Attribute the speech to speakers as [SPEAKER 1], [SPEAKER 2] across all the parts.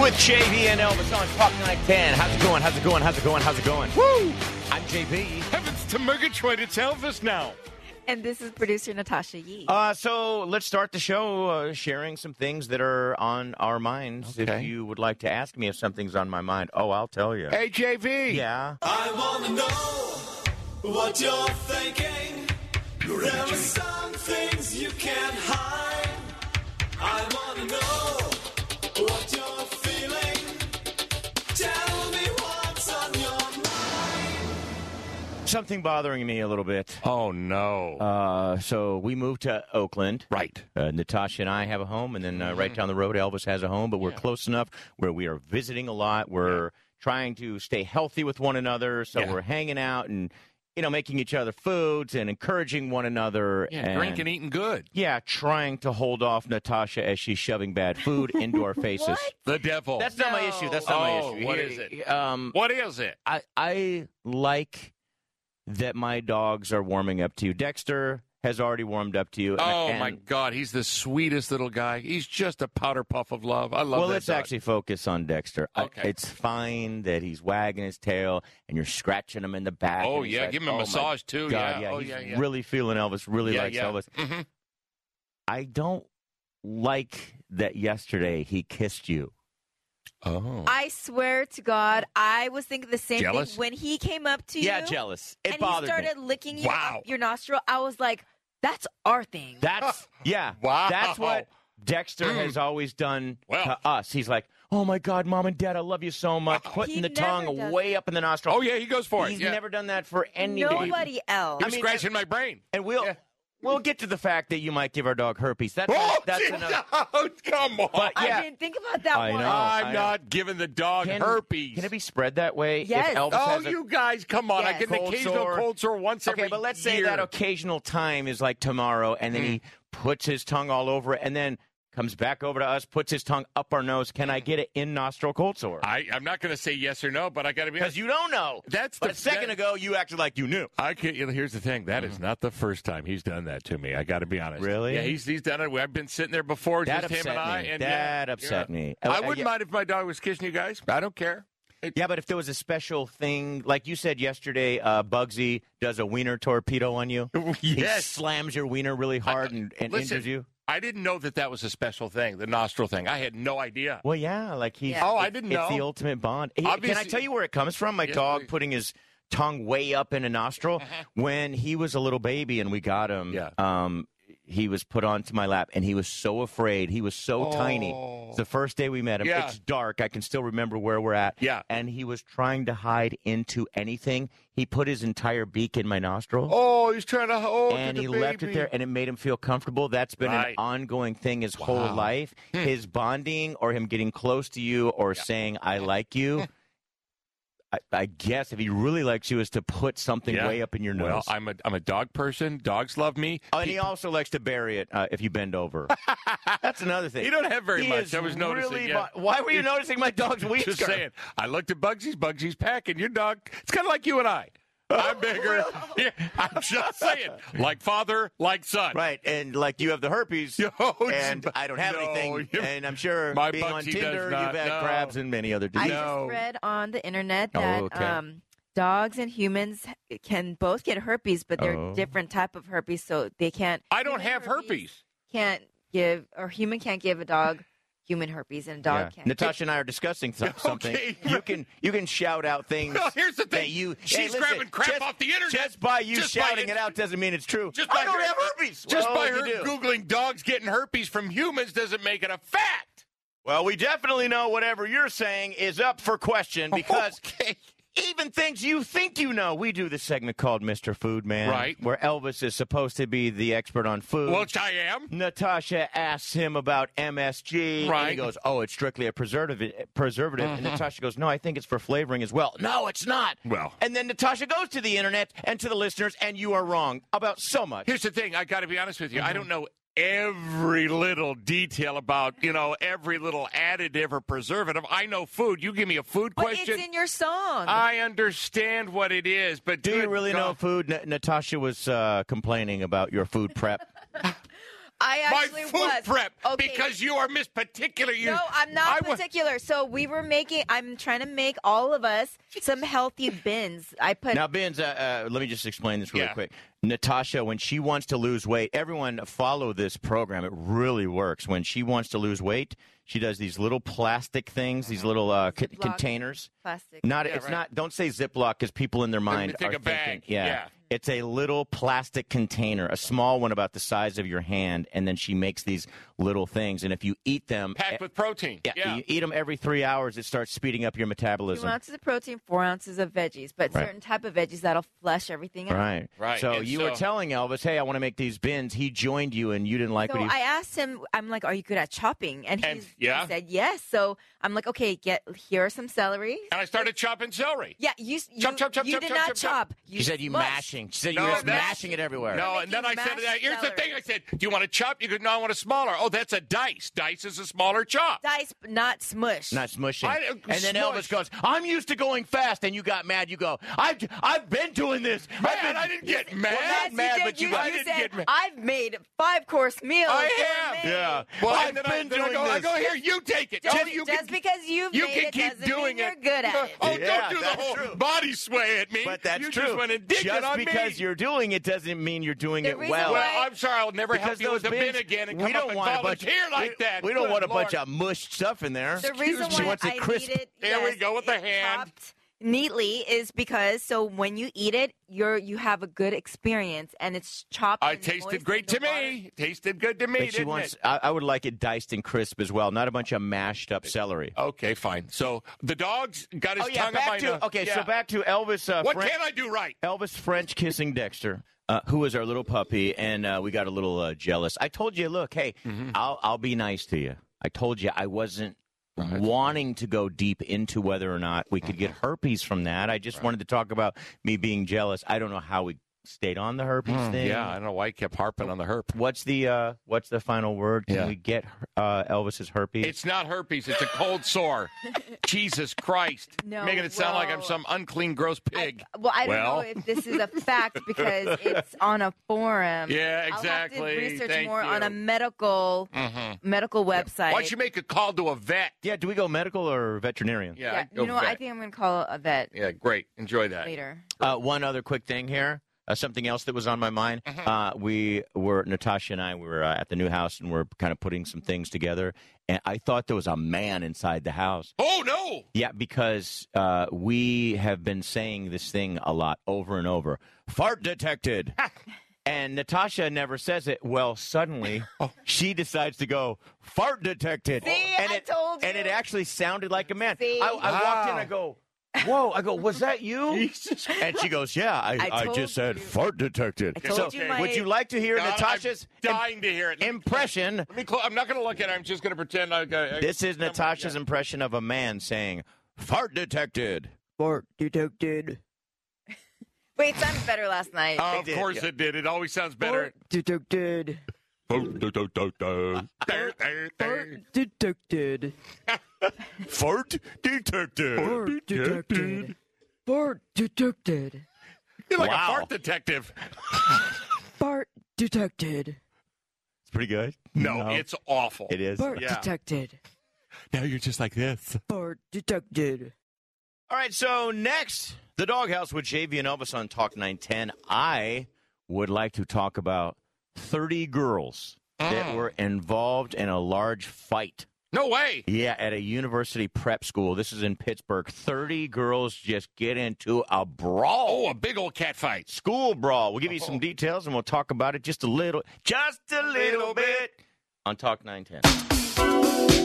[SPEAKER 1] with JV and Elvis on Talk 910. How's it going? How's it going? How's it going? How's it going?
[SPEAKER 2] Woo!
[SPEAKER 1] I'm JV.
[SPEAKER 2] Heavens to Murgatroyd, it's Elvis now.
[SPEAKER 3] And this is producer Natasha Yee.
[SPEAKER 1] Uh, so let's start the show uh, sharing some things that are on our minds. If
[SPEAKER 2] Okay.
[SPEAKER 1] you would like to ask me if something's on my mind, oh, I'll tell you.
[SPEAKER 2] Hey, JV.
[SPEAKER 1] Yeah.
[SPEAKER 4] I wanna know what you're thinking. there are some things you can't hide. I wanna know what you're feeling. Tell me what's on your mind.
[SPEAKER 1] Something bothering me a little bit.
[SPEAKER 2] Oh, no.
[SPEAKER 1] Uh, so we moved to Oakland.
[SPEAKER 2] right.
[SPEAKER 1] Uh, Natasha and I have a home, and then uh, right down the road, Elvis has a home. But we're close enough where we are visiting a lot. We're trying to stay healthy with one another, so
[SPEAKER 2] Yeah.
[SPEAKER 1] we're hanging out and you know making each other foods and encouraging one another.
[SPEAKER 2] Yeah,
[SPEAKER 1] and,
[SPEAKER 2] drinking, eating good.
[SPEAKER 1] Yeah, trying to hold off Natasha as she's shoving bad food into our faces.
[SPEAKER 2] The devil.
[SPEAKER 1] That's not my
[SPEAKER 3] No.
[SPEAKER 1] issue. That's not
[SPEAKER 2] Oh,
[SPEAKER 1] my issue.
[SPEAKER 2] what
[SPEAKER 1] Here-
[SPEAKER 2] is it?
[SPEAKER 1] Um,
[SPEAKER 2] what is it?
[SPEAKER 1] I I like that my dogs are warming up to you. Dexter has already warmed up to you. and-
[SPEAKER 2] Oh, my
[SPEAKER 1] and-
[SPEAKER 2] God. He's the sweetest little guy. He's just a powder puff of love. I love
[SPEAKER 1] well,
[SPEAKER 2] that
[SPEAKER 1] let's
[SPEAKER 2] dog.
[SPEAKER 1] actually focus on Dexter. I-
[SPEAKER 2] Okay.
[SPEAKER 1] it's fine that he's wagging his tail and you're scratching him in the back.
[SPEAKER 2] Oh,
[SPEAKER 1] and he's
[SPEAKER 2] yeah.
[SPEAKER 1] like,
[SPEAKER 2] Give him a
[SPEAKER 1] "Oh, my
[SPEAKER 2] massage, too.
[SPEAKER 1] God,
[SPEAKER 2] yeah. Oh,
[SPEAKER 1] he's
[SPEAKER 2] yeah, yeah.
[SPEAKER 1] really feeling Elvis, really
[SPEAKER 2] yeah,
[SPEAKER 1] likes
[SPEAKER 2] yeah.
[SPEAKER 1] Elvis.
[SPEAKER 2] Mhm.
[SPEAKER 1] I don't like that yesterday he kissed you.
[SPEAKER 2] Oh.
[SPEAKER 3] I swear to God, I was thinking the same
[SPEAKER 2] Jealous?
[SPEAKER 3] thing when he came up to
[SPEAKER 1] Yeah,
[SPEAKER 3] you.
[SPEAKER 1] jealous. It
[SPEAKER 3] and he
[SPEAKER 1] bothered me.
[SPEAKER 3] started licking you
[SPEAKER 2] Wow.
[SPEAKER 3] up your nostril. I was like, "That's our thing."
[SPEAKER 1] That's yeah.
[SPEAKER 2] Wow.
[SPEAKER 1] That's what Dexter has always done
[SPEAKER 2] Well.
[SPEAKER 1] to us. He's like, "Oh my God, mom and dad, I love you so much." Putting
[SPEAKER 3] Uh-uh. He
[SPEAKER 1] the
[SPEAKER 3] never
[SPEAKER 1] tongue
[SPEAKER 3] does
[SPEAKER 1] way up in the nostril.
[SPEAKER 2] Oh, yeah. He goes for it.
[SPEAKER 1] He's
[SPEAKER 2] yeah.
[SPEAKER 1] never done that for anybody.
[SPEAKER 3] Nobody else.
[SPEAKER 2] He
[SPEAKER 1] I
[SPEAKER 2] was
[SPEAKER 1] mean,
[SPEAKER 2] scratching my brain.
[SPEAKER 1] And we'll
[SPEAKER 2] Yeah.
[SPEAKER 1] we'll get to the fact that you might give our dog herpes. That's
[SPEAKER 2] Oh,
[SPEAKER 1] that's
[SPEAKER 2] gee,
[SPEAKER 1] another.
[SPEAKER 2] don't, come on.
[SPEAKER 1] But
[SPEAKER 3] I
[SPEAKER 1] yeah,
[SPEAKER 3] didn't think about that
[SPEAKER 1] I
[SPEAKER 3] one.
[SPEAKER 1] know.
[SPEAKER 2] I'm
[SPEAKER 1] I
[SPEAKER 2] not giving the dog
[SPEAKER 1] can,
[SPEAKER 2] herpes.
[SPEAKER 1] Can it be spread that way? If
[SPEAKER 3] Yes.
[SPEAKER 1] Elvis
[SPEAKER 2] Oh,
[SPEAKER 1] has a-
[SPEAKER 2] you guys, come on! I
[SPEAKER 3] Yes.
[SPEAKER 2] get an
[SPEAKER 1] Cold
[SPEAKER 2] occasional
[SPEAKER 1] sore.
[SPEAKER 2] cold sore once
[SPEAKER 1] Okay,
[SPEAKER 2] every
[SPEAKER 1] but let's say
[SPEAKER 2] year. Mm.
[SPEAKER 1] that occasional time is like tomorrow, and then he puts his tongue all over it, and then comes back over to us, puts his tongue up our nose. Can I get it in nostril cold sore?
[SPEAKER 2] I, I'm not going to say yes or no, but I got to be
[SPEAKER 1] Because
[SPEAKER 2] honest.
[SPEAKER 1] you don't know.
[SPEAKER 2] That's
[SPEAKER 1] but
[SPEAKER 2] the-
[SPEAKER 1] a second
[SPEAKER 2] that-
[SPEAKER 1] ago you acted like you knew.
[SPEAKER 2] I can't, you know, here's the thing. That is not the first time he's done that to me. I got to be honest.
[SPEAKER 1] Mm-hmm. Really?
[SPEAKER 2] Yeah, he's he's done it. I've been sitting there before,
[SPEAKER 1] That
[SPEAKER 2] just him
[SPEAKER 1] upset
[SPEAKER 2] and I.
[SPEAKER 1] me.
[SPEAKER 2] And
[SPEAKER 1] That
[SPEAKER 2] yeah,
[SPEAKER 1] upset
[SPEAKER 2] yeah.
[SPEAKER 1] me.
[SPEAKER 2] I
[SPEAKER 1] Uh,
[SPEAKER 2] wouldn't
[SPEAKER 1] yeah.
[SPEAKER 2] mind if my dog was kissing you guys. I don't care.
[SPEAKER 1] Yeah, but if there was a special thing, like you said yesterday, uh, Bugsy does a wiener torpedo on you. He slams your wiener really hard and, and
[SPEAKER 2] Listen,
[SPEAKER 1] injures you.
[SPEAKER 2] I didn't know that that was a special thing, the nostril thing. I had no idea.
[SPEAKER 1] Well, yeah, like he.
[SPEAKER 3] Yeah.
[SPEAKER 2] Oh, I
[SPEAKER 1] it-
[SPEAKER 2] didn't
[SPEAKER 1] It's the
[SPEAKER 2] know.
[SPEAKER 1] ultimate bond. He- can I
[SPEAKER 2] Obviously-
[SPEAKER 1] tell you where it comes from? My
[SPEAKER 2] Yes,
[SPEAKER 1] dog
[SPEAKER 2] please. Uh-huh.
[SPEAKER 1] putting his tongue way up in a nostril when he was a little baby and we got him.
[SPEAKER 2] Yeah.
[SPEAKER 1] Um, he was put onto my lap and he was so afraid. He was so tiny. It's the first day we met him.
[SPEAKER 2] Oh. Yeah.
[SPEAKER 1] It's dark. I can still remember where we're at.
[SPEAKER 2] Yeah.
[SPEAKER 1] And he was trying to hide into anything. He put his entire beak in my nostril
[SPEAKER 2] Oh, he's trying to hold
[SPEAKER 1] and
[SPEAKER 2] the
[SPEAKER 1] he left it
[SPEAKER 2] baby.
[SPEAKER 1] there and it made him feel comfortable that's been an
[SPEAKER 2] Right.
[SPEAKER 1] ongoing thing his whole
[SPEAKER 2] Wow. Hmm.
[SPEAKER 1] life his bonding or him getting close to you or saying i like you I, I guess if he really likes you is to put something
[SPEAKER 2] Yeah.
[SPEAKER 1] way up in your nose
[SPEAKER 2] Well, I'm a I'm a dog person. Dogs love me.
[SPEAKER 1] Oh, and he also likes to bury it uh, if you bend over. That's another thing.
[SPEAKER 2] You don't have very
[SPEAKER 1] He
[SPEAKER 2] much.
[SPEAKER 1] is
[SPEAKER 2] I was noticing,
[SPEAKER 1] really
[SPEAKER 2] yeah.
[SPEAKER 1] bo- Why were you noticing my dog's whisker?
[SPEAKER 2] Just saying. I looked at Bugsy's. Bugsy's packing. Your dog. It's kind of like you and I.
[SPEAKER 1] Oh,
[SPEAKER 2] I'm bigger. Yeah, I'm just saying. Like father, like son.
[SPEAKER 1] Right, and like you have the herpes,
[SPEAKER 2] Yo, it's-
[SPEAKER 1] and I don't have
[SPEAKER 2] no,
[SPEAKER 1] anything,
[SPEAKER 2] you-
[SPEAKER 1] and I'm sure
[SPEAKER 2] My
[SPEAKER 1] being on
[SPEAKER 2] Bugsy does
[SPEAKER 1] Tinder,
[SPEAKER 2] not,
[SPEAKER 1] you've had
[SPEAKER 2] no.
[SPEAKER 1] crabs and many other
[SPEAKER 3] I
[SPEAKER 1] diseases.
[SPEAKER 2] No.
[SPEAKER 3] just read on the internet that
[SPEAKER 1] Oh, okay.
[SPEAKER 3] um, dogs and humans can both get herpes, but they're
[SPEAKER 1] Oh.
[SPEAKER 3] different type of herpes, so they can't.
[SPEAKER 2] I don't
[SPEAKER 3] human
[SPEAKER 2] have herpes.
[SPEAKER 3] Can't give or human can't give a dog human herpes, and a
[SPEAKER 1] Yeah.
[SPEAKER 3] dog can't.
[SPEAKER 1] Natasha and I are discussing some, something.
[SPEAKER 2] Okay.
[SPEAKER 1] You can you can shout out things.
[SPEAKER 2] Well, here's the
[SPEAKER 1] that
[SPEAKER 2] thing.
[SPEAKER 1] you
[SPEAKER 2] She's
[SPEAKER 1] hey, listen,
[SPEAKER 2] grabbing crap
[SPEAKER 1] just-
[SPEAKER 2] off the internet.
[SPEAKER 1] Just by you
[SPEAKER 2] Just by
[SPEAKER 1] shouting
[SPEAKER 2] it-
[SPEAKER 1] it out doesn't mean it's true.
[SPEAKER 2] Just
[SPEAKER 1] I
[SPEAKER 2] by
[SPEAKER 1] don't
[SPEAKER 2] her-
[SPEAKER 1] have herpes.
[SPEAKER 2] Just
[SPEAKER 1] well,
[SPEAKER 2] by
[SPEAKER 1] you
[SPEAKER 2] her
[SPEAKER 1] do.
[SPEAKER 2] googling dogs getting herpes from humans doesn't make it a fact.
[SPEAKER 1] Well, we definitely know whatever you're saying is up for question because
[SPEAKER 2] Okay.
[SPEAKER 1] even things you think you know, we do this segment called Mr. Food Man,
[SPEAKER 2] Right.
[SPEAKER 1] Where Elvis is supposed to be the expert on food.
[SPEAKER 2] Which I am.
[SPEAKER 1] Natasha asks him about MSG. And he
[SPEAKER 2] Right. Mm-hmm.
[SPEAKER 1] goes, Oh, it's strictly a preservative. preservative. And Natasha goes, No, I think it's for flavoring as well. No, it's not.
[SPEAKER 2] Well.
[SPEAKER 1] And then Natasha goes to the internet and to the listeners, and you are wrong about so much.
[SPEAKER 2] Here's the thing. I got to be honest with you.
[SPEAKER 1] Mm-hmm.
[SPEAKER 2] I don't know every little detail about you know every little additive or preservative. I know food. You give me a food
[SPEAKER 3] But
[SPEAKER 2] question.
[SPEAKER 3] it's in your song.
[SPEAKER 2] I understand what it is, but
[SPEAKER 1] Do you
[SPEAKER 2] good
[SPEAKER 1] really know
[SPEAKER 2] God.
[SPEAKER 1] food? Na- Natasha was uh, complaining about your food prep.
[SPEAKER 3] I I actually
[SPEAKER 2] my food
[SPEAKER 3] was.
[SPEAKER 2] prep
[SPEAKER 3] Okay.
[SPEAKER 2] because you are Miss Particular. You,
[SPEAKER 3] No, I'm not
[SPEAKER 2] I wa-
[SPEAKER 3] particular. so we were making. I'm trying to make all of us some healthy bins. I put.
[SPEAKER 1] Now, Benz, uh, uh, let me just explain this really
[SPEAKER 2] Yeah.
[SPEAKER 1] quick. Natasha, when she wants to lose weight, everyone follow this program. It really works. When she wants to lose weight, she does these little plastic things, these little uh, c-
[SPEAKER 3] Ziploc.
[SPEAKER 1] containers.
[SPEAKER 3] plastic.
[SPEAKER 1] Not
[SPEAKER 2] Yeah,
[SPEAKER 1] it's
[SPEAKER 2] right.
[SPEAKER 1] not. Don't say Ziploc because people in their mind
[SPEAKER 2] think
[SPEAKER 1] are
[SPEAKER 2] a bag.
[SPEAKER 1] thinking. Yeah.
[SPEAKER 2] Yeah.
[SPEAKER 1] it's a little plastic container, a small one about the size of your hand, and then she makes these little things. And if you eat them, eh,
[SPEAKER 2] packed with protein.
[SPEAKER 1] yeah, you eat them every three hours, it starts speeding up your
[SPEAKER 3] Two
[SPEAKER 1] metabolism.
[SPEAKER 3] ounces of protein, four ounces of veggies, but
[SPEAKER 1] Right.
[SPEAKER 3] certain type of veggies that'll flush everything out.
[SPEAKER 1] Right,
[SPEAKER 2] Right,
[SPEAKER 1] So
[SPEAKER 2] and
[SPEAKER 1] you
[SPEAKER 2] so-
[SPEAKER 1] were telling Elvis, "Hey, I want to make these bins." He joined you, and you didn't like
[SPEAKER 3] So
[SPEAKER 1] what he.
[SPEAKER 3] I asked him, I'm like, "Are you good at chopping?" And,
[SPEAKER 2] And-
[SPEAKER 3] he's,
[SPEAKER 2] yeah.
[SPEAKER 3] he said, "Yes." So I'm like, "Okay, get here are some celery."
[SPEAKER 2] And I started chopping celery.
[SPEAKER 3] Yeah, you s- you,
[SPEAKER 2] Chop, chop, chop,
[SPEAKER 3] you
[SPEAKER 2] chop,
[SPEAKER 3] did
[SPEAKER 2] chop,
[SPEAKER 3] not
[SPEAKER 2] chop, chop.
[SPEAKER 3] chop.
[SPEAKER 1] she said you
[SPEAKER 3] smushed.
[SPEAKER 1] mashing. She said
[SPEAKER 2] No,
[SPEAKER 1] you were just
[SPEAKER 2] that's-
[SPEAKER 1] mashing it everywhere.
[SPEAKER 2] No,
[SPEAKER 3] We're
[SPEAKER 2] and then I
[SPEAKER 3] making
[SPEAKER 2] said,
[SPEAKER 3] mashed
[SPEAKER 2] "Here's the
[SPEAKER 3] celery.
[SPEAKER 2] thing." I said, "Do you want a chop?" You could, "No, I want a smaller." Oh, that's a dice. Dice is a smaller chop.
[SPEAKER 3] Dice, but not smush.
[SPEAKER 1] Not smushing.
[SPEAKER 2] I- uh,
[SPEAKER 1] and then
[SPEAKER 2] smush.
[SPEAKER 1] Elvis goes, "I'm used to going fast," and you got mad. You go, "I've I've been doing this. I've
[SPEAKER 2] Man,
[SPEAKER 1] been
[SPEAKER 2] I didn't get
[SPEAKER 1] Well,
[SPEAKER 2] mad.
[SPEAKER 1] not mad, but you
[SPEAKER 2] I
[SPEAKER 1] did
[SPEAKER 2] didn't
[SPEAKER 3] said, "Oh,
[SPEAKER 2] get mad.
[SPEAKER 3] I've made five course meals.
[SPEAKER 2] I
[SPEAKER 3] for
[SPEAKER 2] have.
[SPEAKER 3] me."
[SPEAKER 1] Yeah.
[SPEAKER 2] Well,
[SPEAKER 1] I've
[SPEAKER 2] and then I,
[SPEAKER 1] been
[SPEAKER 2] then I
[SPEAKER 1] doing
[SPEAKER 2] go, I
[SPEAKER 1] this.
[SPEAKER 2] go here. You take it.
[SPEAKER 3] Just,
[SPEAKER 2] oh, you
[SPEAKER 3] just
[SPEAKER 2] can,
[SPEAKER 3] because you've
[SPEAKER 2] you
[SPEAKER 3] made
[SPEAKER 2] can
[SPEAKER 3] it
[SPEAKER 2] keep
[SPEAKER 3] doesn't
[SPEAKER 2] doing
[SPEAKER 3] mean you're
[SPEAKER 2] it.
[SPEAKER 3] good
[SPEAKER 2] Uh,
[SPEAKER 3] at it.
[SPEAKER 2] Oh,
[SPEAKER 1] Yeah,
[SPEAKER 2] don't do the
[SPEAKER 1] that's
[SPEAKER 2] whole
[SPEAKER 1] true.
[SPEAKER 2] body sway at me.
[SPEAKER 1] But that's
[SPEAKER 2] you
[SPEAKER 1] true.
[SPEAKER 2] Just went and dicked it
[SPEAKER 1] Just
[SPEAKER 2] on
[SPEAKER 1] because
[SPEAKER 2] me.
[SPEAKER 1] you're doing it doesn't mean you're doing
[SPEAKER 3] The
[SPEAKER 1] it
[SPEAKER 3] reason
[SPEAKER 1] well.
[SPEAKER 2] Well,
[SPEAKER 3] Right.
[SPEAKER 2] I'm sorry. I'll never
[SPEAKER 1] because
[SPEAKER 2] help you
[SPEAKER 1] those
[SPEAKER 2] with a bin
[SPEAKER 1] bins,
[SPEAKER 2] again and
[SPEAKER 1] we
[SPEAKER 2] come
[SPEAKER 1] don't
[SPEAKER 2] up and
[SPEAKER 1] want a bunch
[SPEAKER 2] volunteer like
[SPEAKER 1] we,
[SPEAKER 2] that.
[SPEAKER 1] We don't
[SPEAKER 2] Good
[SPEAKER 1] want a bunch of
[SPEAKER 2] Lord.
[SPEAKER 1] mushed stuff in there.
[SPEAKER 3] The reason
[SPEAKER 1] She
[SPEAKER 3] why
[SPEAKER 1] wants
[SPEAKER 3] I
[SPEAKER 1] it crisp.
[SPEAKER 3] needed
[SPEAKER 2] There we
[SPEAKER 3] yes,
[SPEAKER 2] go with the
[SPEAKER 3] it
[SPEAKER 2] hand.
[SPEAKER 3] chopped neatly is because so when you eat it, you're you have a good experience and it's chopped.
[SPEAKER 2] I
[SPEAKER 3] and moist
[SPEAKER 2] tasted great to
[SPEAKER 3] in the water.
[SPEAKER 2] me. Tasted good to me.
[SPEAKER 1] But she
[SPEAKER 2] didn't
[SPEAKER 1] wants.
[SPEAKER 2] it?
[SPEAKER 1] I, I would like it diced and crisp as well, not a bunch of mashed up celery.
[SPEAKER 2] Okay, fine. So the dog's got his
[SPEAKER 1] Oh yeah,
[SPEAKER 2] Oh, tongue up my
[SPEAKER 1] back
[SPEAKER 2] nose.
[SPEAKER 1] to okay.
[SPEAKER 2] Yeah.
[SPEAKER 1] So back to Elvis. Uh,
[SPEAKER 2] What
[SPEAKER 1] Fren-
[SPEAKER 2] can I do right?
[SPEAKER 1] Elvis French kissing Dexter, uh, who was our little puppy, and uh, we got a little uh, jealous. I told you, look, hey,
[SPEAKER 2] Mm-hmm.
[SPEAKER 1] I'll I'll be nice to you. I told you I wasn't wanting to go deep into whether or not we could
[SPEAKER 2] Mm-hmm.
[SPEAKER 1] get herpes from that. I just wanted to talk about me being jealous. I don't know how we stayed on the herpes thing.
[SPEAKER 2] Hmm, Yeah, I don't know why he kept harping on the herp.
[SPEAKER 1] What's the uh, what's the final word? Can
[SPEAKER 2] Yeah.
[SPEAKER 1] we get uh, Elvis's herpes?
[SPEAKER 2] It's not herpes. It's a cold sore. Jesus Christ.
[SPEAKER 3] No,
[SPEAKER 2] Making it sound like I'm
[SPEAKER 3] well,
[SPEAKER 2] some unclean, gross pig.
[SPEAKER 3] Well, I don't
[SPEAKER 2] Well.
[SPEAKER 3] know if this is a fact because it's on a forum.
[SPEAKER 2] yeah,
[SPEAKER 3] um, I'll
[SPEAKER 2] exactly.
[SPEAKER 3] have to research
[SPEAKER 2] Thank
[SPEAKER 3] more
[SPEAKER 2] you.
[SPEAKER 3] on a medical medical website.
[SPEAKER 2] Why don't you make a call to a vet?
[SPEAKER 1] yeah, do we go medical or veterinarian?
[SPEAKER 2] Yeah,
[SPEAKER 3] yeah,
[SPEAKER 2] I'd go
[SPEAKER 3] you know what? I
[SPEAKER 2] vet.
[SPEAKER 3] think I'm going to call a vet
[SPEAKER 2] Yeah, great. Enjoy that.
[SPEAKER 3] later.
[SPEAKER 1] Uh, one other quick thing here. Uh, something else that was on my mind. Uh, we were Natasha and I we were uh, at the new house and we're kind of putting some things together. And I thought there was a man inside the house.
[SPEAKER 2] Oh no!
[SPEAKER 1] Yeah, because uh, we have been saying this thing a lot over and over. Fart detected. and Natasha never says it. Well, suddenly she decides to go fart detected.
[SPEAKER 3] Oh. See,
[SPEAKER 1] and
[SPEAKER 3] I
[SPEAKER 1] it,
[SPEAKER 3] told
[SPEAKER 1] And it
[SPEAKER 3] you.
[SPEAKER 1] actually sounded like a man.
[SPEAKER 3] See?
[SPEAKER 1] I, I walked in.
[SPEAKER 2] Wow.
[SPEAKER 1] I go. Whoa! I go. Was that you? And she goes, "Yeah, I,
[SPEAKER 3] I
[SPEAKER 1] I,
[SPEAKER 3] told
[SPEAKER 1] just said
[SPEAKER 3] you.
[SPEAKER 1] fart detected."
[SPEAKER 3] I told
[SPEAKER 1] so,
[SPEAKER 3] you my-
[SPEAKER 1] would you like to hear
[SPEAKER 2] God, I'm
[SPEAKER 1] Natasha's im-
[SPEAKER 2] dying to hear it.
[SPEAKER 1] impression?
[SPEAKER 2] Let me close. I'm not going to look at it. I'm just going to pretend I got. I-
[SPEAKER 1] This is
[SPEAKER 2] somebody-
[SPEAKER 1] Natasha's
[SPEAKER 2] yeah.
[SPEAKER 1] impression of a man saying, "Fart detected."
[SPEAKER 5] Fart detected.
[SPEAKER 3] Wait, it sounded better last night.
[SPEAKER 2] Oh,
[SPEAKER 1] It
[SPEAKER 2] of
[SPEAKER 1] did,
[SPEAKER 2] course
[SPEAKER 1] yeah.
[SPEAKER 2] it did. It always sounds better.
[SPEAKER 5] Detected.
[SPEAKER 2] There, there, there.
[SPEAKER 5] Detected.
[SPEAKER 1] Fart detected.
[SPEAKER 5] Fart detected. Fart detected.
[SPEAKER 2] You're like
[SPEAKER 1] Wow.
[SPEAKER 2] a fart detective.
[SPEAKER 5] Fart detected.
[SPEAKER 1] It's pretty good.
[SPEAKER 2] No, it's awful.
[SPEAKER 1] it is.
[SPEAKER 5] Fart
[SPEAKER 2] Yeah.
[SPEAKER 5] detected.
[SPEAKER 2] Now you're just like this.
[SPEAKER 5] Fart detected.
[SPEAKER 1] All right, so next, the doghouse with JV and Elvis on Talk 910. I would like to talk about 30 girls
[SPEAKER 2] Mm.
[SPEAKER 1] that were involved in a large fight.
[SPEAKER 2] No way.
[SPEAKER 1] Yeah, at a university prep school. This is in Pittsburgh. 30 girls just get into a brawl.
[SPEAKER 2] Oh, a big old cat fight.
[SPEAKER 1] School brawl. We'll give
[SPEAKER 2] Oh.
[SPEAKER 1] you some details and we'll talk about it just a little, just a little bit on Talk 910.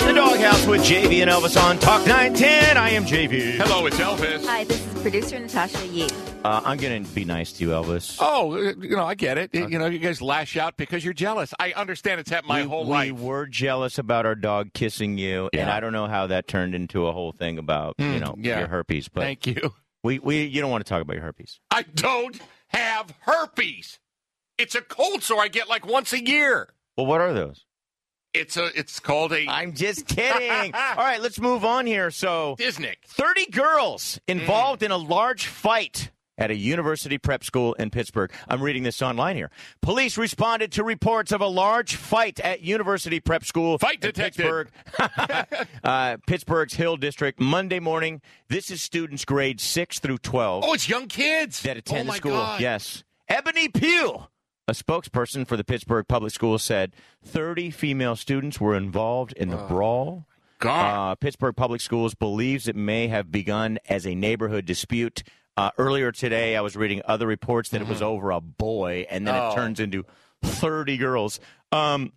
[SPEAKER 1] The Doghouse with JV and Elvis on Talk 910. I am JV.
[SPEAKER 2] Hello, it's Elvis.
[SPEAKER 3] Hi, this is producer Natasha Yee.
[SPEAKER 1] Uh, I'm going to be nice to you, Elvis.
[SPEAKER 2] Oh, uh, you know, I get it. You know, you guys lash out because you're jealous. I understand it's happened my
[SPEAKER 1] we,
[SPEAKER 2] whole
[SPEAKER 1] we
[SPEAKER 2] life.
[SPEAKER 1] were jealous about our dog kissing you, and
[SPEAKER 2] Yeah. Hmm,
[SPEAKER 1] I don't know how that turned into a whole thing about you know
[SPEAKER 2] yeah.
[SPEAKER 1] your herpes. But
[SPEAKER 2] Thank you.
[SPEAKER 1] we, we you don't want to talk about your herpes.
[SPEAKER 2] I don't have herpes. It's a cold sore I get like once a year.
[SPEAKER 1] Well, what are those?
[SPEAKER 2] It's a. It's called a
[SPEAKER 1] I'm just kidding. All right, let's move on here. So,
[SPEAKER 2] Disney.
[SPEAKER 1] 30 girls involved in a large fight at a university prep school in Pittsburgh. I'm reading this online here. Police responded to reports of a large fight at university prep school.
[SPEAKER 2] Fight
[SPEAKER 1] in
[SPEAKER 2] detected.
[SPEAKER 1] Pittsburgh. uh, Pittsburgh's Hill District, Monday morning. This is students grades 6 through 12
[SPEAKER 2] Oh, it's young kids
[SPEAKER 1] that attend
[SPEAKER 2] oh
[SPEAKER 1] the
[SPEAKER 2] my
[SPEAKER 1] school.
[SPEAKER 2] God.
[SPEAKER 1] Yes. Ebony Pugh, a spokesperson for the Pittsburgh Public Schools, said 30 female students were involved in the brawl.
[SPEAKER 2] God.
[SPEAKER 1] Uh, Pittsburgh Public Schools believes it may have begun as a neighborhood dispute. Uh, earlier today, I was reading other reports that it was over a boy, and then
[SPEAKER 2] Mm-hmm. Oh.
[SPEAKER 1] it turns into 30 girls. Um,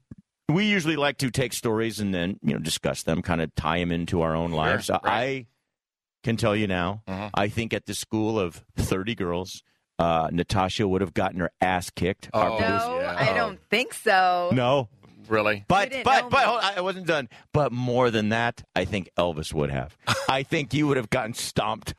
[SPEAKER 1] we usually like to take stories and then you know discuss them, kind of tie them into our own lives. Uh, I can tell you now,
[SPEAKER 2] Mm-hmm.
[SPEAKER 1] I think at the school of 30 girls, uh, Natasha would have gotten her ass kicked. Our
[SPEAKER 2] Oh,
[SPEAKER 1] producer-
[SPEAKER 3] No,
[SPEAKER 2] yeah.
[SPEAKER 3] I don't think so.
[SPEAKER 1] no,
[SPEAKER 2] really?
[SPEAKER 1] but
[SPEAKER 3] didn't
[SPEAKER 1] but
[SPEAKER 3] know
[SPEAKER 1] but
[SPEAKER 3] me.
[SPEAKER 1] hold, I I wasn't done. But more than that, I think Elvis would have. I think you would have gotten stomped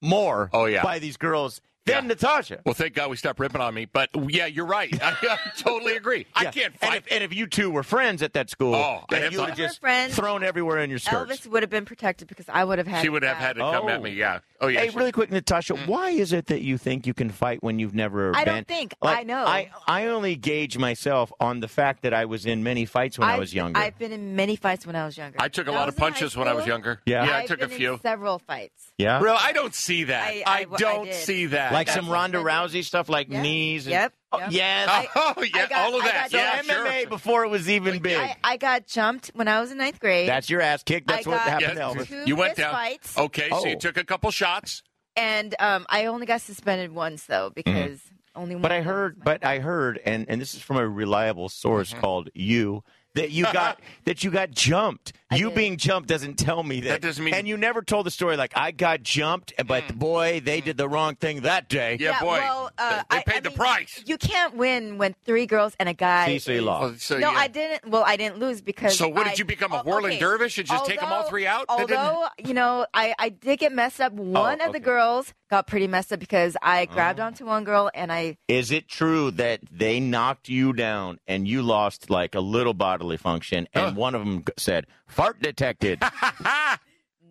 [SPEAKER 1] more.
[SPEAKER 2] Oh, yeah.
[SPEAKER 1] by these girls than
[SPEAKER 2] Yeah.
[SPEAKER 1] Natasha.
[SPEAKER 2] Well, thank God we stopped ripping on me. But yeah, you're right. I, totally agree. I
[SPEAKER 1] Yeah.
[SPEAKER 2] can't
[SPEAKER 1] And
[SPEAKER 2] fight.
[SPEAKER 1] if, and if you two were friends at that school,
[SPEAKER 2] Oh, I'd
[SPEAKER 1] then
[SPEAKER 2] have
[SPEAKER 1] you would have
[SPEAKER 2] thought-
[SPEAKER 1] just
[SPEAKER 3] We're friends.
[SPEAKER 1] thrown everywhere in your skirts.
[SPEAKER 3] Elvis would have been protected because I would have had.
[SPEAKER 2] she
[SPEAKER 3] it
[SPEAKER 2] would have
[SPEAKER 3] bad.
[SPEAKER 2] had to come
[SPEAKER 1] Oh.
[SPEAKER 2] at me. Yeah. Oh yeah.
[SPEAKER 1] Hey,
[SPEAKER 2] she-
[SPEAKER 1] really quick, Natasha,
[SPEAKER 2] Mm.
[SPEAKER 1] why is it that you think you can fight when you've never
[SPEAKER 3] I
[SPEAKER 1] been?
[SPEAKER 3] don't think.
[SPEAKER 1] Like,
[SPEAKER 3] I know.
[SPEAKER 1] I, I only gauge myself on the fact that I was in many fights when i
[SPEAKER 3] I've-
[SPEAKER 1] was younger.
[SPEAKER 3] I've been in many fights when I was younger.
[SPEAKER 2] I took a
[SPEAKER 3] When
[SPEAKER 2] lot of
[SPEAKER 3] was in high
[SPEAKER 2] punches when I was
[SPEAKER 3] school,
[SPEAKER 2] younger.
[SPEAKER 1] Yeah.
[SPEAKER 2] I
[SPEAKER 3] I've
[SPEAKER 2] took a
[SPEAKER 3] been in
[SPEAKER 2] few.
[SPEAKER 3] several fights.
[SPEAKER 1] yeah?
[SPEAKER 2] Really, I don't see that.
[SPEAKER 3] I-
[SPEAKER 2] I,
[SPEAKER 3] I- I
[SPEAKER 2] don't
[SPEAKER 3] did.
[SPEAKER 2] see that.
[SPEAKER 1] Like
[SPEAKER 2] That's-
[SPEAKER 1] some Ronda Rousey stuff, like
[SPEAKER 3] Yeah.
[SPEAKER 1] knees. And,
[SPEAKER 3] Yep,
[SPEAKER 1] Oh,
[SPEAKER 3] yep.
[SPEAKER 1] Yes.
[SPEAKER 2] Oh yeah,
[SPEAKER 3] I got-
[SPEAKER 2] all of
[SPEAKER 3] I
[SPEAKER 2] that.
[SPEAKER 3] got
[SPEAKER 1] So
[SPEAKER 2] Yeah,
[SPEAKER 3] done.
[SPEAKER 1] MMA
[SPEAKER 2] sure.
[SPEAKER 1] before it was even big.
[SPEAKER 3] I, I got jumped when I was in ninth grade.
[SPEAKER 1] That's your ass kicked. That's
[SPEAKER 3] I
[SPEAKER 1] what
[SPEAKER 3] got-
[SPEAKER 1] happened, to
[SPEAKER 2] Yeah,
[SPEAKER 1] Elvis.
[SPEAKER 3] Two
[SPEAKER 2] you went down.
[SPEAKER 3] fistfights.
[SPEAKER 2] Okay, so you
[SPEAKER 1] Oh.
[SPEAKER 2] took a couple shots.
[SPEAKER 3] and um, I only got suspended once though because only.
[SPEAKER 1] Mm-hmm.
[SPEAKER 3] One
[SPEAKER 1] But I
[SPEAKER 3] of them
[SPEAKER 1] heard,
[SPEAKER 3] was
[SPEAKER 1] but I heard, and and this is from a reliable source called you that you got that you got jumped. you
[SPEAKER 3] did.
[SPEAKER 1] being jumped doesn't Mm-hmm. tell me that.
[SPEAKER 2] That doesn't mean-
[SPEAKER 1] And you never told the story like I got jumped, but boy, they
[SPEAKER 3] Mm-hmm.
[SPEAKER 1] did the wrong thing that day.
[SPEAKER 2] Yeah, boy.
[SPEAKER 3] Well, uh,
[SPEAKER 2] they
[SPEAKER 3] I-
[SPEAKER 2] paid
[SPEAKER 3] I
[SPEAKER 2] the
[SPEAKER 3] mean,
[SPEAKER 2] price.
[SPEAKER 3] You can't win when three girls and a guy.
[SPEAKER 1] See, so you
[SPEAKER 3] is-
[SPEAKER 1] lost.
[SPEAKER 2] Oh, so
[SPEAKER 3] no,
[SPEAKER 2] you-
[SPEAKER 3] I didn't. Well, I didn't lose because.
[SPEAKER 2] So what did
[SPEAKER 3] I-
[SPEAKER 2] you become, a
[SPEAKER 3] oh,
[SPEAKER 2] whirling
[SPEAKER 3] okay.
[SPEAKER 2] dervish and just take 'em all three out? That didn't- Oh,
[SPEAKER 3] Although you know, I I did get messed up. One of
[SPEAKER 1] okay.
[SPEAKER 3] the girls got pretty messed up because I grabbed onto one girl and I.
[SPEAKER 1] Is it true that they knocked you down and you lost like a little bodily function, and one of them said fart detected?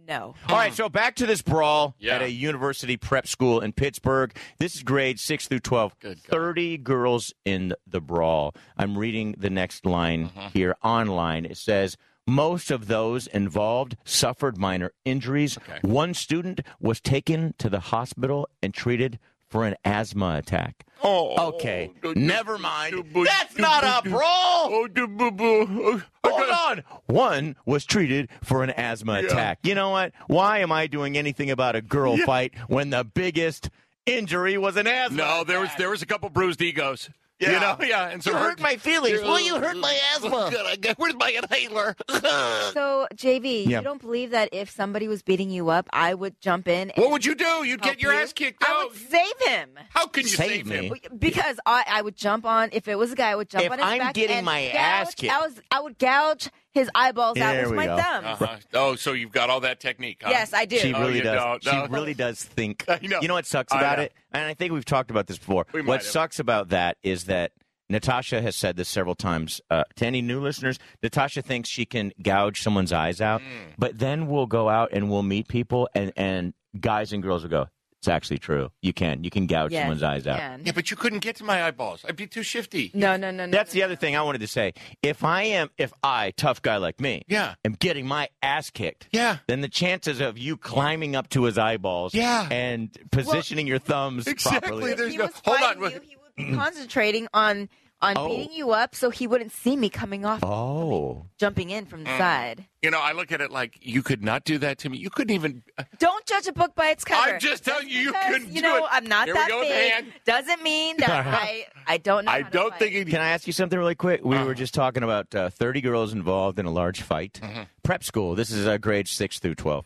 [SPEAKER 3] No.
[SPEAKER 1] All right, so back to this brawl
[SPEAKER 2] Yeah.
[SPEAKER 1] at a university prep school in Pittsburgh. This is grades 6 through 12.
[SPEAKER 2] Good God.
[SPEAKER 1] 30 girls in the brawl. I'm reading the next line
[SPEAKER 2] Uh-huh.
[SPEAKER 1] here online. It says, most of those involved suffered minor injuries. One student was taken to the hospital and treated for an asthma attack.
[SPEAKER 2] Oh,
[SPEAKER 1] Okay,
[SPEAKER 2] do- do-
[SPEAKER 1] never
[SPEAKER 2] do-
[SPEAKER 1] mind.
[SPEAKER 2] do- do-
[SPEAKER 1] That's
[SPEAKER 2] do-
[SPEAKER 1] not
[SPEAKER 2] do-
[SPEAKER 1] a
[SPEAKER 2] do-
[SPEAKER 1] brawl.
[SPEAKER 2] Oh, do- boo- boo. Oh, I
[SPEAKER 1] Hold
[SPEAKER 2] got-
[SPEAKER 1] on. One was treated for an asthma attack. You know what? Why am I doing anything about a girl fight when the biggest injury was an asthma?
[SPEAKER 2] No, there was there was a couple bruised egos. You
[SPEAKER 1] Yeah.
[SPEAKER 2] know, yeah, and so
[SPEAKER 1] You hurt my feelings.
[SPEAKER 2] Yeah.
[SPEAKER 1] Well, you hurt my asthma.
[SPEAKER 2] Where's my inhaler? Uh.
[SPEAKER 3] So JV,
[SPEAKER 1] Yeah.
[SPEAKER 3] you don't believe that if somebody was beating you up, I would jump in. And
[SPEAKER 2] what would you do? You'd
[SPEAKER 3] help
[SPEAKER 2] get your
[SPEAKER 3] you?
[SPEAKER 2] ass kicked
[SPEAKER 3] I
[SPEAKER 2] out.
[SPEAKER 3] would save him.
[SPEAKER 2] How can you
[SPEAKER 1] Save
[SPEAKER 2] save,
[SPEAKER 1] me.
[SPEAKER 2] him?
[SPEAKER 3] Because I, I would jump on if it was a guy, I would jump
[SPEAKER 1] If
[SPEAKER 3] on his
[SPEAKER 1] I'm
[SPEAKER 3] back
[SPEAKER 1] getting
[SPEAKER 3] and
[SPEAKER 1] my
[SPEAKER 3] gouge,
[SPEAKER 1] ass kicked-
[SPEAKER 3] I was I would gouge his eyeballs out
[SPEAKER 1] There
[SPEAKER 3] with
[SPEAKER 1] we
[SPEAKER 3] my
[SPEAKER 1] go.
[SPEAKER 3] thumb.
[SPEAKER 2] Uh-huh. Oh, so you've got all that technique? Huh?
[SPEAKER 3] Yes, I do.
[SPEAKER 1] She
[SPEAKER 2] Oh,
[SPEAKER 1] really
[SPEAKER 2] you
[SPEAKER 1] does.
[SPEAKER 2] don't. No.
[SPEAKER 1] She really does think.
[SPEAKER 2] I know.
[SPEAKER 1] You know what sucks
[SPEAKER 2] I
[SPEAKER 1] about
[SPEAKER 2] know.
[SPEAKER 1] it? And I think we've talked about this before.
[SPEAKER 2] We might
[SPEAKER 1] What
[SPEAKER 2] have.
[SPEAKER 1] sucks about that is that Natasha has said this several times uh, to any new listeners. Natasha thinks she can gouge someone's eyes out,
[SPEAKER 2] Mm.
[SPEAKER 1] but then we'll go out and we'll meet people, and and guys and girls will go. It's actually true. You can. You can gouge
[SPEAKER 3] Yes,
[SPEAKER 1] someone's eyes out.
[SPEAKER 3] man.
[SPEAKER 2] Yeah, but you couldn't get to my eyeballs. I'd be too shifty.
[SPEAKER 3] No, no, no, no.
[SPEAKER 1] That's
[SPEAKER 3] no,
[SPEAKER 1] the other thing I wanted to say. If I am, if I, tough guy like me,
[SPEAKER 2] Yeah.
[SPEAKER 1] am getting my ass kicked,
[SPEAKER 2] Yeah.
[SPEAKER 1] then the chances of you climbing up to his eyeballs,
[SPEAKER 2] Yeah.
[SPEAKER 1] and positioning your thumbs
[SPEAKER 2] Exactly.
[SPEAKER 1] properly.
[SPEAKER 2] There's
[SPEAKER 3] he
[SPEAKER 2] no-
[SPEAKER 3] was
[SPEAKER 2] hold on,
[SPEAKER 3] fighting You,
[SPEAKER 2] wait.
[SPEAKER 3] he would be concentrating on on
[SPEAKER 1] Oh.
[SPEAKER 3] beating you up so he wouldn't see me coming off,
[SPEAKER 1] Oh,
[SPEAKER 3] jumping in from the
[SPEAKER 2] Mm.
[SPEAKER 3] side.
[SPEAKER 2] You know, I look at it like you could not do that to me. You couldn't even.
[SPEAKER 3] Don't judge a book by its cover.
[SPEAKER 2] I'm just telling you, you
[SPEAKER 3] Because,
[SPEAKER 2] couldn't do
[SPEAKER 3] you know,
[SPEAKER 2] it.
[SPEAKER 3] I'm not
[SPEAKER 2] Here we
[SPEAKER 3] that
[SPEAKER 2] go with the hand.
[SPEAKER 3] big. Doesn't mean that I I don't know.
[SPEAKER 2] I
[SPEAKER 3] how to
[SPEAKER 2] don't
[SPEAKER 3] fight.
[SPEAKER 2] think it,
[SPEAKER 1] can I ask you something really quick? We
[SPEAKER 2] Uh-huh.
[SPEAKER 1] were just talking about uh, 30 girls involved in a large fight,
[SPEAKER 2] Mm-hmm.
[SPEAKER 1] prep school. This is uh, grade six through 12.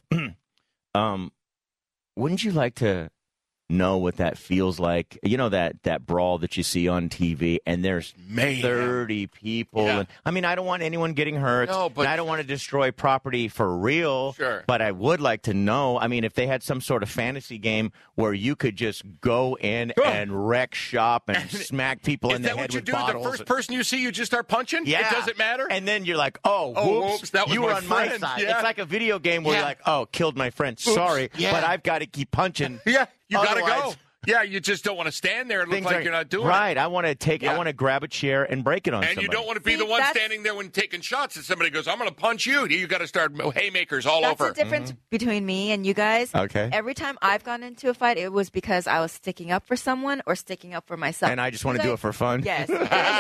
[SPEAKER 1] um, wouldn't you like to know what that feels like. You know that that brawl that you see on TV, and there's
[SPEAKER 2] Mayhem.
[SPEAKER 1] thirty people.
[SPEAKER 2] Yeah.
[SPEAKER 1] And, I mean, I don't want anyone getting hurt.
[SPEAKER 2] No, but-
[SPEAKER 1] and I don't want to destroy property for real.
[SPEAKER 2] Sure.
[SPEAKER 1] but I would like to know. I mean, if they had some sort of fantasy game where you could just go in
[SPEAKER 2] Sure.
[SPEAKER 1] and wreck shop and, smack people
[SPEAKER 2] Is
[SPEAKER 1] in the
[SPEAKER 2] that
[SPEAKER 1] head
[SPEAKER 2] what you
[SPEAKER 1] with
[SPEAKER 2] do? The
[SPEAKER 1] bottles.
[SPEAKER 2] first person you see, you just start punching?
[SPEAKER 1] yeah,
[SPEAKER 2] It doesn't matter?
[SPEAKER 1] And then you're like, oh,
[SPEAKER 2] Oh,
[SPEAKER 1] whoops,
[SPEAKER 2] whoops, that was
[SPEAKER 1] you
[SPEAKER 2] my
[SPEAKER 1] were on my
[SPEAKER 2] friend.
[SPEAKER 1] side.
[SPEAKER 2] Yeah.
[SPEAKER 1] It's like a video game where
[SPEAKER 2] Yeah.
[SPEAKER 1] you're like, oh, killed my friend. Sorry,
[SPEAKER 2] Yeah.
[SPEAKER 1] but I've got to keep punching.
[SPEAKER 2] yeah, you got to go.
[SPEAKER 1] Otherwise-
[SPEAKER 2] Yeah, you just don't want to stand there and look
[SPEAKER 1] Things
[SPEAKER 2] like
[SPEAKER 1] are-
[SPEAKER 2] you're not doing
[SPEAKER 1] right. I want to take.
[SPEAKER 2] Yeah.
[SPEAKER 1] I want to grab a chair and break it on
[SPEAKER 2] it. And
[SPEAKER 1] somebody.
[SPEAKER 2] you don't want to be
[SPEAKER 3] See,
[SPEAKER 2] the one
[SPEAKER 3] that's-
[SPEAKER 2] standing there when taking shots and somebody goes, I'm going to punch you. You got to start haymakers all
[SPEAKER 3] That's
[SPEAKER 2] over. Mm-hmm.
[SPEAKER 3] the difference between me and you guys.
[SPEAKER 1] Okay.
[SPEAKER 3] Every time I've gone into a fight, it was because I was sticking up for someone or sticking up for myself.
[SPEAKER 1] And I just want to
[SPEAKER 3] Because
[SPEAKER 1] do it for fun.
[SPEAKER 3] Yes.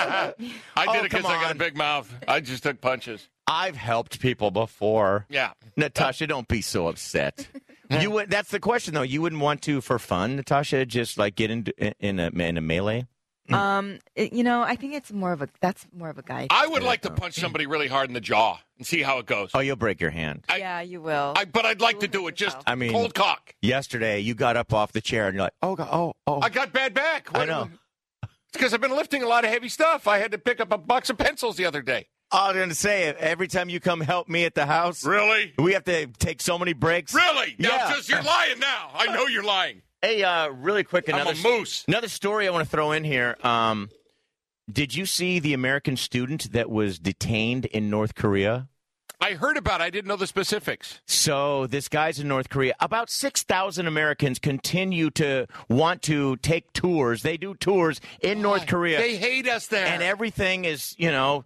[SPEAKER 2] I did
[SPEAKER 1] Oh,
[SPEAKER 2] it because
[SPEAKER 1] come
[SPEAKER 2] I got a
[SPEAKER 1] on.
[SPEAKER 2] big mouth. I just took punches.
[SPEAKER 1] I've helped people before.
[SPEAKER 2] Yeah.
[SPEAKER 1] Natasha, don't be so upset. you would. That's the question, though. You wouldn't want to for fun, Natasha. Just like get into in a in a melee.
[SPEAKER 3] um, it- you know, I think it's more of a that's more of a guy.
[SPEAKER 2] I would like to punch somebody really hard in the jaw and see how it goes.
[SPEAKER 1] Oh, you'll break your hand.
[SPEAKER 2] I-
[SPEAKER 3] yeah, you will.
[SPEAKER 2] I, but I'd like to do it just
[SPEAKER 1] I mean-
[SPEAKER 2] cold cock.
[SPEAKER 1] Yesterday, you got up off the chair and you're like, oh, God, oh, oh.
[SPEAKER 2] I got bad back.
[SPEAKER 1] I know.
[SPEAKER 2] Because I've been lifting a lot of heavy stuff. I had to pick up a box of pencils the other day.
[SPEAKER 1] I was going to say, every time you come help me at the house,
[SPEAKER 2] Really?
[SPEAKER 1] we have to take so many breaks.
[SPEAKER 2] Really? Now,
[SPEAKER 1] Yeah.
[SPEAKER 2] just you're lying now. I know you're lying.
[SPEAKER 1] Hey, uh, really quick, another
[SPEAKER 2] I'm a moose.
[SPEAKER 1] Another story I want to throw in here. Um, did you see the American student that was detained in North Korea?
[SPEAKER 2] I heard about. It. I didn't know the specifics.
[SPEAKER 1] So this guy's in North Korea. About 6,000 Americans continue to want to take tours. They do tours in North Korea.
[SPEAKER 2] They hate us there.
[SPEAKER 1] and everything is, you know,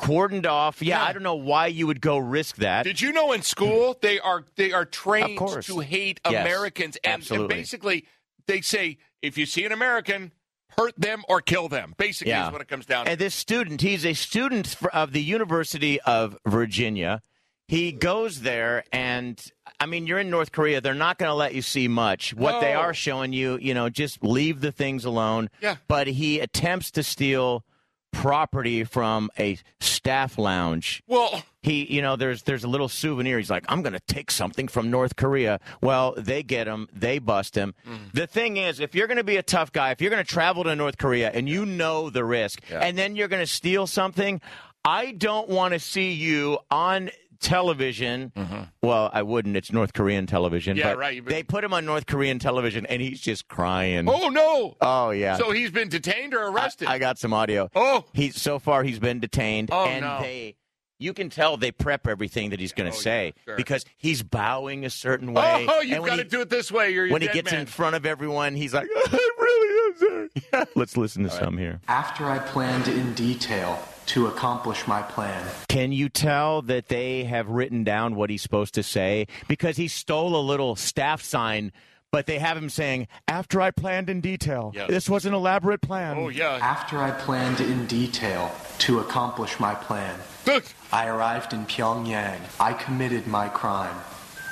[SPEAKER 1] cordoned off. Yeah,
[SPEAKER 2] Yeah.
[SPEAKER 1] I don't know why you would go risk that.
[SPEAKER 2] Did you know in school they are they are trained
[SPEAKER 1] Of course.
[SPEAKER 2] to hate
[SPEAKER 1] Yes,
[SPEAKER 2] Americans and, and
[SPEAKER 1] absolutely.
[SPEAKER 2] basically they say if you see an American, hurt them or kill them. Basically
[SPEAKER 1] Yeah.
[SPEAKER 2] is what it comes down to.
[SPEAKER 1] And this student, he's a student fr- of the University of Virginia. He goes there, and I mean, you're in North Korea. They're not going to let you see much. What they
[SPEAKER 2] No.
[SPEAKER 1] are showing you, you know, just leave the things alone.
[SPEAKER 2] Yeah.
[SPEAKER 1] But he attempts to steal property from a staff lounge.
[SPEAKER 2] well,
[SPEAKER 1] He, you know, there's there's a little souvenir. He's like, I'm going to take something from North Korea. Well, they get him, they bust him.
[SPEAKER 2] Mm.
[SPEAKER 1] The thing is, if you're going to be a tough guy, if you're going to travel to North Korea and you know the risk, and then you're going to steal something, I don't want to see you on television. Well, I wouldn't. It's North Korean television.
[SPEAKER 2] Mm-hmm. Yeah,
[SPEAKER 1] but
[SPEAKER 2] right.
[SPEAKER 1] They put him on North Korean television, and he's just crying.
[SPEAKER 2] oh no.
[SPEAKER 1] Oh, yeah.
[SPEAKER 2] so he's been detained or
[SPEAKER 1] I-
[SPEAKER 2] arrested.
[SPEAKER 1] I, got some audio.
[SPEAKER 2] oh,
[SPEAKER 1] He's so far he's been detained,
[SPEAKER 2] Oh,
[SPEAKER 1] and
[SPEAKER 2] no.
[SPEAKER 1] they you can tell they prep everything that he's going to
[SPEAKER 2] Oh, yeah,
[SPEAKER 1] say
[SPEAKER 2] sure.
[SPEAKER 1] because he's bowing a certain way.
[SPEAKER 2] oh,
[SPEAKER 1] and
[SPEAKER 2] you've
[SPEAKER 1] when
[SPEAKER 2] got to
[SPEAKER 1] he-
[SPEAKER 2] do it this way. You're a
[SPEAKER 1] When he
[SPEAKER 2] dead
[SPEAKER 1] gets
[SPEAKER 2] man.
[SPEAKER 1] in front of everyone, he's like, "It really is." there." Let's listen to some here.
[SPEAKER 6] After I planned in detail to accomplish my plan,
[SPEAKER 1] Can you tell that they have written down what he's supposed to say because he stole a little staff sign? But they have him saying, "After I planned in detail,
[SPEAKER 2] Yeah.
[SPEAKER 1] this was an elaborate plan."
[SPEAKER 2] Oh yeah.
[SPEAKER 6] after I planned in detail to accomplish my plan,
[SPEAKER 2] Look.
[SPEAKER 6] I arrived in Pyongyang. I committed my crime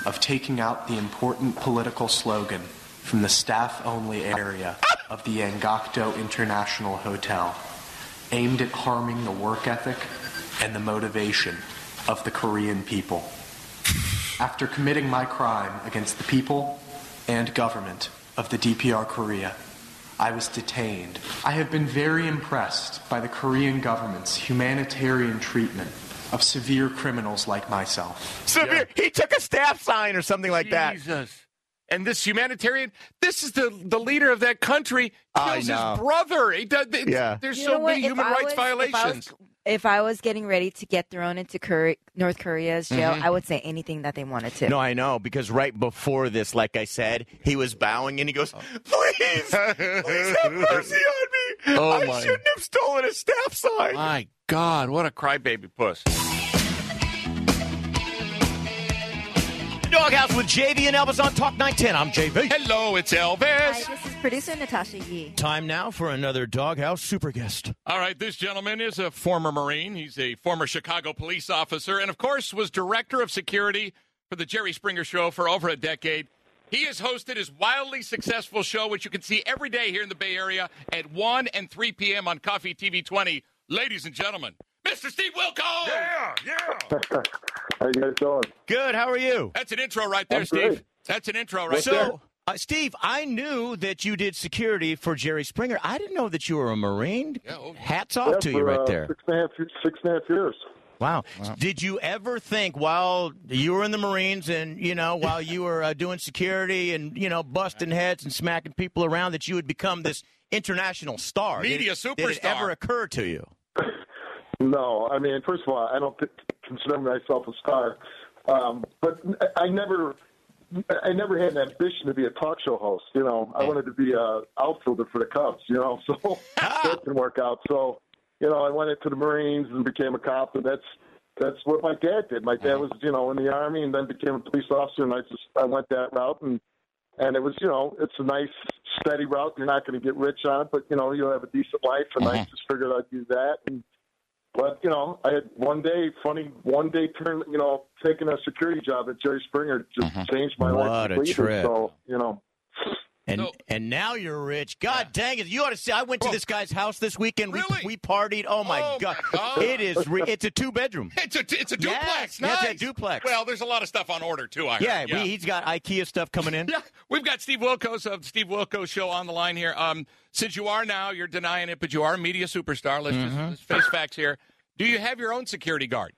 [SPEAKER 6] of taking out the important political slogan from the staff only area of the Yangakdo International Hotel, aimed at harming the work ethic and the motivation of the Korean people. After committing my crime against the people and government of the DPR Korea, I was detained. I have been very impressed by the Korean government's humanitarian treatment of severe criminals like myself.
[SPEAKER 1] Severe. He took a staff sign or something like that.
[SPEAKER 2] Jesus. And this humanitarian, this is the the leader of that country
[SPEAKER 1] I
[SPEAKER 2] kills his
[SPEAKER 1] know.
[SPEAKER 2] brother. He does, th-
[SPEAKER 1] Yeah.
[SPEAKER 2] There's
[SPEAKER 3] You know
[SPEAKER 2] so
[SPEAKER 3] what?
[SPEAKER 2] many
[SPEAKER 3] If
[SPEAKER 2] human
[SPEAKER 3] I
[SPEAKER 2] rights
[SPEAKER 3] was- if I was-
[SPEAKER 2] violations.
[SPEAKER 3] If I was getting ready to get thrown into Korea, North Korea's jail,
[SPEAKER 2] Mm-hmm.
[SPEAKER 3] I would say anything that they wanted to.
[SPEAKER 1] No, I know because right before this, like I said, he was bowing and he goes, "Please, please have mercy on me.
[SPEAKER 2] Oh,
[SPEAKER 1] I
[SPEAKER 2] my.
[SPEAKER 1] shouldn't have stolen a staff sign."
[SPEAKER 2] My God, what a crybaby puss.
[SPEAKER 1] Doghouse with JV and Elvis on Talk 910. I'm JV.
[SPEAKER 2] Hello, it's
[SPEAKER 3] Hi,
[SPEAKER 2] Elvis.
[SPEAKER 3] this is producer Natasha Yee.
[SPEAKER 1] Time now for another Doghouse super guest.
[SPEAKER 2] All right, this gentleman is a former Marine. He's a former Chicago police officer and, of course, was director of security for the Jerry Springer Show for over a decade. He has hosted his wildly successful show, which you can see every day here in the Bay Area at 1 and 3 p.m. on Coffee TV 20. Ladies and gentlemen, Mr. Steve Wilco!
[SPEAKER 7] How you guys doing?
[SPEAKER 1] Good. How are you?
[SPEAKER 2] That's an intro right there,
[SPEAKER 7] I'm
[SPEAKER 2] Steve.
[SPEAKER 7] great.
[SPEAKER 2] That's an intro right
[SPEAKER 1] so,
[SPEAKER 2] there.
[SPEAKER 1] Uh, Steve, I knew that you did security for Jerry Springer. I didn't know that you were a Marine.
[SPEAKER 2] Yeah, oh, yeah.
[SPEAKER 1] Hats off
[SPEAKER 7] Yeah,
[SPEAKER 1] to
[SPEAKER 7] for,
[SPEAKER 1] you right
[SPEAKER 7] uh,
[SPEAKER 1] there.
[SPEAKER 7] Six and a half, years- six and a half years.
[SPEAKER 1] Wow. Did you ever think while you were in the Marines and, you know, while you were uh, doing security and, you know, busting heads and smacking people around that you would become this international star? Did
[SPEAKER 2] Media
[SPEAKER 1] it- Did it
[SPEAKER 2] superstar.
[SPEAKER 1] ever occur to you?
[SPEAKER 7] No, I mean, first of all, I don't th- consider myself a star, um, but I I never, I never had an ambition to be a talk show host. You know, I wanted to be a outfielder for the Cubs. You know, so that didn't work out. So, you know, I went into the Marines and became a cop, and that's that's what my dad did. My dad was, you know, in the army and then became a police officer, and I just I went that route and. And it was, you know, it's a nice steady route. You're not going to get rich on it, but you know, you'll have a decent life. And I just figured I'd do that. And but you know, I had one day, funny one day turn, you know, taking a security job at Jerry Springer just changed my
[SPEAKER 1] What
[SPEAKER 7] life.
[SPEAKER 1] a
[SPEAKER 7] completely.
[SPEAKER 1] trip.
[SPEAKER 7] So you know,
[SPEAKER 1] And
[SPEAKER 2] So-
[SPEAKER 1] and now you're rich. God dang it! You ought to see. I went to
[SPEAKER 2] Whoa.
[SPEAKER 1] this guy's house this weekend.
[SPEAKER 2] Really?
[SPEAKER 1] We we partied. Oh my
[SPEAKER 2] Oh, my
[SPEAKER 1] god!
[SPEAKER 2] God.
[SPEAKER 1] It is. Re- it's a two bedroom.
[SPEAKER 2] It's a it's a duplex.
[SPEAKER 1] Yes, yes,
[SPEAKER 2] nice.
[SPEAKER 1] a duplex.
[SPEAKER 2] Well, there's a lot of stuff on order too. I heard.
[SPEAKER 1] Yeah, We, he's got IKEA stuff coming in.
[SPEAKER 2] Yeah, we've got Steve Wilkos of the Steve Wilkos Show on the line here. Um, since you are now, you're denying it, but you are a media superstar. Let's just let's face facts here. Do you have your own security guard?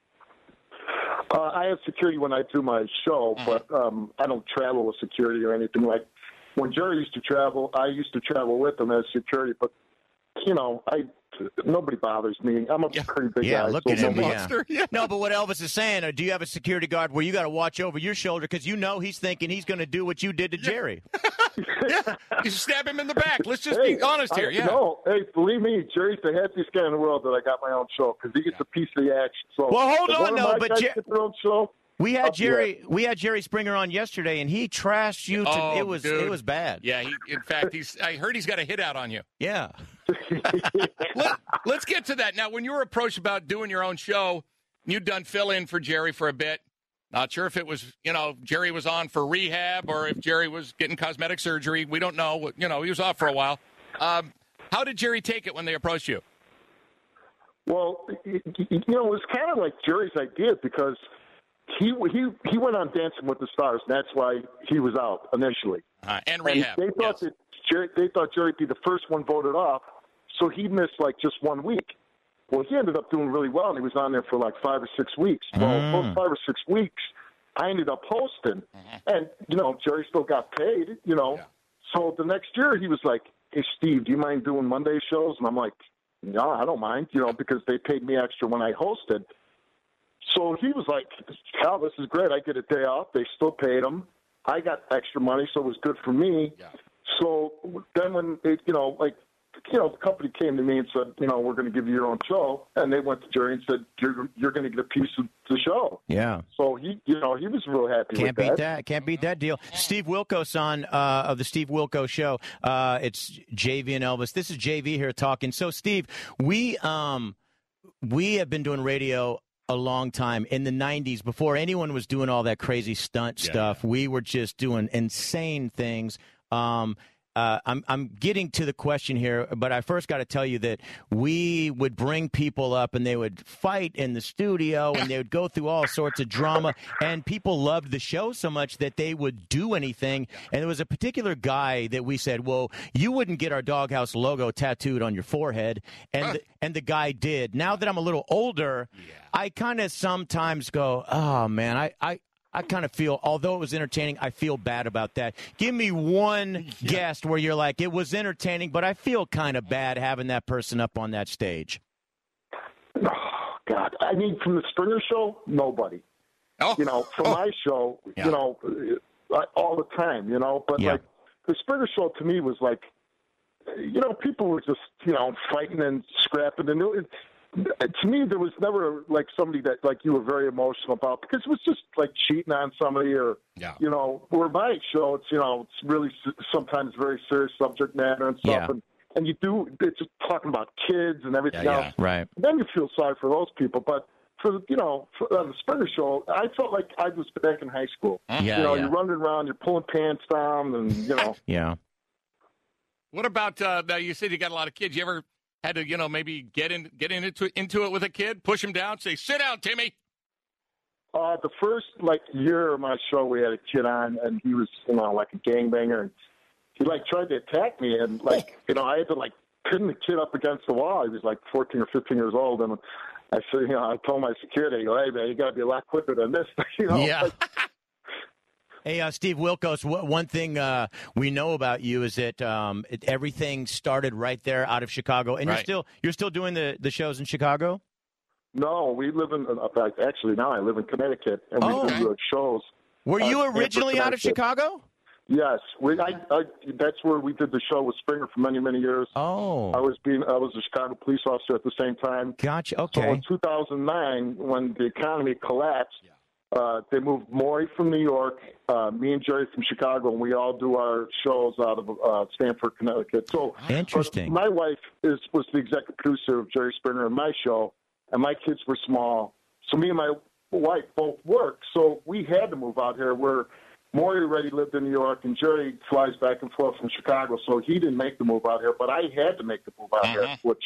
[SPEAKER 7] uh, I have security when I do my show, but um, I don't travel with security or anything like. When Jerry used to travel, I used to travel with him as security, but you know, I nobody bothers me. I'm a pretty big
[SPEAKER 1] Yeah,
[SPEAKER 7] guy.
[SPEAKER 1] look
[SPEAKER 7] so
[SPEAKER 1] at him.
[SPEAKER 7] nobody-
[SPEAKER 1] Yeah. No, but what Elvis is saying, uh, do you have a security guard where you got to watch over your shoulder because you know he's thinking he's going to do what you did to Jerry?
[SPEAKER 2] You stab him in the back. Let's just
[SPEAKER 7] Hey,
[SPEAKER 2] be honest
[SPEAKER 7] I-
[SPEAKER 2] here. Yeah.
[SPEAKER 7] No, hey, believe me, Jerry's the happiest guy in the world that I got my own show because he gets a piece of the action. So
[SPEAKER 1] Well, hold
[SPEAKER 7] if
[SPEAKER 1] on,
[SPEAKER 7] one of
[SPEAKER 1] though,
[SPEAKER 7] my
[SPEAKER 1] but
[SPEAKER 7] guys
[SPEAKER 1] Jer-
[SPEAKER 7] get their own show.
[SPEAKER 1] We
[SPEAKER 2] Oh,
[SPEAKER 1] had
[SPEAKER 7] Up
[SPEAKER 1] Jerry. We had Jerry Springer on yesterday, and he trashed you. To,
[SPEAKER 2] Oh,
[SPEAKER 1] it was
[SPEAKER 2] dude.
[SPEAKER 1] it was bad.
[SPEAKER 2] Yeah, he, in fact, he's. I heard he's got a hit out on you.
[SPEAKER 1] yeah.
[SPEAKER 2] Let, let's get to that now. When you were approached about doing your own show, you'd done fill in for Jerry for a bit. Not sure if it was, you know, Jerry was on for rehab or if Jerry was getting cosmetic surgery. We don't know. You know, he was off for a while. Um, how did Jerry take it when they approached you?
[SPEAKER 7] Well, you know, it was kind of like Jerry's idea because he he he went on Dancing with the Stars, and that's why he was out initially.
[SPEAKER 2] Uh, and
[SPEAKER 7] And
[SPEAKER 2] rehab.
[SPEAKER 7] they
[SPEAKER 2] yes.
[SPEAKER 7] thought that Jerry, they thought Jerry'd be the first one voted off, so he missed like just one week. Well, he ended up doing really well, and he was on there for like five or six weeks. Well,
[SPEAKER 2] Mm.
[SPEAKER 7] those five or six weeks, I ended up hosting,
[SPEAKER 2] Mm-hmm.
[SPEAKER 7] and you know Jerry still got paid. You know, so the next year he was like, "Hey, Steve, do you mind doing Monday shows?" And I'm like, "No, I don't mind," you know, because they paid me extra when I hosted. So he was like, "Hell, this is great. I get a day off. They still paid him. I got extra money, so it was good for me." So then when it, you know, like, you know, the company came to me and said, "You know, we're going to give you your own show," and they went to Jerry and said, "You're you're going to get a piece of the show."
[SPEAKER 1] Yeah.
[SPEAKER 7] So he, you know, he was real happy
[SPEAKER 1] Can't
[SPEAKER 7] with
[SPEAKER 1] beat that. Can't beat that deal. Steve Wilkos on uh, of the Steve Wilkos Show. Uh, it's JV and Elvis. This is JV here talking. So, Steve, we um, we have been doing radio a long time in the 90s before anyone was doing all that crazy stunt stuff we were just doing insane things um uh, I'm I'm getting to the question here, but I first got to tell you that we would bring people up and they would fight in the studio and they would go through all sorts of drama. And people loved the show so much that they would do anything. And there was a particular guy that we said, "Well, you wouldn't get our doghouse logo tattooed on your forehead," and the, and the guy did. Now that I'm a little older, I kind of sometimes go, "Oh man, I." I I kind of feel, although it was entertaining, I feel bad about that. Give me one guest where you're like, it was entertaining, but I feel kind of bad having that person up on that stage.
[SPEAKER 7] God, I mean, from the Springer show, nobody.
[SPEAKER 2] Oh,
[SPEAKER 7] You know, from my show,
[SPEAKER 2] Yeah.
[SPEAKER 7] you know, uh, all the time. You know, but
[SPEAKER 1] Yeah.
[SPEAKER 7] like the Springer show to me was like, you know, people were just you know fighting and scrapping, and it, it, to me there was never like somebody that like you were very emotional about because it was just like cheating on somebody or
[SPEAKER 2] Yeah.
[SPEAKER 7] you know, where my show it's you know it's really s- sometimes very serious subject matter and stuff,
[SPEAKER 1] Yeah.
[SPEAKER 7] and and you do it's just talking about kids and everything
[SPEAKER 2] Yeah, yeah.
[SPEAKER 7] else
[SPEAKER 1] Right.
[SPEAKER 7] then you feel sorry for those people. But for you know, for, on the Springer show, I felt like I was back in high school.
[SPEAKER 1] Yeah,
[SPEAKER 7] you know,
[SPEAKER 1] yeah.
[SPEAKER 7] you're running around, you're pulling pants down, and you know,
[SPEAKER 1] Yeah.
[SPEAKER 2] What about uh, now? You said you got a lot of kids. You ever had to, you know, maybe get in, get in into into it with a kid, push him down, say, "Sit down, Timmy."
[SPEAKER 7] Uh, the first like year of my show, we had a kid on, and he was you know like a gangbanger, and he like tried to attack me, and like you know I had to like pin the kid up against the wall. He was like 14 or 15 years old, and I said you know I told my security, I go, hey man, you got to be a lot quicker than this. you know,
[SPEAKER 1] Yeah. Hey, uh, Steve Wilkos, wh- one thing uh, we know about you is that um, it, everything started right there out of Chicago, and you're
[SPEAKER 2] Right.
[SPEAKER 1] still you're still doing the, the shows in Chicago.
[SPEAKER 7] No, we live in. uh, In fact, actually now I live in Connecticut, and we
[SPEAKER 1] Oh.
[SPEAKER 7] do do shows.
[SPEAKER 1] Were
[SPEAKER 7] Uh,
[SPEAKER 1] you
[SPEAKER 7] Stanford,
[SPEAKER 1] originally out of
[SPEAKER 7] Connecticut.
[SPEAKER 1] Chicago?
[SPEAKER 7] Yes, we. I, I, that's where we did the show with Springer for many, many years. I
[SPEAKER 1] Oh,
[SPEAKER 7] was being. I was a Chicago police officer at the same time.
[SPEAKER 1] gotcha.
[SPEAKER 7] So
[SPEAKER 1] Okay.
[SPEAKER 7] in 2009, when the economy collapsed, uh, they moved Maury from New York, uh, me and Jerry from Chicago, and we all do our shows out of uh, Stanford, Connecticut. So
[SPEAKER 1] Interesting.
[SPEAKER 7] but my wife is was the executive producer of Jerry Springer and my show, and my kids were small, so me and my wife both worked, so we had to move out here. Where Maury already lived in New York, and Jerry flies back and forth from Chicago, so he didn't make the move out here. But I had to make the move out here, which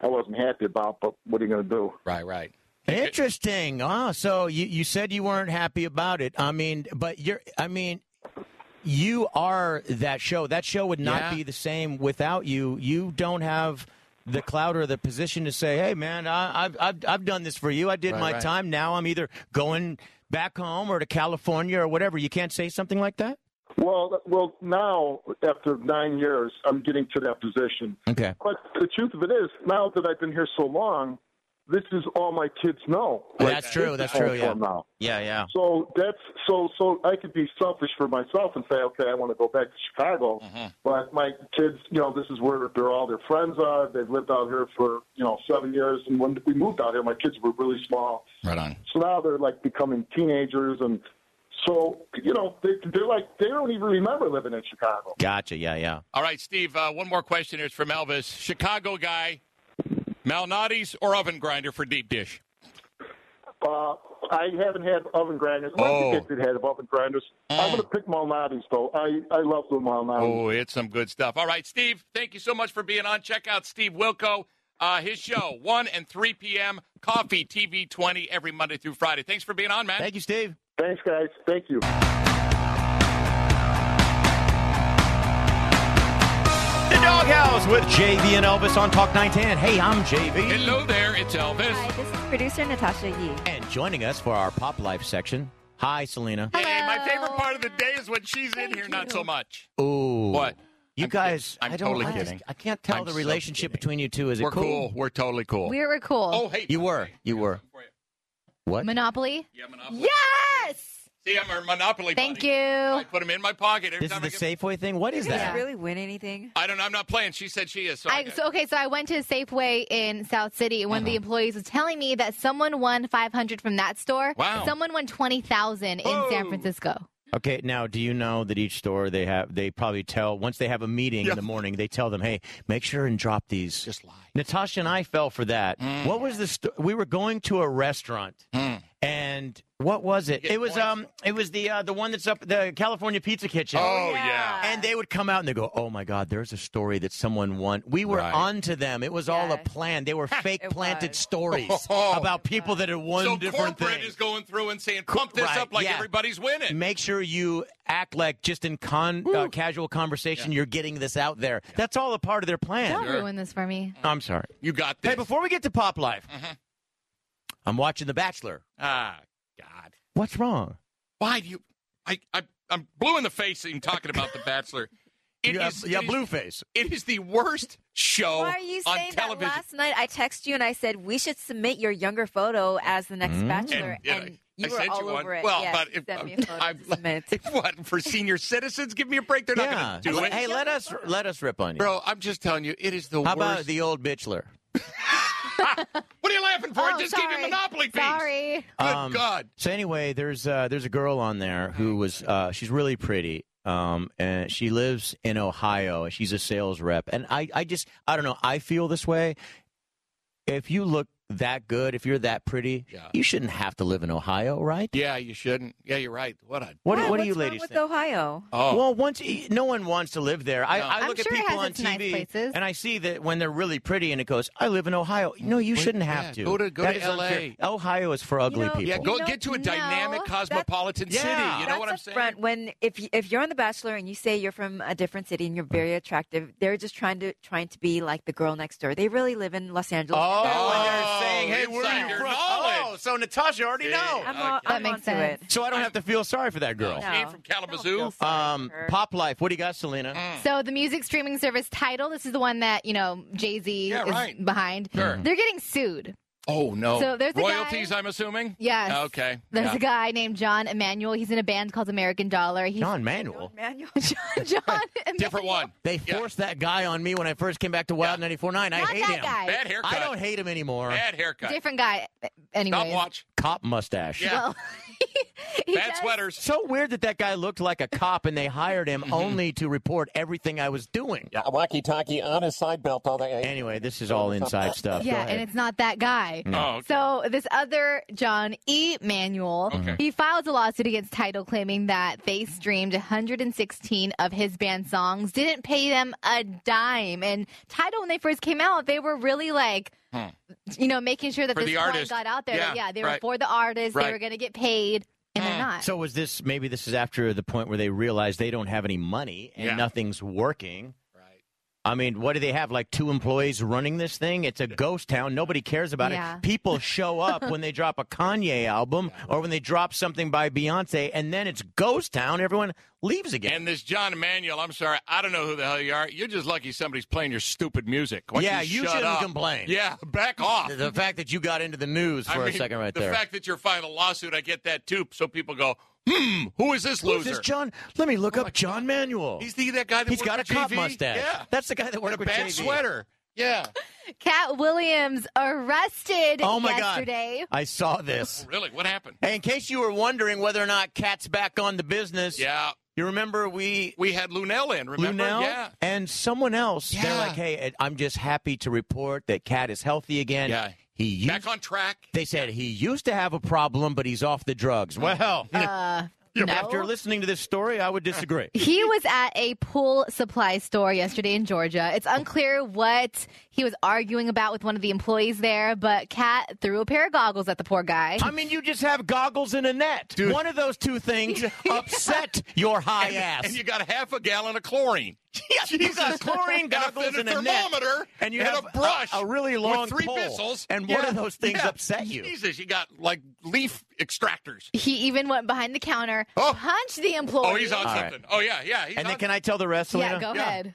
[SPEAKER 7] I wasn't happy about. But what are you going to do?
[SPEAKER 2] Right, right.
[SPEAKER 1] Interesting. Ah, so you, you said you weren't happy about it. I mean, but you're. I mean, you are that show. That show would not
[SPEAKER 2] Yeah.
[SPEAKER 1] be the same without you. You don't have the clout or the position to say, "Hey, man, I, I've, I've I've done this for you. I did
[SPEAKER 2] Right,
[SPEAKER 1] my
[SPEAKER 2] right.
[SPEAKER 1] time. Now I'm either going back home or to California or whatever." You can't say something like that.
[SPEAKER 7] Well, well, now after nine years, I'm getting to that position.
[SPEAKER 1] Okay.
[SPEAKER 7] But the truth of it is, now that I've been here so long, this is all my kids know. Like,
[SPEAKER 1] That's true.
[SPEAKER 7] this is
[SPEAKER 1] Oh, That's true,
[SPEAKER 7] all
[SPEAKER 1] yeah.
[SPEAKER 7] from Now.
[SPEAKER 1] Yeah, yeah.
[SPEAKER 7] So that's so so I could be selfish for myself and say, okay, I want to go back to Chicago,
[SPEAKER 1] Mm-hmm.
[SPEAKER 7] but my kids, you know, this is where they're all their friends are. They've lived out here for you know seven years, and when we moved out here, my kids were really small.
[SPEAKER 2] Right on.
[SPEAKER 7] So now they're like becoming teenagers, and so you know they, they're like they don't even remember living in Chicago.
[SPEAKER 1] Gotcha. Yeah, yeah.
[SPEAKER 2] All right, Steve, uh, one more question is from Elvis. Chicago guy, Malnati's or oven grinder for deep dish?
[SPEAKER 7] Uh, I haven't had oven grinders. My
[SPEAKER 2] Oh.
[SPEAKER 7] kids did have oven grinders.
[SPEAKER 1] Mm.
[SPEAKER 7] I'm going to pick Malnati's though. I I love the Malnati's.
[SPEAKER 2] Oh, it's some good stuff. All right, Steve, thank you so much for being on. Check out Steve Wilco, uh, his show, 1 and 3 p.m., Coffee TV 20, every Monday through Friday. Thanks for being on, man.
[SPEAKER 1] Thank you, Steve.
[SPEAKER 7] Thanks, guys. Thank you.
[SPEAKER 1] The Doghouse with JV and Elvis on Talk 910. Hey, I'm JV.
[SPEAKER 2] Hello there, it's Elvis.
[SPEAKER 3] Hi, this is producer Natasha Yee.
[SPEAKER 1] And joining us for our pop life section, hi Selena.
[SPEAKER 2] Hey, my
[SPEAKER 3] Hello.
[SPEAKER 2] favorite part of the day is when she's in here, not so much.
[SPEAKER 1] Ooh,
[SPEAKER 2] What?
[SPEAKER 1] You
[SPEAKER 2] I'm
[SPEAKER 1] guys,
[SPEAKER 2] kid- I'm
[SPEAKER 1] I don't,
[SPEAKER 2] totally
[SPEAKER 1] I just-
[SPEAKER 2] kidding.
[SPEAKER 1] I can't tell
[SPEAKER 2] I'm
[SPEAKER 1] the
[SPEAKER 2] so
[SPEAKER 1] relationship
[SPEAKER 2] kidding.
[SPEAKER 1] between you two. Is it
[SPEAKER 2] We're cool. We're totally cool.
[SPEAKER 8] We were cool.
[SPEAKER 2] oh, hey.
[SPEAKER 1] You were, you were. What?
[SPEAKER 8] Monopoly.
[SPEAKER 2] Yeah, Monopoly.
[SPEAKER 3] Yes!
[SPEAKER 2] See, I'm a Monopoly
[SPEAKER 8] Thank
[SPEAKER 2] buddy.
[SPEAKER 8] you.
[SPEAKER 2] I put them in my pocket every
[SPEAKER 1] This is
[SPEAKER 2] time
[SPEAKER 1] the
[SPEAKER 2] I get
[SPEAKER 1] Safeway thing. What is
[SPEAKER 3] Did
[SPEAKER 1] that?
[SPEAKER 3] you really win anything?
[SPEAKER 2] I don't know. I'm not playing. She said she is. So I,
[SPEAKER 8] I, so, okay, so I went to Safeway in South City, and one of the employees was telling me that someone won 500 from that store.
[SPEAKER 2] Wow.
[SPEAKER 8] Someone won 20,000 in San Francisco.
[SPEAKER 1] Okay, now do you know that each store they have they probably tell once they have a meeting
[SPEAKER 2] Yeah.
[SPEAKER 1] in the morning they tell them, hey, make sure and drop these.
[SPEAKER 2] just lie. Mm.
[SPEAKER 1] Natasha and I fell for that. What was the sto- we were going to a restaurant and what was it?
[SPEAKER 2] Get
[SPEAKER 1] It was
[SPEAKER 2] points.
[SPEAKER 1] um it was the uh, the one that's up the California Pizza Kitchen.
[SPEAKER 2] Oh, yeah.
[SPEAKER 1] And they would come out and they go, "Oh my God, there's a story that someone won." We were
[SPEAKER 2] Right.
[SPEAKER 1] onto them. It was all a
[SPEAKER 3] Yes.
[SPEAKER 1] plan. They were fake
[SPEAKER 3] It
[SPEAKER 1] planted
[SPEAKER 3] was.
[SPEAKER 1] stories about people that had won
[SPEAKER 2] Oh. So
[SPEAKER 1] different
[SPEAKER 2] corporate
[SPEAKER 1] things.
[SPEAKER 2] is going through and saying, pump this
[SPEAKER 1] right,
[SPEAKER 2] up like
[SPEAKER 1] yeah.
[SPEAKER 2] everybody's winning.
[SPEAKER 1] Make sure you act like just in con uh, casual conversation, you're getting this out there. That's all a part of their plan.
[SPEAKER 8] Don't ruin this for me.
[SPEAKER 1] I'm sorry.
[SPEAKER 2] You got this. Mm-hmm.
[SPEAKER 1] Hey, before we get to pop life, I'm watching The Bachelor.
[SPEAKER 2] ah, God.
[SPEAKER 1] What's wrong?
[SPEAKER 2] Why do you? I, I I'm blue in the face even talking about The Bachelor. It
[SPEAKER 1] you
[SPEAKER 2] is-
[SPEAKER 1] have, you have
[SPEAKER 2] it is-
[SPEAKER 1] blue face.
[SPEAKER 2] It is the worst show
[SPEAKER 3] Why are you
[SPEAKER 2] Oh, on
[SPEAKER 3] saying that
[SPEAKER 2] television.
[SPEAKER 3] last night? I texted you and I said we should submit your younger photo as the next Bachelor,
[SPEAKER 2] And, you know,
[SPEAKER 3] and you
[SPEAKER 2] Mm. I
[SPEAKER 3] were
[SPEAKER 2] sent
[SPEAKER 3] all
[SPEAKER 2] you one.
[SPEAKER 3] over it.
[SPEAKER 2] Well,
[SPEAKER 3] yes,
[SPEAKER 2] but
[SPEAKER 3] you
[SPEAKER 2] if- um,
[SPEAKER 3] sent me a photo
[SPEAKER 2] I'm-
[SPEAKER 3] to submit.
[SPEAKER 2] what for senior citizens? Give me a break. They're
[SPEAKER 1] Yeah.
[SPEAKER 2] not going to do it.
[SPEAKER 1] Hey, let us let us rip on you.
[SPEAKER 2] Bro, I'm just telling you, it is the
[SPEAKER 1] How
[SPEAKER 2] worst.
[SPEAKER 1] about the old bitchler?
[SPEAKER 2] what are you laughing for? I
[SPEAKER 8] Oh,
[SPEAKER 2] just gave
[SPEAKER 8] sorry.
[SPEAKER 2] you Monopoly piece.
[SPEAKER 8] Sorry.
[SPEAKER 2] Good
[SPEAKER 1] Um,
[SPEAKER 2] God.
[SPEAKER 1] So anyway, there's uh, there's a girl on there who was uh, she's really pretty. Um, and she lives in Ohio. and She's a sales rep, and I, I just I don't know. I feel this way. If you look that good, if you're that pretty,
[SPEAKER 2] Yeah.
[SPEAKER 1] you shouldn't have to live in Ohio, right?
[SPEAKER 2] Yeah, you shouldn't. Yeah, you're right. What a
[SPEAKER 1] What, what
[SPEAKER 3] Why?
[SPEAKER 1] do
[SPEAKER 3] What's
[SPEAKER 1] you
[SPEAKER 3] wrong
[SPEAKER 1] ladies
[SPEAKER 3] with
[SPEAKER 1] think?
[SPEAKER 3] Ohio?
[SPEAKER 2] oh.
[SPEAKER 1] Well, once no one wants to live there. I,
[SPEAKER 2] No.
[SPEAKER 1] I
[SPEAKER 8] I'm
[SPEAKER 1] look
[SPEAKER 8] sure
[SPEAKER 1] at
[SPEAKER 8] it
[SPEAKER 1] people
[SPEAKER 8] has
[SPEAKER 1] on
[SPEAKER 8] its nice
[SPEAKER 1] TV
[SPEAKER 8] places.
[SPEAKER 1] and I see that when they're really pretty, and it goes, "I live in Ohio." No, you shouldn't have
[SPEAKER 2] yeah,
[SPEAKER 1] to.
[SPEAKER 2] go to- go
[SPEAKER 1] That
[SPEAKER 2] to
[SPEAKER 1] is unfair.
[SPEAKER 2] LA.
[SPEAKER 1] Ohio is for ugly
[SPEAKER 3] know,
[SPEAKER 1] people.
[SPEAKER 2] yeah,
[SPEAKER 3] You
[SPEAKER 2] go
[SPEAKER 3] know,
[SPEAKER 2] get to a
[SPEAKER 8] no,
[SPEAKER 2] dynamic
[SPEAKER 8] that's-
[SPEAKER 2] cosmopolitan
[SPEAKER 1] Yeah.
[SPEAKER 2] city. You know
[SPEAKER 3] Oh, That's
[SPEAKER 2] what I'm
[SPEAKER 3] a
[SPEAKER 2] saying?
[SPEAKER 3] front when if you- if you're on The Bachelor and you say you're from a different city and
[SPEAKER 2] Mm-hmm.
[SPEAKER 3] you're very attractive, they're just trying to trying to be like the girl next door. They really live in Los Angeles.
[SPEAKER 1] Oh,
[SPEAKER 3] They're
[SPEAKER 1] when they're
[SPEAKER 3] like-
[SPEAKER 1] saying, "Hey, where are you
[SPEAKER 2] Insider
[SPEAKER 1] from?"
[SPEAKER 2] knowledge.
[SPEAKER 1] Oh, so Natasha already
[SPEAKER 2] See?
[SPEAKER 1] knows.
[SPEAKER 3] I'm, all,
[SPEAKER 2] Okay.
[SPEAKER 3] I'm
[SPEAKER 8] That makes
[SPEAKER 3] onto
[SPEAKER 8] sense.
[SPEAKER 3] it.
[SPEAKER 1] so I don't have to feel sorry for that girl.
[SPEAKER 2] No. Came from Kalamazoo.
[SPEAKER 3] Don't feel sorry
[SPEAKER 1] Um,
[SPEAKER 3] for her.
[SPEAKER 1] Pop life. What do you got, Selena?
[SPEAKER 8] So the music streaming service title, this is the one that, you know, Jay-Z
[SPEAKER 2] Yeah,
[SPEAKER 8] is
[SPEAKER 2] right.
[SPEAKER 8] behind.
[SPEAKER 2] Sure.
[SPEAKER 1] Mm-hmm.
[SPEAKER 8] They're getting sued.
[SPEAKER 2] Oh no.
[SPEAKER 8] So there's a guy-
[SPEAKER 2] royalties. I'm assuming.
[SPEAKER 8] Yes.
[SPEAKER 2] Okay.
[SPEAKER 8] There's
[SPEAKER 2] Yeah.
[SPEAKER 8] a guy named John Emmanuel. He's in a band called American Dollar. He's
[SPEAKER 1] John Manuel.
[SPEAKER 3] Manuel.
[SPEAKER 8] John, John
[SPEAKER 2] different one.
[SPEAKER 1] They
[SPEAKER 2] Yeah.
[SPEAKER 1] forced that guy on me when I first came back to Wild
[SPEAKER 2] Yeah.
[SPEAKER 1] 94.9. I
[SPEAKER 8] Not
[SPEAKER 1] hate
[SPEAKER 8] that
[SPEAKER 1] him.
[SPEAKER 8] guy.
[SPEAKER 2] Bad haircut.
[SPEAKER 1] I don't hate him anymore.
[SPEAKER 2] Bad haircut.
[SPEAKER 8] Different guy. Anyways.
[SPEAKER 2] Stop watch.
[SPEAKER 1] Cop mustache.
[SPEAKER 2] Yeah.
[SPEAKER 8] Well, he
[SPEAKER 2] Bad
[SPEAKER 8] does-
[SPEAKER 2] sweaters.
[SPEAKER 1] So weird that that guy looked like a cop and they hired him only to report everything I was doing.
[SPEAKER 9] Yeah, walkie talkie on his side belt all day.
[SPEAKER 1] Anyway, this is all inside stuff. Go
[SPEAKER 8] Yeah,
[SPEAKER 1] ahead.
[SPEAKER 8] and it's not that guy.
[SPEAKER 2] Oh, okay.
[SPEAKER 8] So this other John E. Manuel,
[SPEAKER 2] Okay.
[SPEAKER 8] he filed a lawsuit against Title claiming that they streamed 116 of his band songs, didn't pay them a dime, and Title when they first came out, they were really like. You know, making sure that
[SPEAKER 2] Hmm. For
[SPEAKER 8] this
[SPEAKER 2] the
[SPEAKER 8] song
[SPEAKER 2] artist.
[SPEAKER 8] got out there.
[SPEAKER 2] Yeah,
[SPEAKER 8] Like, yeah they
[SPEAKER 2] right.
[SPEAKER 8] were for the artist.
[SPEAKER 2] Right. Hmm.
[SPEAKER 8] They were going to get paid, and they're not.
[SPEAKER 1] so was this maybe this is after the point where they realize they don't have any money and
[SPEAKER 2] Yeah.
[SPEAKER 1] nothing's working.
[SPEAKER 2] Right.
[SPEAKER 1] I mean, what do they have? Like two employees running this thing? It's a ghost town. Nobody cares about
[SPEAKER 8] Yeah.
[SPEAKER 1] it. People show up when they drop a Kanye album or when they drop something by Beyonce, and then it's ghost town. Everyone leaves again.
[SPEAKER 2] And this John Emanuel, I'm sorry, I don't know who the hell you are. You're just lucky somebody's playing your stupid music. Why don't
[SPEAKER 1] Yeah, you
[SPEAKER 2] shut
[SPEAKER 1] shouldn't
[SPEAKER 2] up?
[SPEAKER 1] complain.
[SPEAKER 2] Yeah, back off.
[SPEAKER 1] the fact that you got into the news for
[SPEAKER 2] I
[SPEAKER 1] a
[SPEAKER 2] mean,
[SPEAKER 1] second right
[SPEAKER 2] the
[SPEAKER 1] there.
[SPEAKER 2] fact that you're filing a lawsuit, I get that too. So people go, hmm, who is this loser? Oh
[SPEAKER 1] Who's this John? Let me look up John Manuel.
[SPEAKER 2] He's the that guy that
[SPEAKER 1] He's
[SPEAKER 2] worked
[SPEAKER 1] got a
[SPEAKER 2] with
[SPEAKER 1] cop
[SPEAKER 2] JV?
[SPEAKER 1] mustache.
[SPEAKER 2] Yeah,
[SPEAKER 1] That's the guy that
[SPEAKER 2] and
[SPEAKER 1] worked
[SPEAKER 2] a
[SPEAKER 1] with
[SPEAKER 2] bad
[SPEAKER 1] JV.
[SPEAKER 2] sweater. Yeah, Oh,
[SPEAKER 8] Cat Williams arrested
[SPEAKER 1] Oh my
[SPEAKER 8] yesterday.
[SPEAKER 1] god! I saw this.
[SPEAKER 2] really? What happened?
[SPEAKER 1] Hey, in case you were wondering whether or not Cat's back on the business,
[SPEAKER 2] Yeah,
[SPEAKER 1] you remember we
[SPEAKER 2] we had Lunell in. Remember?
[SPEAKER 1] Lunel
[SPEAKER 2] Yeah,
[SPEAKER 1] and someone else. They're
[SPEAKER 2] Yeah.
[SPEAKER 1] like, "Hey, I'm just happy to report that Cat is healthy again.
[SPEAKER 2] Yeah.
[SPEAKER 1] He used,
[SPEAKER 2] back on track.
[SPEAKER 1] they said he used to have a problem, but he's off the drugs. Well,
[SPEAKER 8] Uh, no.
[SPEAKER 1] after listening to this story, I would disagree.
[SPEAKER 8] He was at a pool supply store yesterday in Georgia. It's unclear what he was arguing about with one of the employees there, but Kat threw a pair of goggles at the poor guy.
[SPEAKER 1] I mean, you just have goggles and a net. One of those two things upset your high ass.
[SPEAKER 2] And you got half a gallon of chlorine.
[SPEAKER 1] you got chlorine goggles and
[SPEAKER 2] and a
[SPEAKER 1] a net.
[SPEAKER 2] thermometer
[SPEAKER 1] and you
[SPEAKER 2] and
[SPEAKER 1] have
[SPEAKER 2] a brush,
[SPEAKER 1] a, a really
[SPEAKER 2] with
[SPEAKER 1] long
[SPEAKER 2] three
[SPEAKER 1] pole,
[SPEAKER 2] missiles,
[SPEAKER 1] and one
[SPEAKER 2] Yeah.
[SPEAKER 1] of those things
[SPEAKER 2] Yeah.
[SPEAKER 1] upset you.
[SPEAKER 2] Jesus, you got like leaf extractors.
[SPEAKER 8] He even went behind the counter,
[SPEAKER 2] Oh.
[SPEAKER 8] punched the employee.
[SPEAKER 2] Oh, he's on
[SPEAKER 1] All right.
[SPEAKER 2] something. Oh yeah, yeah. He's
[SPEAKER 1] And
[SPEAKER 2] on
[SPEAKER 1] then can I tell the rest, Selena?
[SPEAKER 8] Yeah, go
[SPEAKER 2] Yeah.
[SPEAKER 8] ahead.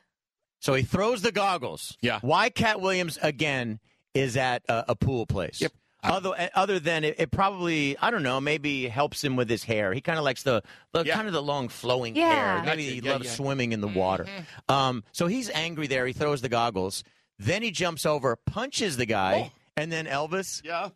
[SPEAKER 1] So he throws the goggles.
[SPEAKER 2] Yeah.
[SPEAKER 1] Why Cat Williams again is at a, a pool place?
[SPEAKER 2] Yep.
[SPEAKER 1] Other, eh, other than it, it probably I don't know maybe helps him with his hair. He kind of likes the, the
[SPEAKER 2] Yeah.
[SPEAKER 1] kind of the long flowing
[SPEAKER 8] Yeah.
[SPEAKER 1] hair. Maybe
[SPEAKER 2] Gotcha.
[SPEAKER 1] he
[SPEAKER 2] Yeah,
[SPEAKER 1] loves
[SPEAKER 2] yeah.
[SPEAKER 1] swimming in the water. Um, so he's angry there. He throws the goggles. Then he jumps over, punches the guy, and then Elvis.
[SPEAKER 2] Oh. Yeah.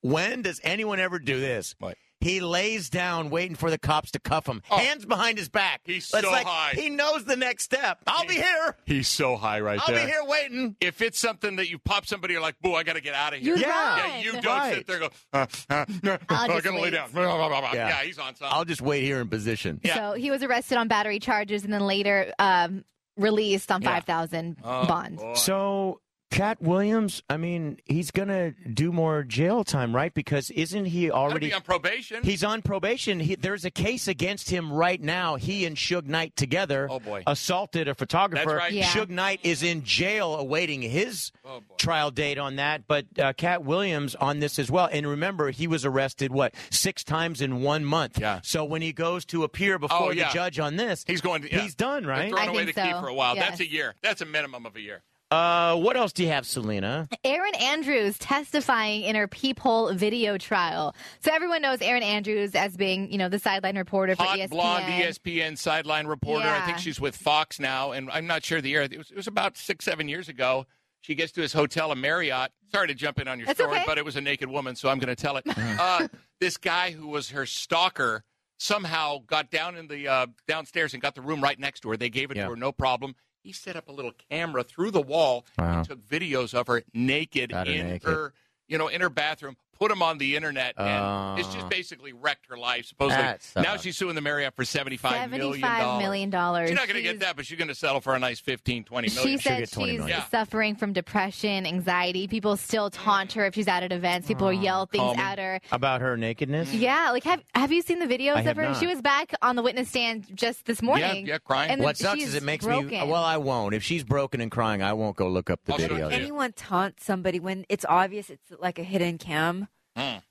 [SPEAKER 1] When does anyone ever do this?
[SPEAKER 2] What? Oh.
[SPEAKER 1] He lays down waiting for the cops to cuff him, hands behind his back.
[SPEAKER 2] He's
[SPEAKER 1] It's
[SPEAKER 2] so
[SPEAKER 1] like
[SPEAKER 2] high.
[SPEAKER 1] He knows the next step. I'll be here.
[SPEAKER 2] He's so high right
[SPEAKER 1] I'll be here waiting.
[SPEAKER 2] If it's something that you pop somebody, you're like, boo, I got to get out of here.
[SPEAKER 8] You
[SPEAKER 1] Yeah.
[SPEAKER 8] run.
[SPEAKER 2] yeah, you don't
[SPEAKER 1] Right.
[SPEAKER 2] sit there and go, uh, uh, no,
[SPEAKER 8] I'll
[SPEAKER 2] I'm
[SPEAKER 8] just
[SPEAKER 2] going to lay
[SPEAKER 8] wait.
[SPEAKER 2] down. Blah, blah, blah, blah.
[SPEAKER 1] Yeah.
[SPEAKER 2] Yeah. he's on something.
[SPEAKER 1] I'll just wait here in position.
[SPEAKER 2] Yeah.
[SPEAKER 8] So he was arrested on battery charges and then later um, released on
[SPEAKER 1] Yeah.
[SPEAKER 8] 5000
[SPEAKER 2] Oh,
[SPEAKER 8] bond.
[SPEAKER 2] boy.
[SPEAKER 1] So, Cat Williams, I mean, he's going to do more jail time, right? Because isn't he
[SPEAKER 2] Gotta
[SPEAKER 1] already.
[SPEAKER 2] be on probation.
[SPEAKER 1] He's on probation. He, there's a case against him right now. He and Suge Knight together
[SPEAKER 2] Oh, boy.
[SPEAKER 1] assaulted a photographer.
[SPEAKER 2] That's right.
[SPEAKER 8] Yeah.
[SPEAKER 1] Suge Knight is in jail awaiting his
[SPEAKER 2] Oh, boy.
[SPEAKER 1] trial date on that. But uh, Cat Williams on this as well. And remember, he was arrested, what, six times in one month?
[SPEAKER 2] Yeah. Oh,
[SPEAKER 1] So when he goes to appear before
[SPEAKER 2] yeah.
[SPEAKER 1] the judge on this,
[SPEAKER 2] He's going to. Yeah.
[SPEAKER 1] he's done,
[SPEAKER 2] They're
[SPEAKER 1] right?
[SPEAKER 2] throwing
[SPEAKER 8] I
[SPEAKER 2] away
[SPEAKER 8] think
[SPEAKER 2] the key
[SPEAKER 8] so.
[SPEAKER 2] for a while.
[SPEAKER 8] Yes.
[SPEAKER 2] That's a year. That's a minimum of a year.
[SPEAKER 1] Uh, what else do you have, Selena?
[SPEAKER 8] Aaron Andrews testifying in her peephole video trial. So everyone knows Aaron Andrews as being, you know, the sideline reporter for E
[SPEAKER 2] Hot
[SPEAKER 8] ESPN.
[SPEAKER 2] blonde E ESPN sideline reporter. I think
[SPEAKER 8] Yeah.
[SPEAKER 2] she's with Fox now, and I'm not sure the year. It was, it was about six, seven years ago. She gets to his hotel in Marriott. Sorry to jump in on your
[SPEAKER 8] That's
[SPEAKER 2] story,
[SPEAKER 8] okay.
[SPEAKER 2] but it was a naked woman, so I'm going to tell it. uh, this guy who was her stalker somehow got down in the uh, downstairs and got the room right next to her. They gave it
[SPEAKER 1] Yeah.
[SPEAKER 2] to her, no problem. He set up a little camera through the wall
[SPEAKER 1] Wow.
[SPEAKER 2] and took videos of her naked
[SPEAKER 1] Got her
[SPEAKER 2] in
[SPEAKER 1] naked.
[SPEAKER 2] her you know, in her bathroom, put them on the internet, and it's
[SPEAKER 1] Oh.
[SPEAKER 2] just basically wrecked her life. Supposedly,
[SPEAKER 1] That sucks.
[SPEAKER 2] now she's suing the Marriott for seventy-five million
[SPEAKER 8] $75 million. dollars.
[SPEAKER 2] She's not going to
[SPEAKER 8] She's-
[SPEAKER 2] get that, but she's going to settle for a nice 15, 20 million.
[SPEAKER 8] She
[SPEAKER 1] She'll
[SPEAKER 8] said
[SPEAKER 1] get 20
[SPEAKER 8] she's
[SPEAKER 1] million.
[SPEAKER 2] Yeah.
[SPEAKER 8] suffering from depression, anxiety. People still taunt her if she's out at events. People yell things
[SPEAKER 2] calming.
[SPEAKER 8] at her.
[SPEAKER 1] About her nakedness?
[SPEAKER 8] Yeah, like have have you seen the videos
[SPEAKER 1] I
[SPEAKER 8] of
[SPEAKER 1] have
[SPEAKER 8] her?
[SPEAKER 1] not.
[SPEAKER 8] She was back on the witness stand just this morning.
[SPEAKER 2] yeah, crying.
[SPEAKER 8] And
[SPEAKER 1] What
[SPEAKER 8] then
[SPEAKER 1] sucks
[SPEAKER 8] she's
[SPEAKER 1] is it makes
[SPEAKER 8] broken.
[SPEAKER 1] me. Well, I won't. If she's broken and crying, I won't go look up the
[SPEAKER 2] I'll show
[SPEAKER 1] video.
[SPEAKER 2] it to you.
[SPEAKER 3] Anyone taunt somebody when it's obvious it's like a hidden cam?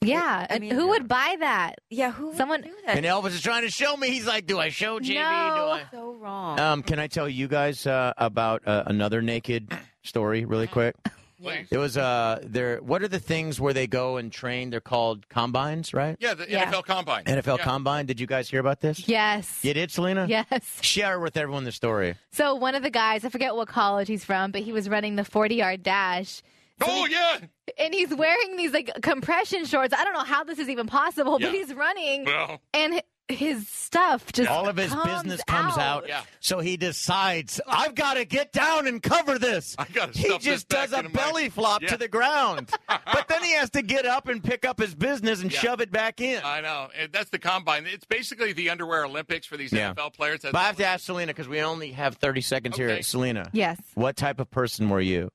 [SPEAKER 8] yeah,
[SPEAKER 3] I
[SPEAKER 8] and
[SPEAKER 3] mean-
[SPEAKER 8] who would buy that?
[SPEAKER 3] Yeah, who would
[SPEAKER 8] Someone-
[SPEAKER 3] do that?
[SPEAKER 1] And Elvis is trying to show me. He's like, "Do I show JB?
[SPEAKER 8] No.
[SPEAKER 3] so wrong.
[SPEAKER 1] Do I?" Um, can I tell you guys uh, about uh, another naked story really quick?
[SPEAKER 3] Yeah.
[SPEAKER 1] It was uh, there. What are the things where they go and train? They're called combines, right?
[SPEAKER 2] Yeah, the
[SPEAKER 8] Yeah.
[SPEAKER 2] NFL Combine.
[SPEAKER 1] NFL
[SPEAKER 2] Yeah.
[SPEAKER 1] combine. Did you guys hear about this?
[SPEAKER 8] Yes.
[SPEAKER 1] You did, Selena.
[SPEAKER 8] Yes.
[SPEAKER 1] Share with everyone the story.
[SPEAKER 8] So one of the guys, I forget what college he's from, but he was running the 40 yard dash.
[SPEAKER 2] Oh yeah.
[SPEAKER 8] And he's wearing these like compression shorts. I don't know how this is even possible,
[SPEAKER 2] Yeah.
[SPEAKER 8] but he's running
[SPEAKER 2] Well,
[SPEAKER 8] and hi- his stuff just
[SPEAKER 1] All of his business comes out,
[SPEAKER 2] Yeah.
[SPEAKER 1] so he decides, "I've got to get down and cover this."
[SPEAKER 2] I got to
[SPEAKER 1] He
[SPEAKER 2] stuff this
[SPEAKER 1] just
[SPEAKER 2] back
[SPEAKER 1] does a
[SPEAKER 2] into my-
[SPEAKER 1] belly flop
[SPEAKER 2] Yeah.
[SPEAKER 1] to the ground, but then he has to get up and pick up his business and
[SPEAKER 2] Yeah.
[SPEAKER 1] shove it back in.
[SPEAKER 2] I know. And that's the combine. It's basically the underwear Olympics for these
[SPEAKER 1] Yeah.
[SPEAKER 2] NFL players. That's
[SPEAKER 1] but I have to ask Selena because we only have thirty seconds here.
[SPEAKER 2] Okay.
[SPEAKER 1] Selena,
[SPEAKER 8] Yes.
[SPEAKER 1] what type of person were you?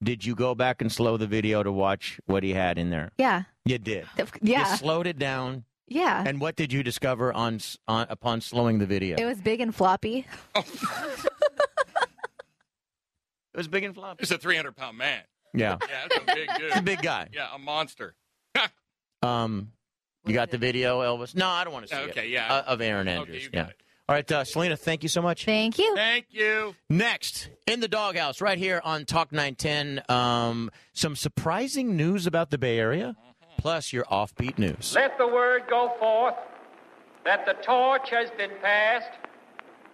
[SPEAKER 1] Did you go back and slow the video to watch what he had in there?
[SPEAKER 8] Yeah.
[SPEAKER 1] You did. You
[SPEAKER 8] Yeah.
[SPEAKER 1] slowed it down,
[SPEAKER 8] Yeah.
[SPEAKER 1] and what did you discover on, s- on upon slowing the video?
[SPEAKER 8] It was big and floppy.
[SPEAKER 1] It was big and floppy.
[SPEAKER 2] It's a 300 pound man.
[SPEAKER 1] Yeah,
[SPEAKER 2] Yeah, that's a big
[SPEAKER 1] He's a
[SPEAKER 2] dude.
[SPEAKER 1] big guy.
[SPEAKER 2] Yeah, a monster.
[SPEAKER 1] Um, you got the video, Elvis? No, I don't want to see it.
[SPEAKER 2] Okay, yeah.
[SPEAKER 1] Uh, of Aaron Andrews.
[SPEAKER 2] you got
[SPEAKER 1] yeah.
[SPEAKER 2] it.
[SPEAKER 1] All right, uh, Selena, thank you so much.
[SPEAKER 8] Thank you.
[SPEAKER 2] Thank you.
[SPEAKER 1] Next, in the doghouse, right here on Talk 910, um, some surprising news about the Bay Area, plus your offbeat news.
[SPEAKER 10] Let the word go forth that the torch has been passed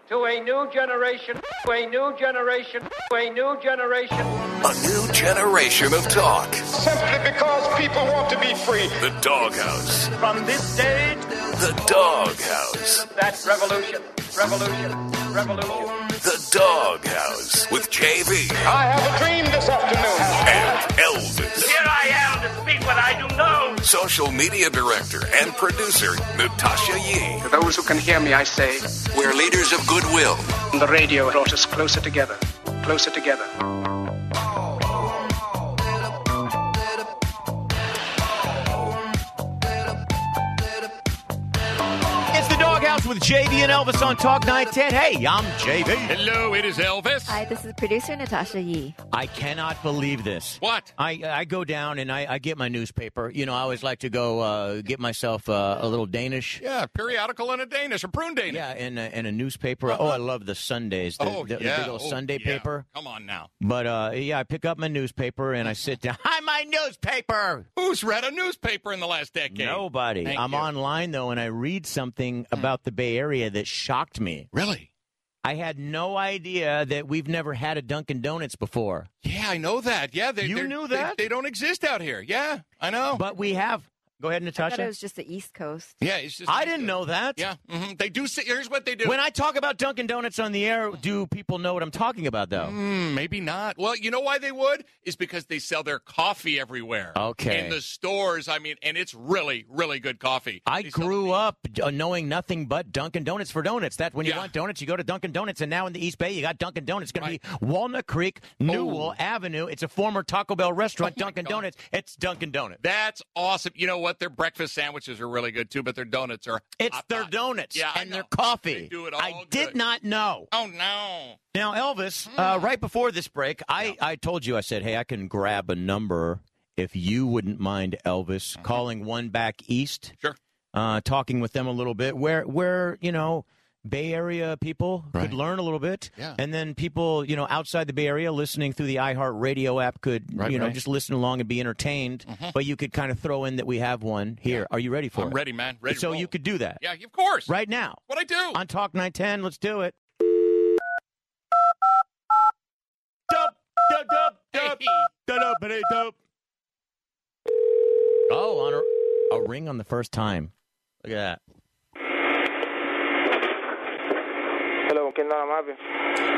[SPEAKER 10] to a new generation, to a new generation, to a new generation.
[SPEAKER 4] A new generation of talk.
[SPEAKER 11] Simply because people want to be free.
[SPEAKER 4] The doghouse.
[SPEAKER 10] From this day,
[SPEAKER 4] The doghouse.
[SPEAKER 10] that revolution, revolution, revolution.
[SPEAKER 4] The doghouse with JB
[SPEAKER 11] I have a dream this afternoon.
[SPEAKER 4] and Elvis.
[SPEAKER 10] Here I am to speak what I do know.
[SPEAKER 4] Social media director and producer Natasha Yee.
[SPEAKER 6] For those who can hear me, I say,
[SPEAKER 4] We're leaders of goodwill.
[SPEAKER 6] the radio brought us closer together, closer together.
[SPEAKER 1] It's the doghouse with JV and Elvis on Talk 910. Hey, I'm JV.
[SPEAKER 2] Hello, it is Elvis.
[SPEAKER 3] Hi, this is producer Natasha Yee.
[SPEAKER 1] I cannot believe this.
[SPEAKER 2] What?
[SPEAKER 1] I, I go down and I, I get my newspaper. You know, I always like to go uh, get myself uh, a little Danish
[SPEAKER 2] Yeah, periodical and a Danish, a prune Danish.
[SPEAKER 1] Yeah, and a, and a newspaper. Oh, I love the Sundays. The,
[SPEAKER 2] Oh,
[SPEAKER 1] the, the
[SPEAKER 2] yeah.
[SPEAKER 1] big old
[SPEAKER 2] Oh,
[SPEAKER 1] Sunday
[SPEAKER 2] yeah.
[SPEAKER 1] paper.
[SPEAKER 2] Come on now.
[SPEAKER 1] But uh, yeah, I pick up my newspaper and I sit down. Hi, my newspaper.
[SPEAKER 2] Who's read a newspaper in the last decade?
[SPEAKER 1] Nobody.
[SPEAKER 2] Thank
[SPEAKER 1] I'm
[SPEAKER 2] you. Hmm.
[SPEAKER 1] online though, and I read something about the Bay Area that shocked me.
[SPEAKER 2] Really?
[SPEAKER 1] I had no idea that we've never had a Dunkin' Donuts before,
[SPEAKER 2] Yeah, I know that. Yeah, they
[SPEAKER 1] You
[SPEAKER 2] they're-
[SPEAKER 1] knew
[SPEAKER 2] they-
[SPEAKER 1] that?
[SPEAKER 2] they, don't exist out here. Yeah, I know.
[SPEAKER 1] but we have. Go ahead,
[SPEAKER 3] I thought it
[SPEAKER 1] Natasha.
[SPEAKER 3] was just the East Coast.
[SPEAKER 2] yeah, it's just
[SPEAKER 1] I didn't know that.
[SPEAKER 2] Yeah, hmm they do. Sit, here's what they do.
[SPEAKER 1] When I talk about Dunkin' Donuts on the air, do people know what I'm talking about though?
[SPEAKER 2] Hmm, maybe not. Well, you know why they would is because they sell their coffee everywhere.
[SPEAKER 1] Okay.
[SPEAKER 2] In the stores, I mean, and it's really, really good coffee.
[SPEAKER 1] I
[SPEAKER 2] They sell
[SPEAKER 1] grew
[SPEAKER 2] it-
[SPEAKER 1] up uh, knowing nothing but Dunkin' Donuts for donuts. That when you
[SPEAKER 2] Yeah.
[SPEAKER 1] want donuts, you go to Dunkin' Donuts. And now in the East Bay, you got Dunkin' Donuts. It's going to be Walnut Creek, Newell Avenue. It's a former Taco Bell restaurant.
[SPEAKER 2] Oh
[SPEAKER 1] Dunkin' Donuts. It's Dunkin' Donuts.
[SPEAKER 2] That's awesome. You know what? Their breakfast sandwiches are really good too, but their donuts are.
[SPEAKER 1] It's
[SPEAKER 2] hot,
[SPEAKER 1] their
[SPEAKER 2] hot.
[SPEAKER 1] donuts
[SPEAKER 2] Yeah, I
[SPEAKER 1] and their
[SPEAKER 2] know.
[SPEAKER 1] coffee.
[SPEAKER 2] They do it
[SPEAKER 1] I
[SPEAKER 2] all
[SPEAKER 1] did
[SPEAKER 2] good. Hmm.
[SPEAKER 1] not know.
[SPEAKER 2] Oh no.
[SPEAKER 1] Now, Elvis, uh, right before this break, I, I told you, I said, hey, I can grab a number if you wouldn't mind, Elvis, calling one back east.
[SPEAKER 2] Mm-hmm. Sure.
[SPEAKER 1] Uh, talking with them a little bit, where, where you know, Bay Area people could learn a little bit.
[SPEAKER 2] Yeah.
[SPEAKER 1] And then people, you know, outside the Bay Area listening through the iHeart Radio app could,
[SPEAKER 2] Right,
[SPEAKER 1] you know,
[SPEAKER 2] right. Mm-hmm.
[SPEAKER 1] just listen along and be entertained. But you could kind of throw in that we have one here. Are you ready for
[SPEAKER 2] I'm
[SPEAKER 1] it?
[SPEAKER 2] ready, man. Ready. to
[SPEAKER 1] so
[SPEAKER 2] roll.
[SPEAKER 1] you could do that
[SPEAKER 2] Yeah, of course.
[SPEAKER 1] right now
[SPEAKER 2] What I do.
[SPEAKER 1] on Talk 910. Let's do it. Oh, on a, a ring on the first time. Look at
[SPEAKER 11] Hello, can I have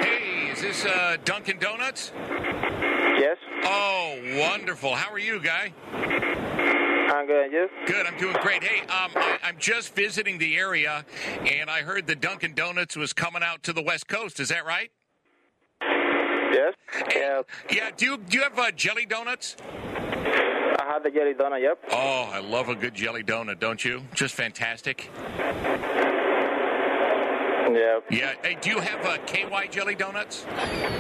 [SPEAKER 2] Hey, is this uh, Dunkin' Donuts?
[SPEAKER 11] Yes.
[SPEAKER 2] Oh, wonderful. How are you, Guy?
[SPEAKER 12] I'm good. You?
[SPEAKER 2] Good. I'm doing great. Hey, um, I, I'm just visiting the area, and I heard the Dunkin' Donuts was coming out to the West Coast. Is that right?
[SPEAKER 12] Yes.
[SPEAKER 2] Yeah. Yeah. Do you do you have uh, jelly donuts?
[SPEAKER 12] I had the jelly donut. Yep.
[SPEAKER 2] Oh, I love a good jelly donut, don't you? Just fantastic.
[SPEAKER 12] Yep.
[SPEAKER 2] Yeah. Hey, do you have uh, KY jelly donuts?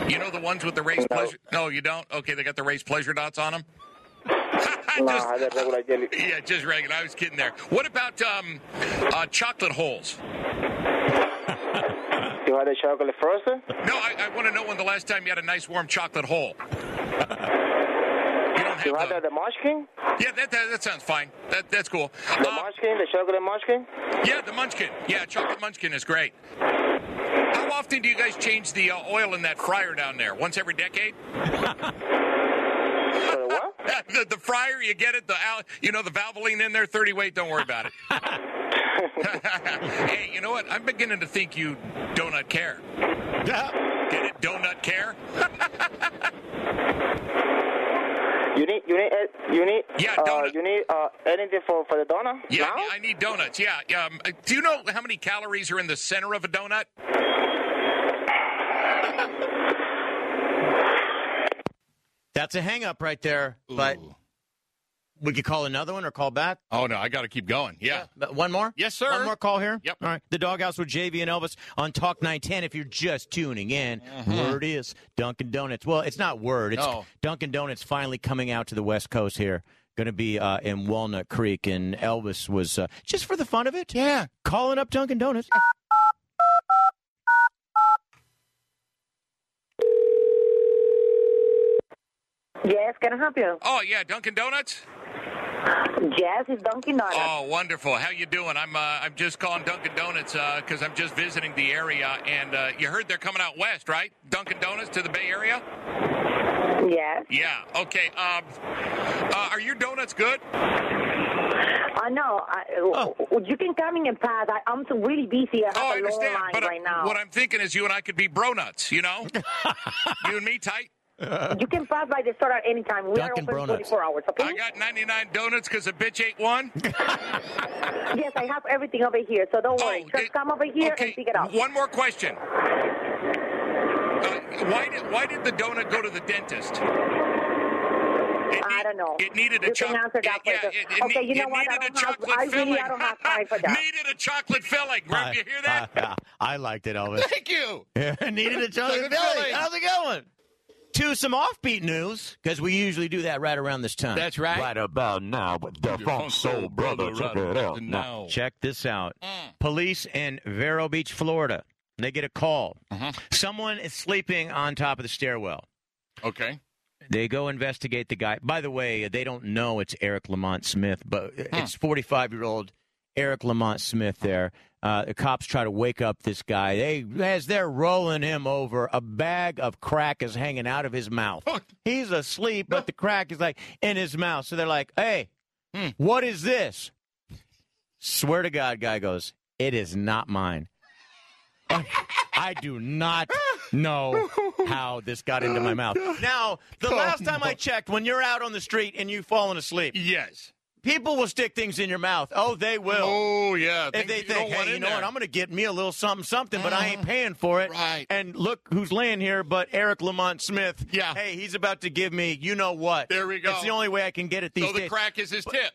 [SPEAKER 2] You know the ones with the raised pleasure? No, you don't. Okay, they got the raised pleasure dots on them.
[SPEAKER 12] no, I had the regular jelly.
[SPEAKER 2] Yeah, just regular. I was kidding there. What about um, uh, chocolate holes?
[SPEAKER 12] You had a chocolate frosting?
[SPEAKER 2] No, I, I want to know when the last time you had a nice warm chocolate hole.
[SPEAKER 12] You had the, the munchkin?
[SPEAKER 2] Yeah, that, that, that sounds fine. That, that's cool. Uh,
[SPEAKER 12] The munchkin? The chocolate munchkin?
[SPEAKER 2] Yeah, the munchkin. Yeah, chocolate munchkin is great. How often do you guys change the uh, oil in that fryer down there? Once every decade?
[SPEAKER 12] what?
[SPEAKER 2] the, the fryer, you get it. The al- you know the Valvoline in there, thirty weight. Don't worry about it. hey, you know what? I'm beginning to think you donut care. Get it? Donut care?
[SPEAKER 12] You need, you need, uh, you need,
[SPEAKER 2] yeah,
[SPEAKER 12] uh, you need uh, anything for, for the donut?
[SPEAKER 2] Yeah, I need- I need donuts. Yeah, yeah. Um, uh, do you know how many calories are in the center of a donut?
[SPEAKER 1] That's a hang up right there. But we could call another one or call back.
[SPEAKER 2] Oh no, I got to keep going. Yeah.
[SPEAKER 1] But one more?
[SPEAKER 2] Yes, sir.
[SPEAKER 1] One more call here?
[SPEAKER 2] Yep.
[SPEAKER 1] All right. The Doghouse with JV and Elvis on Talk 910. If you're just tuning in, word is Dunkin' Donuts. Well, it's not word. It's
[SPEAKER 2] Mm-hmm. No.
[SPEAKER 1] Dunkin' Donuts finally coming out to the West Coast here. Going to be uh, in Walnut Creek. And Elvis was, uh, just for the fun of it,
[SPEAKER 2] yeah,
[SPEAKER 1] calling up Dunkin' Donuts.
[SPEAKER 13] Yes, can I help you?
[SPEAKER 2] Oh yeah, Dunkin' Donuts.
[SPEAKER 13] Yes, it's Dunkin' Donuts.
[SPEAKER 2] Oh, wonderful. How you doing? I'm uh, I'm just calling Dunkin' Donuts because I'm just visiting the area, and uh, you heard they're coming out west, right? Dunkin' Donuts to the Bay Area.
[SPEAKER 13] Yes.
[SPEAKER 2] Yeah. Okay. Um, uh, are your donuts good?
[SPEAKER 13] I know. I,
[SPEAKER 2] Oh.
[SPEAKER 13] You can come in and pass. I, I'm so really busy. I have a long line
[SPEAKER 2] But uh,
[SPEAKER 13] right now.
[SPEAKER 2] what I'm thinking is you and I could be bro nuts, you know? you and me tight.
[SPEAKER 13] you can pass by the store at any time. We
[SPEAKER 2] Dunkin'
[SPEAKER 13] are open
[SPEAKER 2] Bronuts.
[SPEAKER 13] 24 hours, okay?
[SPEAKER 2] I got 99 donuts because a bitch ate one.
[SPEAKER 13] yes, I have everything over here, so don't worry. Just come over here and pick it up.
[SPEAKER 2] Oh, One more question. Uh, why, did, why did the donut go to the
[SPEAKER 13] I
[SPEAKER 2] dentist?
[SPEAKER 13] don't know.
[SPEAKER 2] It needed a
[SPEAKER 13] you can
[SPEAKER 2] choc-
[SPEAKER 13] answer that
[SPEAKER 2] yeah,
[SPEAKER 13] question.
[SPEAKER 2] it- it
[SPEAKER 13] okay,
[SPEAKER 2] need-
[SPEAKER 13] you know
[SPEAKER 2] it
[SPEAKER 13] what? I,
[SPEAKER 2] needed
[SPEAKER 13] don't
[SPEAKER 2] a
[SPEAKER 13] have,
[SPEAKER 2] chocolate
[SPEAKER 13] I really
[SPEAKER 2] filling.
[SPEAKER 13] I don't have time for that.
[SPEAKER 2] Needed a chocolate filling. Rob, you hear that?
[SPEAKER 1] I liked it, Elvis.
[SPEAKER 2] Thank you.
[SPEAKER 1] Needed a chocolate
[SPEAKER 2] Chocolate
[SPEAKER 1] filling.
[SPEAKER 2] filling.
[SPEAKER 1] How's it going? To some offbeat news, because we usually do that right around this time.
[SPEAKER 2] That's right.
[SPEAKER 1] Right about now, but the Funk Soul Brother, check it out. Now, check this out. Police in Vero Beach, Florida, they get a call. Someone is sleeping on top of the stairwell.
[SPEAKER 2] Okay.
[SPEAKER 1] They go investigate the guy. By the way, they don't know it's Eric Lamont Smith, but it's 45 year old Eric Lamont Smith there. Uh, the cops try to wake up this guy. They, as they're rolling him over, a bag of crack is hanging out of his mouth. He's asleep, but the crack is like in his mouth. So they're like, "Hey, what is this?" Swear to God, guy goes, "It is not mine." I do not know how this got into my mouth. Now, the
[SPEAKER 2] Oh,
[SPEAKER 1] last time I checked, when you're out on the street and you've fallen asleep,
[SPEAKER 2] yes,
[SPEAKER 1] people will stick things in your mouth. Oh, they will.
[SPEAKER 2] Oh yeah,
[SPEAKER 1] if
[SPEAKER 2] things
[SPEAKER 1] they
[SPEAKER 2] you don't
[SPEAKER 1] think,
[SPEAKER 2] want
[SPEAKER 1] hey, you
[SPEAKER 2] in
[SPEAKER 1] know what,
[SPEAKER 2] there." Uh-huh.
[SPEAKER 1] I'm going to get me a little something, something, but I ain't paying for it.
[SPEAKER 2] Right.
[SPEAKER 1] And look who's laying here, but Eric Lamont Smith.
[SPEAKER 2] Yeah.
[SPEAKER 1] Hey, he's about to give me, you know what?
[SPEAKER 2] There we go.
[SPEAKER 1] It's the only way I can get it these
[SPEAKER 2] So the
[SPEAKER 1] days.
[SPEAKER 2] crack is his tip.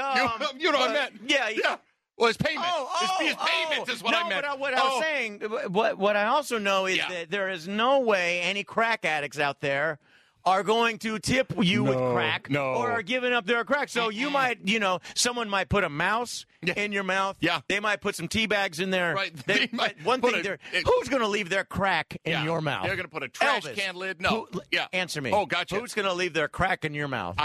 [SPEAKER 1] Um,
[SPEAKER 2] you, you know what I
[SPEAKER 1] uh,
[SPEAKER 2] meant?
[SPEAKER 1] Yeah.
[SPEAKER 2] Yeah. Well, his payment.
[SPEAKER 1] Oh,
[SPEAKER 2] his,
[SPEAKER 1] oh,
[SPEAKER 2] his payment
[SPEAKER 1] oh.
[SPEAKER 2] is what
[SPEAKER 1] no,
[SPEAKER 2] I meant.
[SPEAKER 1] But I, what I
[SPEAKER 2] Oh.
[SPEAKER 1] was saying, what what I also know is
[SPEAKER 2] Yeah.
[SPEAKER 1] that there is no way any crack addicts out there are going to tip you with crack
[SPEAKER 2] no.
[SPEAKER 1] or are giving up their crack. So you might, you know, someone might put a mouse in your mouth.
[SPEAKER 2] Yeah.
[SPEAKER 1] They might put some tea bags in there.
[SPEAKER 2] Right.
[SPEAKER 1] They,
[SPEAKER 2] They might
[SPEAKER 1] but one
[SPEAKER 2] put
[SPEAKER 1] thing,
[SPEAKER 2] a-
[SPEAKER 1] they're,
[SPEAKER 2] it-
[SPEAKER 1] who's going to leave their crack in
[SPEAKER 2] Yeah.
[SPEAKER 1] your mouth?
[SPEAKER 2] They're gonna put a trash
[SPEAKER 1] Elvis,
[SPEAKER 2] can lid? No.
[SPEAKER 1] who-
[SPEAKER 2] Yeah.
[SPEAKER 1] Answer me.
[SPEAKER 2] Oh, gotcha.
[SPEAKER 1] Who's going to leave their crack in your mouth?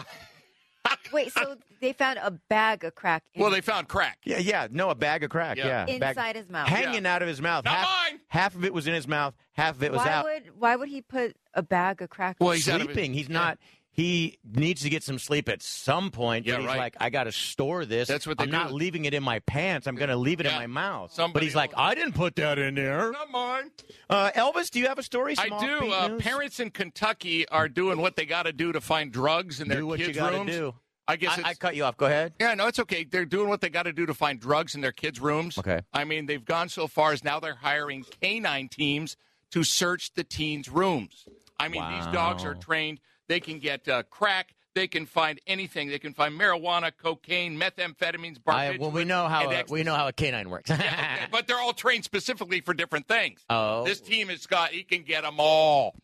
[SPEAKER 3] Wait, so they found a bag of crack in,
[SPEAKER 2] Well, they found crack.
[SPEAKER 1] Yeah, yeah, no, a bag of crack.
[SPEAKER 2] Yeah.
[SPEAKER 1] Yeah,
[SPEAKER 3] inside
[SPEAKER 1] bag,
[SPEAKER 3] his mouth.
[SPEAKER 1] hanging out of his mouth.
[SPEAKER 2] Not
[SPEAKER 1] half,
[SPEAKER 2] mine!
[SPEAKER 1] half of it was in his mouth. Half of it was
[SPEAKER 3] why
[SPEAKER 1] out.
[SPEAKER 3] would why would he put a bag of crack?
[SPEAKER 2] Well,
[SPEAKER 3] in-
[SPEAKER 2] he's out of
[SPEAKER 1] sleeping.
[SPEAKER 2] it.
[SPEAKER 1] He's not. He needs to get some sleep at some point. but
[SPEAKER 2] Yeah,
[SPEAKER 1] he's
[SPEAKER 2] right.
[SPEAKER 1] like, I got to store this. That's what
[SPEAKER 2] they
[SPEAKER 1] I'm not
[SPEAKER 2] do.
[SPEAKER 1] leaving it in my pants. I'm going to leave it in
[SPEAKER 2] Yeah.
[SPEAKER 1] my mouth. but
[SPEAKER 2] Somebody
[SPEAKER 1] he's like, I didn't put that in there.
[SPEAKER 2] Not mine.
[SPEAKER 1] Uh, Elvis, do you have a story?
[SPEAKER 2] I
[SPEAKER 1] Small
[SPEAKER 2] do.
[SPEAKER 1] beat
[SPEAKER 2] Uh,
[SPEAKER 1] news?
[SPEAKER 2] parents in Kentucky are doing what they got to do to find drugs in their
[SPEAKER 1] Do what you
[SPEAKER 2] kids'
[SPEAKER 1] gotta
[SPEAKER 2] rooms.
[SPEAKER 1] do.
[SPEAKER 2] I guess
[SPEAKER 1] I- I cut you off. Go ahead.
[SPEAKER 2] Yeah, no, it's okay. They're doing what they got to do to find drugs in their kids' rooms.
[SPEAKER 1] Okay.
[SPEAKER 2] I mean, they've gone so far as now they're hiring canine teams to search the teens' rooms. I mean, these dogs are
[SPEAKER 1] Wow.
[SPEAKER 2] trained. They can get uh, crack. They can find anything. They can find marijuana, cocaine, methamphetamines,
[SPEAKER 1] I- well, we know how a,
[SPEAKER 2] and
[SPEAKER 1] we know how a canine works.
[SPEAKER 2] barbiturates. but they're all trained specifically for different things.
[SPEAKER 1] Oh.
[SPEAKER 2] This team has got, he can get them all.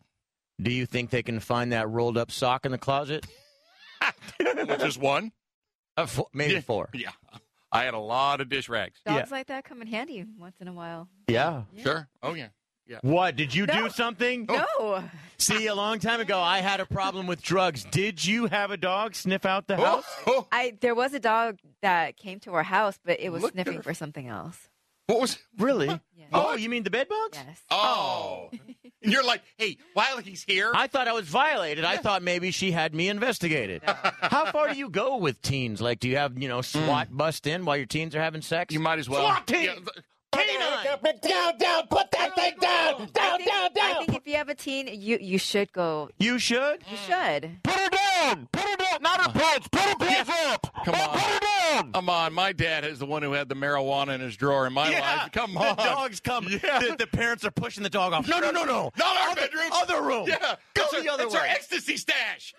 [SPEAKER 1] do you think they can find that rolled up sock in the closet?
[SPEAKER 2] Which is one.
[SPEAKER 1] Uh, four, maybe
[SPEAKER 2] Yeah.
[SPEAKER 1] four.
[SPEAKER 2] Yeah. I had a lot of dish rags.
[SPEAKER 3] Dogs like that come in handy once in a while.
[SPEAKER 1] Yeah.
[SPEAKER 2] Sure. Oh, yeah. Yeah.
[SPEAKER 1] What did you do something?
[SPEAKER 2] Oh.
[SPEAKER 3] No.
[SPEAKER 1] See, a long time ago, I had a problem with drugs. Did you have a dog sniff out
[SPEAKER 2] Oh,
[SPEAKER 1] the house?
[SPEAKER 3] I there was a dog that came to our house, but it was
[SPEAKER 1] Look at
[SPEAKER 3] sniffing
[SPEAKER 1] her.
[SPEAKER 3] for something else.
[SPEAKER 2] What was
[SPEAKER 1] really? Oh, you mean the bed bugs?
[SPEAKER 3] Yes.
[SPEAKER 2] Oh. and you're like, hey, while he's here.
[SPEAKER 1] I thought I was violated. I thought maybe she had me investigated. How far do you go with teens? Like, do you have you know SWAT bust in while your teens are having sex? You
[SPEAKER 2] Hmm. might as well.
[SPEAKER 1] SWAT team.
[SPEAKER 2] Yeah,
[SPEAKER 1] Canine. Down, down. Put that thing down.
[SPEAKER 3] I think, I think if you have a teen, you you should go.
[SPEAKER 1] You should.
[SPEAKER 3] You should.
[SPEAKER 1] Put her down. Put her down. Not her pants. Put her pants up.
[SPEAKER 2] Come on. Come on. My dad is the one who had the marijuana in his drawer in my life. Come on.
[SPEAKER 1] The dogs come. The, the parents are pushing the dog off. No, no, no, no.
[SPEAKER 2] Not our
[SPEAKER 1] other,
[SPEAKER 2] bedroom.
[SPEAKER 1] Other room.
[SPEAKER 2] Yeah.
[SPEAKER 1] Go
[SPEAKER 2] It's
[SPEAKER 1] the
[SPEAKER 2] our-
[SPEAKER 1] other
[SPEAKER 2] it's
[SPEAKER 1] way.
[SPEAKER 2] our ecstasy stash.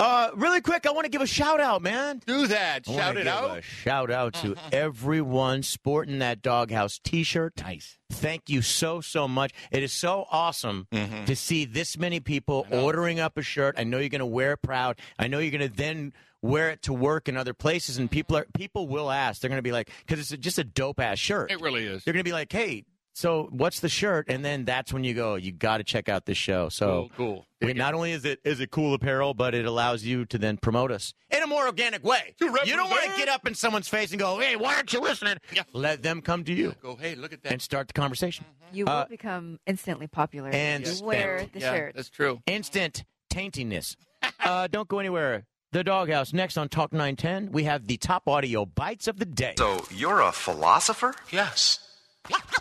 [SPEAKER 1] Uh, really quick, I want to give a shout out, man.
[SPEAKER 2] Do that.
[SPEAKER 1] I wanna
[SPEAKER 2] Shout it
[SPEAKER 1] give
[SPEAKER 2] out. Mm-hmm.
[SPEAKER 1] A shout out to everyone sporting that doghouse T-shirt. Nice. Thank you so so much. It is so awesome
[SPEAKER 2] Mm-hmm.
[SPEAKER 1] to see this many people ordering up a shirt. I know you're going to wear it proud. I know you're going to then wear it to work in other places,
[SPEAKER 2] Mm-hmm.
[SPEAKER 1] and people are people will ask. They're going to be like, because it's just a dope ass shirt.
[SPEAKER 2] It really is.
[SPEAKER 1] They're going to be like, hey. So what's the shirt? And then that's when you go. You got to check out this show. So
[SPEAKER 2] cool.
[SPEAKER 1] we- not only is it is it cool apparel, but it allows you to then promote us in a more organic way. You don't want to get up in someone's face and go, "Hey, why aren't you listening?" Let them come to you
[SPEAKER 2] Go, hey, look at that.
[SPEAKER 1] and start the conversation.
[SPEAKER 3] You will
[SPEAKER 1] Uh,
[SPEAKER 3] become instantly popular. if
[SPEAKER 1] and
[SPEAKER 3] you wear
[SPEAKER 1] spent.
[SPEAKER 3] the
[SPEAKER 1] Yeah,
[SPEAKER 3] shirt.
[SPEAKER 2] That's true.
[SPEAKER 1] Instant taintiness. uh, don't go anywhere. The Doghouse next on Talk 910. We have the top audio bites of the day.
[SPEAKER 6] So you're a philosopher? Yes.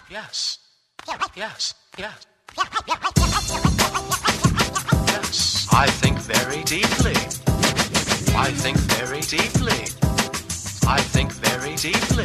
[SPEAKER 6] Yes. Yes. Yes. Yes. I think very deeply. I think very deeply. I think very deeply.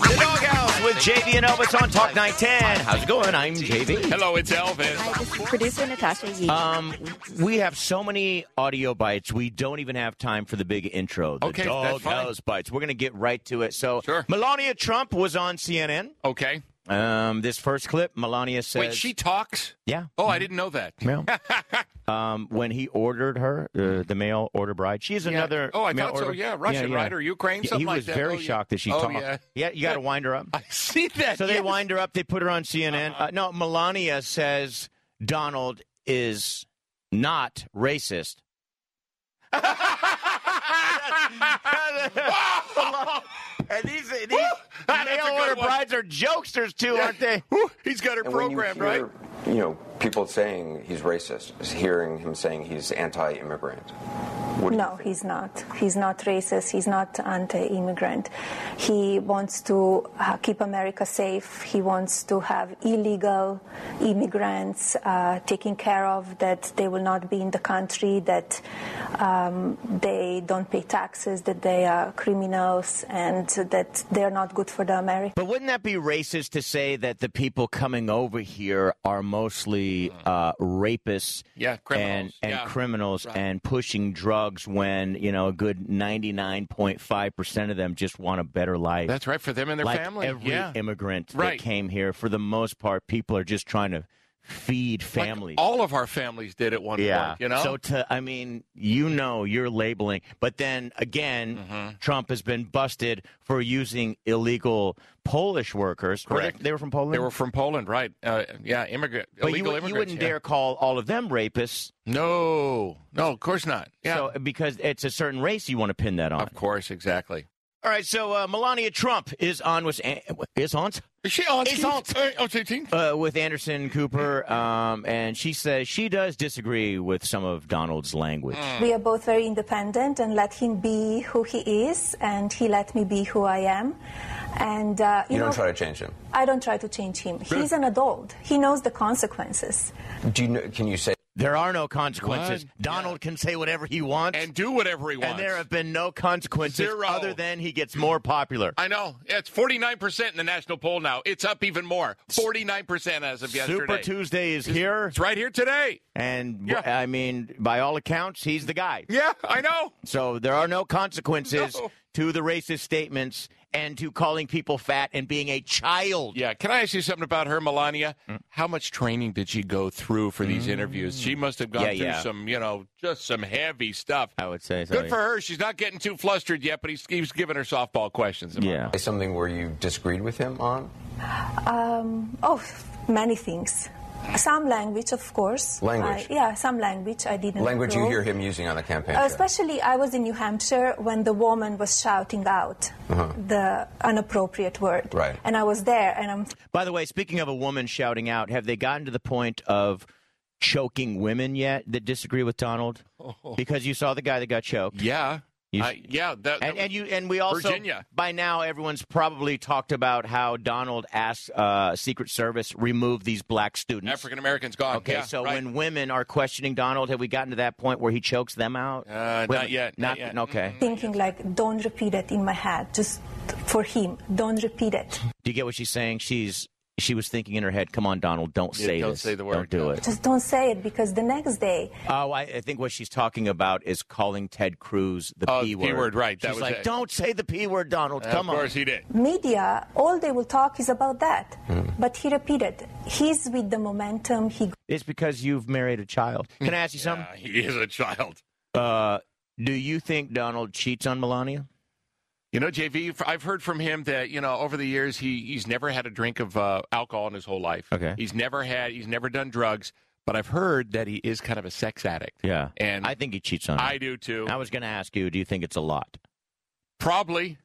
[SPEAKER 1] The Doghouse with JV and Elvis on Talk 910. How's it going? I'm JV.
[SPEAKER 2] Hello, it's Elvis.
[SPEAKER 3] Hi, this is producer Natasha Yee.
[SPEAKER 2] Uh,
[SPEAKER 1] Um, we have so many audio bites. We don't even have time for the big intro. The
[SPEAKER 2] Okay,
[SPEAKER 1] doghouse
[SPEAKER 2] that's fine.
[SPEAKER 1] bites. We're gonna get right to it. So, Melania Trump was on CNN.
[SPEAKER 2] Okay.
[SPEAKER 1] Um, this first clip, Melania says,
[SPEAKER 2] Wait, she talks?
[SPEAKER 1] "Yeah,
[SPEAKER 2] Oh, I didn't know that.
[SPEAKER 1] yeah." um, when he ordered her, uh, the male order bride. She is
[SPEAKER 2] Yeah.
[SPEAKER 1] another.
[SPEAKER 2] Oh, I
[SPEAKER 1] male
[SPEAKER 2] thought so.
[SPEAKER 1] order-
[SPEAKER 2] Yeah, Russian, right? Or Ukraine,
[SPEAKER 1] Yeah,
[SPEAKER 2] something
[SPEAKER 1] he
[SPEAKER 2] like
[SPEAKER 1] was
[SPEAKER 2] that.
[SPEAKER 1] very
[SPEAKER 2] Oh, yeah.
[SPEAKER 1] shocked that she
[SPEAKER 2] Oh,
[SPEAKER 1] talked.
[SPEAKER 2] yeah.
[SPEAKER 1] you got to wind her up.
[SPEAKER 2] I see that.
[SPEAKER 1] So they
[SPEAKER 2] yes.
[SPEAKER 1] wind her up. They put her on CNN. Uh, no, Melania says Donald is not racist. and these, these mail order brides are jokesters too, aren't they?
[SPEAKER 2] He's got her
[SPEAKER 14] And when you
[SPEAKER 2] programmed,
[SPEAKER 14] hear,
[SPEAKER 2] right?
[SPEAKER 14] You know, people saying he's racist, is hearing him saying he's anti-immigrant. What do you
[SPEAKER 15] No, he's not. He's not racist. He's not anti-immigrant. He wants to uh, keep America safe. He wants to have illegal immigrants uh, taken care of, that they will not be in the country, that um, they don't pay taxes, that they are criminals, and that they're not good for the America.
[SPEAKER 1] But wouldn't that be racist to say that the people coming over here are mostly uh, rapists
[SPEAKER 2] Mm. Yeah, criminals.
[SPEAKER 1] and, and
[SPEAKER 2] Yeah.
[SPEAKER 1] criminals
[SPEAKER 2] Right.
[SPEAKER 1] and pushing drugs when, you know, a good 99.5% of them just want a better life?
[SPEAKER 2] That's right, for them and their
[SPEAKER 1] like
[SPEAKER 2] family.
[SPEAKER 1] Every
[SPEAKER 2] Yeah.
[SPEAKER 1] immigrant
[SPEAKER 2] Right.
[SPEAKER 1] that came here, for the most part, people are just trying to feed families.
[SPEAKER 2] All of our families did at one
[SPEAKER 1] yeah,
[SPEAKER 2] point, you know?
[SPEAKER 1] So to, I mean, you know, you're labeling, but then again,
[SPEAKER 2] Mm-hmm.
[SPEAKER 1] Trump has been busted for using illegal Polish workers. Were they-
[SPEAKER 2] Correct.
[SPEAKER 1] They, were from Poland.
[SPEAKER 2] they were from Poland, right? Uh, yeah, immigrant,
[SPEAKER 1] But you,
[SPEAKER 2] illegal
[SPEAKER 1] would-
[SPEAKER 2] immigrants.
[SPEAKER 1] you wouldn't
[SPEAKER 2] yeah.
[SPEAKER 1] dare call all of them rapists.
[SPEAKER 2] No, no, of course not. Yeah,
[SPEAKER 1] So because it's a certain race you want to pin that on.
[SPEAKER 2] of course, exactly.
[SPEAKER 1] All right, so uh, Melania Trump is on with is on
[SPEAKER 2] is she on
[SPEAKER 1] is on uh, with Anderson Cooper, um, and she says she does disagree with some of Donald's language.
[SPEAKER 14] Mm.
[SPEAKER 15] We are both very independent and let him be who he is, and he let me be who I am. And uh, you,
[SPEAKER 14] You don't
[SPEAKER 15] know,
[SPEAKER 14] try to change him.
[SPEAKER 15] I don't try to change him.
[SPEAKER 14] Good.
[SPEAKER 15] He's an adult. He knows the consequences.
[SPEAKER 14] Do you know, can you say
[SPEAKER 1] There are no consequences. Donald can say whatever he wants
[SPEAKER 2] and do whatever he wants.
[SPEAKER 1] and there have been no consequences
[SPEAKER 2] Zero.
[SPEAKER 1] other than he gets more popular.
[SPEAKER 2] I know. Yeah, it's 49% in the national poll now. It's up even more. 49% as of yesterday.
[SPEAKER 1] Super Tuesday is here. It's
[SPEAKER 2] right here today.
[SPEAKER 1] And I mean, by all accounts, he's the guy.
[SPEAKER 2] Yeah, I know.
[SPEAKER 1] So there are no consequences to the racist statements and to calling people fat and being a child.
[SPEAKER 2] Yeah. Can I ask you something about her, Melania?
[SPEAKER 1] Mm.
[SPEAKER 2] How much training did she go through for these interviews? She must have gone
[SPEAKER 1] Yeah,
[SPEAKER 2] through
[SPEAKER 1] yeah.
[SPEAKER 2] some, you know, just some heavy stuff.
[SPEAKER 1] I would say so.
[SPEAKER 2] Good for her. She's not getting too flustered yet, but he's, he's giving her softball questions.
[SPEAKER 1] Yeah.
[SPEAKER 14] Say something where you disagreed with him on?
[SPEAKER 15] Um, oh, many things. Some language, of course.
[SPEAKER 14] Language.
[SPEAKER 15] I- yeah, some language I didn't.
[SPEAKER 14] Language you
[SPEAKER 15] know.
[SPEAKER 14] hear him using on the campaign
[SPEAKER 15] Uh,
[SPEAKER 14] trail.
[SPEAKER 15] especially, I was in New Hampshire when the woman was shouting out
[SPEAKER 14] Uh-huh.
[SPEAKER 15] the inappropriate word.
[SPEAKER 1] Right.
[SPEAKER 15] And I was there, and I'm
[SPEAKER 1] By the way, speaking of a woman shouting out, have they gotten to the point of choking women yet that disagree with Donald?
[SPEAKER 2] Oh.
[SPEAKER 1] Because you saw the guy that got choked.
[SPEAKER 2] Yeah.
[SPEAKER 1] You,
[SPEAKER 2] I- yeah. That,
[SPEAKER 1] and, and you and we also
[SPEAKER 2] Virginia.
[SPEAKER 1] by now everyone's probably talked about how Donald asked uh, Secret Service remove these black students.
[SPEAKER 2] African Americans gone.
[SPEAKER 1] Okay,
[SPEAKER 2] Yeah,
[SPEAKER 1] so
[SPEAKER 2] right.
[SPEAKER 1] when women are questioning Donald, have we gotten to that point where he chokes them out? Wait
[SPEAKER 2] Uh,
[SPEAKER 1] a
[SPEAKER 2] not
[SPEAKER 1] minute.
[SPEAKER 2] yet, not yet. Mm-hmm.
[SPEAKER 1] Okay.
[SPEAKER 15] thinking like, don't repeat it in my head, just for him. Don't repeat it.
[SPEAKER 1] Do you get what she's saying? She's she was thinking in her head, "Come on, Donald, don't
[SPEAKER 2] Yeah,
[SPEAKER 1] say
[SPEAKER 2] don't
[SPEAKER 1] this.
[SPEAKER 2] say the
[SPEAKER 1] Don't
[SPEAKER 2] word.
[SPEAKER 1] do it."
[SPEAKER 15] Just don't say it because the next day
[SPEAKER 1] Oh, I, I think what she's talking about is calling Ted Cruz the
[SPEAKER 2] Oh,
[SPEAKER 1] P word.
[SPEAKER 2] P word, right, that
[SPEAKER 1] She's
[SPEAKER 2] was
[SPEAKER 1] like,
[SPEAKER 2] it.
[SPEAKER 1] don't say the P word, Donald. Come
[SPEAKER 2] of course
[SPEAKER 1] on.
[SPEAKER 2] he did.
[SPEAKER 15] media, all they will talk is about that. But he repeated, he's with the momentum. He
[SPEAKER 1] It's because you've married a child. Can I ask you something?
[SPEAKER 2] Uh, He is a child.
[SPEAKER 1] Uh, do you think Donald cheats on Melania?
[SPEAKER 2] You know, JV, f- I've heard from him that you know over the years he he's never had a drink of uh, alcohol in his whole life.
[SPEAKER 1] Okay.
[SPEAKER 2] he's never had he's never done drugs, but I've heard that he is kind of a sex addict.
[SPEAKER 1] Yeah.
[SPEAKER 2] And
[SPEAKER 1] I think he cheats on her.
[SPEAKER 2] I do too.
[SPEAKER 1] I was going to ask you, do you think it's a lot?
[SPEAKER 2] Probably.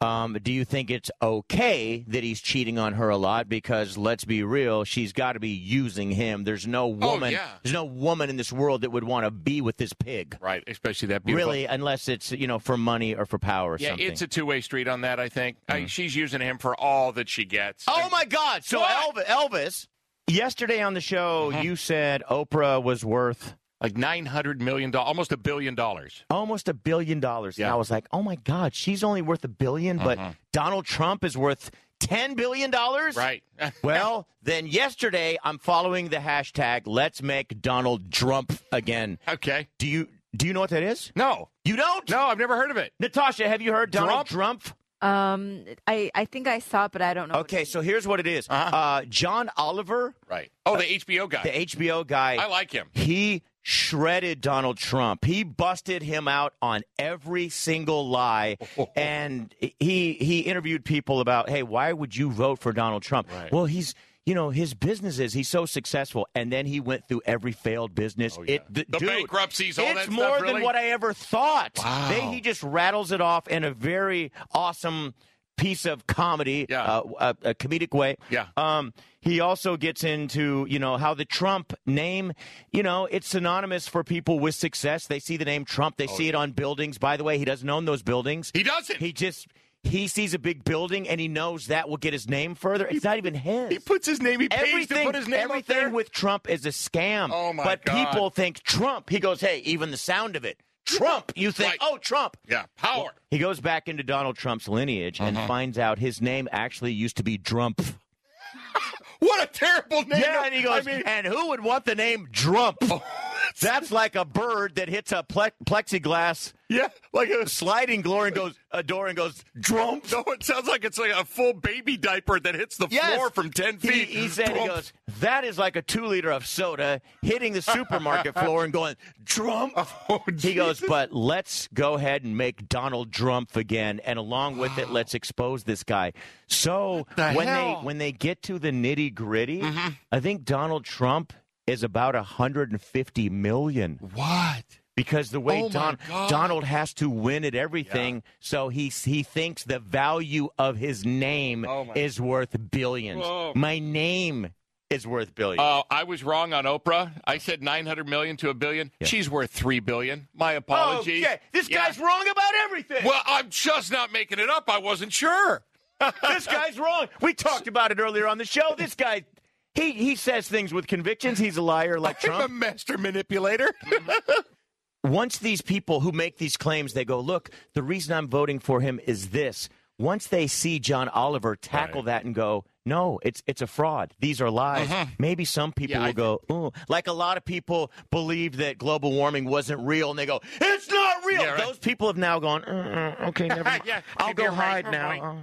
[SPEAKER 1] Um, do you think it's okay that he's cheating on her a lot? Because let's be real, she's got to be using him. There's no woman.
[SPEAKER 2] Oh, yeah.
[SPEAKER 1] There's no woman in this world that would want to be with this pig,
[SPEAKER 2] Right, especially that beautiful.
[SPEAKER 1] really, unless it's you know for money or for power or
[SPEAKER 2] yeah,
[SPEAKER 1] something.
[SPEAKER 2] it's a two way street on that. I think I, she's using him for all that she gets.
[SPEAKER 1] Oh my God! So Elvis, Elvis, yesterday on the show,
[SPEAKER 2] Uh-huh.
[SPEAKER 1] you said Oprah was worth
[SPEAKER 2] like nine hundred million dollars, almost a billion dollars.
[SPEAKER 1] almost a billion dollars.
[SPEAKER 2] Yeah.
[SPEAKER 1] And I was like, oh my God, she's only worth a 1000000000 but Donald Trump is worth ten billion dollars.
[SPEAKER 2] Right.
[SPEAKER 1] well, then yesterday I'm following the hashtag Let's Make Donald Trump Again.
[SPEAKER 2] Okay.
[SPEAKER 1] Do you do you know what that is?
[SPEAKER 2] No.
[SPEAKER 1] You don't?
[SPEAKER 2] No, I've never heard of it.
[SPEAKER 1] Natasha, have you heard Donald Trump?
[SPEAKER 3] Um, I, I think I saw it, but I don't know. what
[SPEAKER 1] Okay, so here's what it is. Uh, John Oliver,
[SPEAKER 2] Right. Oh, the HBO guy.
[SPEAKER 1] the HBO guy.
[SPEAKER 2] I like him.
[SPEAKER 1] He shredded Donald Trump. He busted him out on every single lie, and he he interviewed people about, hey, why would you vote for Donald Trump?
[SPEAKER 2] Right.
[SPEAKER 1] Well, he's you know his business is he's so successful, and then he went through every failed business. It th-
[SPEAKER 2] Oh, The
[SPEAKER 1] dude,
[SPEAKER 2] bankruptcies, all
[SPEAKER 1] it's
[SPEAKER 2] that stuff,
[SPEAKER 1] more
[SPEAKER 2] really?
[SPEAKER 1] than what I ever thought.
[SPEAKER 2] Wow.
[SPEAKER 1] They, he just rattles it off in a very awesome piece of comedy,
[SPEAKER 2] Yeah.
[SPEAKER 1] uh, a, a comedic way.
[SPEAKER 2] Yeah.
[SPEAKER 1] Um, he also gets into, you know, how the Trump name, you know, it's synonymous for people with success. They see the name Trump, they see it on buildings. By the way, he doesn't own those buildings.
[SPEAKER 2] Oh, He doesn't.
[SPEAKER 1] He just he sees a big building and he knows that will get his name further. It's not even his.
[SPEAKER 2] He puts his name. He pays to
[SPEAKER 1] Everything,
[SPEAKER 2] put his name up
[SPEAKER 1] everything
[SPEAKER 2] there.
[SPEAKER 1] with Trump is a scam.
[SPEAKER 2] Oh, my
[SPEAKER 1] but
[SPEAKER 2] God.
[SPEAKER 1] people think Trump. He goes, hey, even the sound of it, Trump. You think,
[SPEAKER 2] Right.
[SPEAKER 1] oh, Trump.
[SPEAKER 2] yeah, power.
[SPEAKER 1] He goes back into Donald Trump's lineage
[SPEAKER 2] Mm-hmm.
[SPEAKER 1] and finds out his name actually used to be Trump.
[SPEAKER 2] What a terrible name!
[SPEAKER 1] Yeah, and he goes,
[SPEAKER 2] I mean,
[SPEAKER 1] and who would want the name Trump?
[SPEAKER 2] oh,
[SPEAKER 1] That's like a bird that hits a ple- plexiglass
[SPEAKER 2] yeah, like a
[SPEAKER 1] sliding door and goes a door and goes Trump.
[SPEAKER 2] No, it sounds like it's like a full baby diaper that hits the
[SPEAKER 1] Yes.
[SPEAKER 2] floor from ten
[SPEAKER 1] He,
[SPEAKER 2] feet.
[SPEAKER 1] he said, he
[SPEAKER 2] Trump.
[SPEAKER 1] goes, that is like a two liter of soda hitting the supermarket floor and going, Trump.
[SPEAKER 2] Oh,
[SPEAKER 1] he goes, but let's go ahead and make Donald Trump again. And along with it, let's expose this guy. So
[SPEAKER 2] the
[SPEAKER 1] when
[SPEAKER 2] hell?
[SPEAKER 1] they when they get to the nitty gritty, I think Donald Trump is about 150 million.
[SPEAKER 2] "What?
[SPEAKER 1] because the way
[SPEAKER 4] Oh, my
[SPEAKER 1] Don,
[SPEAKER 4] God.
[SPEAKER 1] Donald has to win at everything, so he he thinks the value of his name
[SPEAKER 2] Oh, my-
[SPEAKER 1] is worth billions.
[SPEAKER 2] Whoa.
[SPEAKER 1] My name is worth billions.
[SPEAKER 2] Uh, I was wrong on Oprah. I said 900 million to a billion. She's worth 3 billion. My apologies.
[SPEAKER 1] Okay, Oh, this
[SPEAKER 2] Yeah.
[SPEAKER 1] guy's wrong about everything.
[SPEAKER 2] Well, I'm just not making it up. I wasn't sure.
[SPEAKER 1] this guy's wrong. We talked about it earlier on the show. This guy, he he says things with convictions. He's a liar like Trump.
[SPEAKER 2] a master manipulator.
[SPEAKER 1] Once these people who make these claims, they go, look, the reason I'm voting for him is this. Once they see John Oliver tackle that and go, no, it's it's a fraud. These are lies.
[SPEAKER 2] Uh-huh.
[SPEAKER 1] Maybe some people will go, oh, like a lot of people believe that global warming wasn't real, and they go, it's not real. Those people have now gone, "Uh, uh, okay, never. mind.
[SPEAKER 2] yeah,
[SPEAKER 1] I'll go
[SPEAKER 2] you're
[SPEAKER 1] hide
[SPEAKER 2] right, you're
[SPEAKER 1] now.
[SPEAKER 2] right.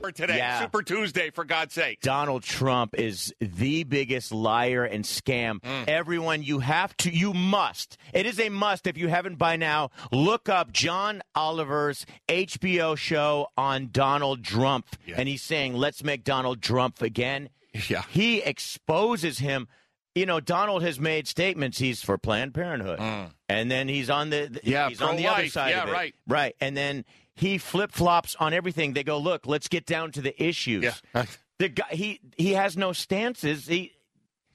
[SPEAKER 2] For today,
[SPEAKER 1] Yeah.
[SPEAKER 2] Super Tuesday, for God's sake.
[SPEAKER 1] Donald Trump is the biggest liar and scam.
[SPEAKER 2] Mm.
[SPEAKER 1] Everyone, you have to, you must. It is a must if you haven't by now. Look up John Oliver's HBO show on Donald Trump. And he's saying, let's make Donald Trump again.
[SPEAKER 2] Yeah.
[SPEAKER 1] He exposes him. You know, Donald has made statements. He's for Planned Parenthood. And then he's on the, the-
[SPEAKER 2] Mm. Yeah,
[SPEAKER 1] he's on the other
[SPEAKER 2] pro-life.
[SPEAKER 1] side of
[SPEAKER 2] Yeah,
[SPEAKER 1] it.
[SPEAKER 2] right.
[SPEAKER 1] Right. And then he flip flops on everything. They go, look, let's get down to the issues. the guy, he, he has no stances. He,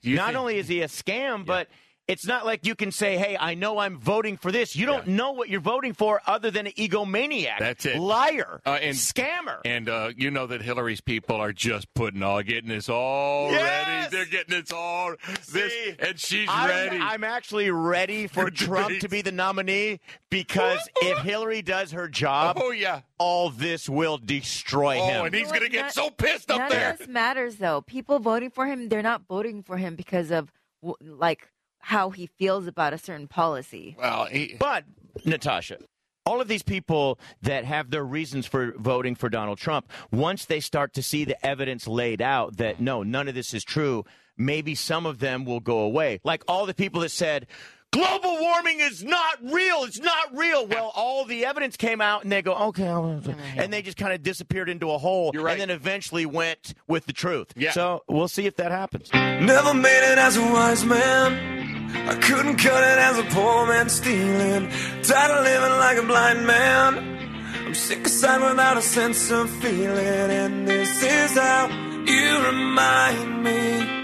[SPEAKER 1] not only is he a scam, but it's not like you can say, hey, I know I'm voting for this. You don't know what you're voting for other than an egomaniac.
[SPEAKER 2] That's it.
[SPEAKER 1] Liar.
[SPEAKER 2] Uh, and
[SPEAKER 1] scammer.
[SPEAKER 2] And uh, you know that Hillary's people are just putting all getting this all ready. They're getting it's all this, and she's
[SPEAKER 1] I'm,
[SPEAKER 2] ready.
[SPEAKER 1] I'm actually ready for Trump to be the nominee because if Hillary does her job,
[SPEAKER 2] oh yeah,
[SPEAKER 1] all this will destroy
[SPEAKER 2] Oh,
[SPEAKER 1] him.
[SPEAKER 2] and he's gonna get
[SPEAKER 3] None-
[SPEAKER 2] so pissed up
[SPEAKER 3] none
[SPEAKER 2] there.
[SPEAKER 3] of this matters, though. People voting for him, they're not voting for him because of w- like how he feels about a certain policy.
[SPEAKER 2] Well,
[SPEAKER 1] but Natasha, all of these people that have their reasons for voting for Donald Trump, once they start to see the evidence laid out that no, none of this is true, maybe some of them will go away. Like all the people that said. Global warming is not real. It's not real. Well, all the evidence came out, and they go, okay, I'll- and they just kind of disappeared into a hole, and then eventually went with the truth. Yeah. So we'll see if that happens.
[SPEAKER 4] Never made it as a wise man. I couldn't cut it as a poor man stealing. Tired of living like a blind man. I'm sick aside without a sense of feeling. And this is how you remind me.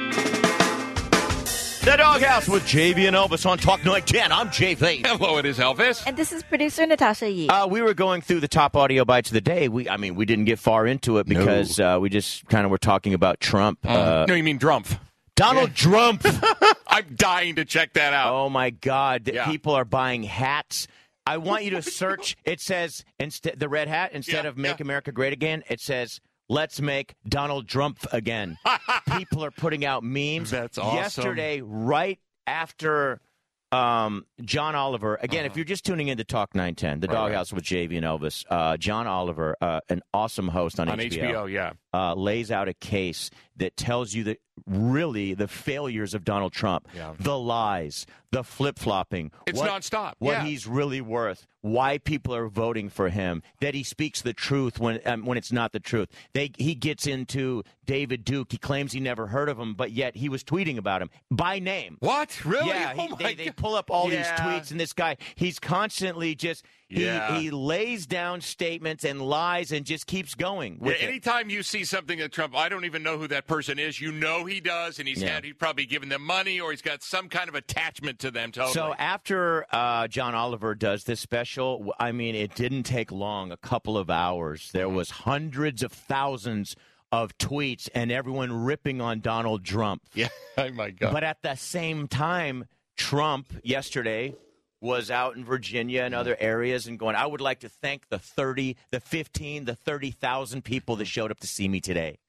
[SPEAKER 1] The Doghouse with JV and Elvis on Talk 910. I'm JV.
[SPEAKER 2] Hello, it is Elvis.
[SPEAKER 3] And this is producer Natasha Yee.
[SPEAKER 1] Uh, we were going through the top audio bites of the day. We, I mean, we didn't get far into it because uh, we just kind of were talking about Trump.
[SPEAKER 2] Mm.
[SPEAKER 1] Uh,
[SPEAKER 2] no, you mean Drumpf.
[SPEAKER 1] Donald Trump.
[SPEAKER 2] I'm dying to check that out.
[SPEAKER 1] Oh my God! that People are buying hats. I want you to search. It says instead the red hat instead of "Make America Great Again." It says "Let's make Donald Trump again." people are putting out memes. That's
[SPEAKER 2] awesome.
[SPEAKER 1] Yesterday, right after um, John Oliver. Again, if you're just tuning in to Talk 910, The Doghouse with JV and Elvis, uh, John Oliver, uh, an awesome host on,
[SPEAKER 2] On HBO, yeah.
[SPEAKER 1] uh, lays out a case that tells you that really the failures of Donald Trump, the lies, the flip flopping.
[SPEAKER 2] It's nonstop,
[SPEAKER 1] What
[SPEAKER 2] yeah.
[SPEAKER 1] he's really worth, why people are voting for him, that he speaks the truth when um, when it's not the truth. They he gets into David Duke. He claims he never heard of him, but yet he was tweeting about him by name.
[SPEAKER 2] What really?
[SPEAKER 1] Yeah,
[SPEAKER 2] Oh
[SPEAKER 1] he-
[SPEAKER 2] my
[SPEAKER 1] they, they
[SPEAKER 2] God.
[SPEAKER 1] pull up all
[SPEAKER 2] Yeah.
[SPEAKER 1] these tweets, and this guy he's constantly just he,
[SPEAKER 2] Yeah.
[SPEAKER 1] he lays down statements and lies and just keeps going.
[SPEAKER 2] Yeah,
[SPEAKER 1] With it.
[SPEAKER 2] anytime you see something that Trump, I don't even know who that person is. You know he does, and he's
[SPEAKER 1] Yeah.
[SPEAKER 2] had he's probably given them money or he's got some kind of attachment to them. Totally.
[SPEAKER 1] So after uh, John Oliver does this special, w- I mean, it didn't take long, a couple of hours. There was hundreds of thousands of tweets and everyone ripping on Donald Trump.
[SPEAKER 2] Yeah, oh my God.
[SPEAKER 1] But at the same time, Trump yesterday was out in Virginia and other areas and going, I would like to thank the 30, the 15, the 30,000 people that showed up to see me today.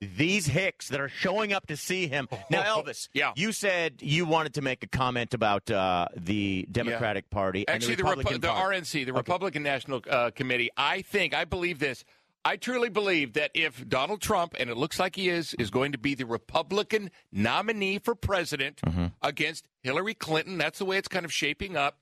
[SPEAKER 1] These hicks that are showing up to see him.
[SPEAKER 2] Oh,
[SPEAKER 1] Now, Elvis, yeah. you said you wanted to make a comment about uh, the Democratic Party and
[SPEAKER 2] Actually,
[SPEAKER 1] the
[SPEAKER 2] the, Repu-
[SPEAKER 1] Republican
[SPEAKER 2] the
[SPEAKER 1] Party.
[SPEAKER 2] RNC, the Republican National uh, Committee, I think, I believe this. I truly believe that if Donald Trump, and it looks like he is, is going to be the Republican nominee for president
[SPEAKER 1] Mm-hmm.
[SPEAKER 2] against Hillary Clinton, that's the way it's kind of shaping up.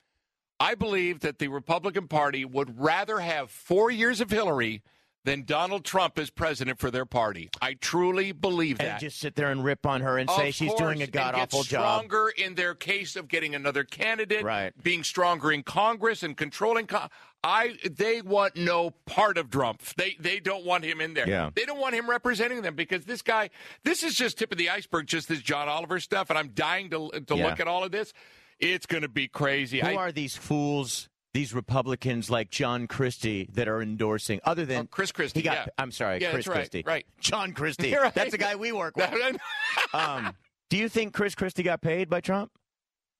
[SPEAKER 2] I believe that the Republican Party would rather have four years of Hillary than Donald Trump is president for their party. I truly believe that.
[SPEAKER 1] And just sit there and rip on her and say
[SPEAKER 2] Of
[SPEAKER 1] she's
[SPEAKER 2] course,
[SPEAKER 1] doing a
[SPEAKER 2] and
[SPEAKER 1] god awful
[SPEAKER 2] get
[SPEAKER 1] job.
[SPEAKER 2] Stronger in their case of getting another candidate, right? Being stronger in Congress and controlling. Con- I they want no part of Trump. They they don't want him in there.
[SPEAKER 1] Yeah.
[SPEAKER 2] They don't want him representing them because this guy. This is just tip of the iceberg. Just this John Oliver stuff, and I'm dying to to
[SPEAKER 1] Yeah.
[SPEAKER 2] look at all of this. It's going to be crazy.
[SPEAKER 1] Who
[SPEAKER 2] I,
[SPEAKER 1] are these fools? These Republicans like John Christie that are endorsing, other than
[SPEAKER 2] Oh, Chris Christie.
[SPEAKER 1] He got,
[SPEAKER 2] yeah.
[SPEAKER 1] I'm sorry,
[SPEAKER 2] Yeah,
[SPEAKER 1] Chris
[SPEAKER 2] that's right,
[SPEAKER 1] Christie.
[SPEAKER 2] Right.
[SPEAKER 1] John Christie.
[SPEAKER 2] You're right.
[SPEAKER 1] That's the guy we work with. um, do you think Chris Christie got paid by Trump?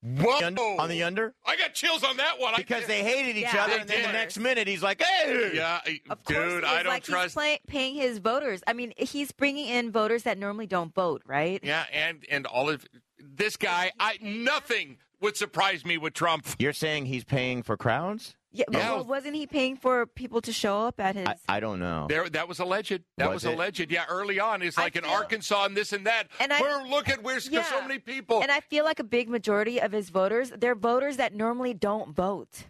[SPEAKER 2] Whoa!
[SPEAKER 1] On the under?
[SPEAKER 2] I got chills on that one Oh. I-
[SPEAKER 1] Because they hated each other,
[SPEAKER 2] They
[SPEAKER 1] and then the
[SPEAKER 2] did.
[SPEAKER 1] next minute he's like, "Hey,
[SPEAKER 2] yeah, I- dude,
[SPEAKER 3] It's
[SPEAKER 2] I don't
[SPEAKER 3] like He's
[SPEAKER 2] trust.
[SPEAKER 3] play, paying his voters. I mean, he's bringing in voters that normally don't vote, right?
[SPEAKER 2] Yeah, and and all of this guy, I nothing would surprise me with Trump.
[SPEAKER 1] You're saying he's paying for crowds?
[SPEAKER 3] Yeah, but
[SPEAKER 2] Yeah.
[SPEAKER 3] well, wasn't he paying for people to show up at his?
[SPEAKER 1] I, I don't know.
[SPEAKER 2] There, that was alleged. That
[SPEAKER 1] Was
[SPEAKER 2] was,
[SPEAKER 1] it?
[SPEAKER 2] alleged. Yeah, early on, it's like in Arkansas and this and that.
[SPEAKER 3] And I-
[SPEAKER 2] we're look at we're
[SPEAKER 3] Yeah.
[SPEAKER 2] so many people.
[SPEAKER 3] and I feel like a big majority of his voters, they're voters that normally don't vote.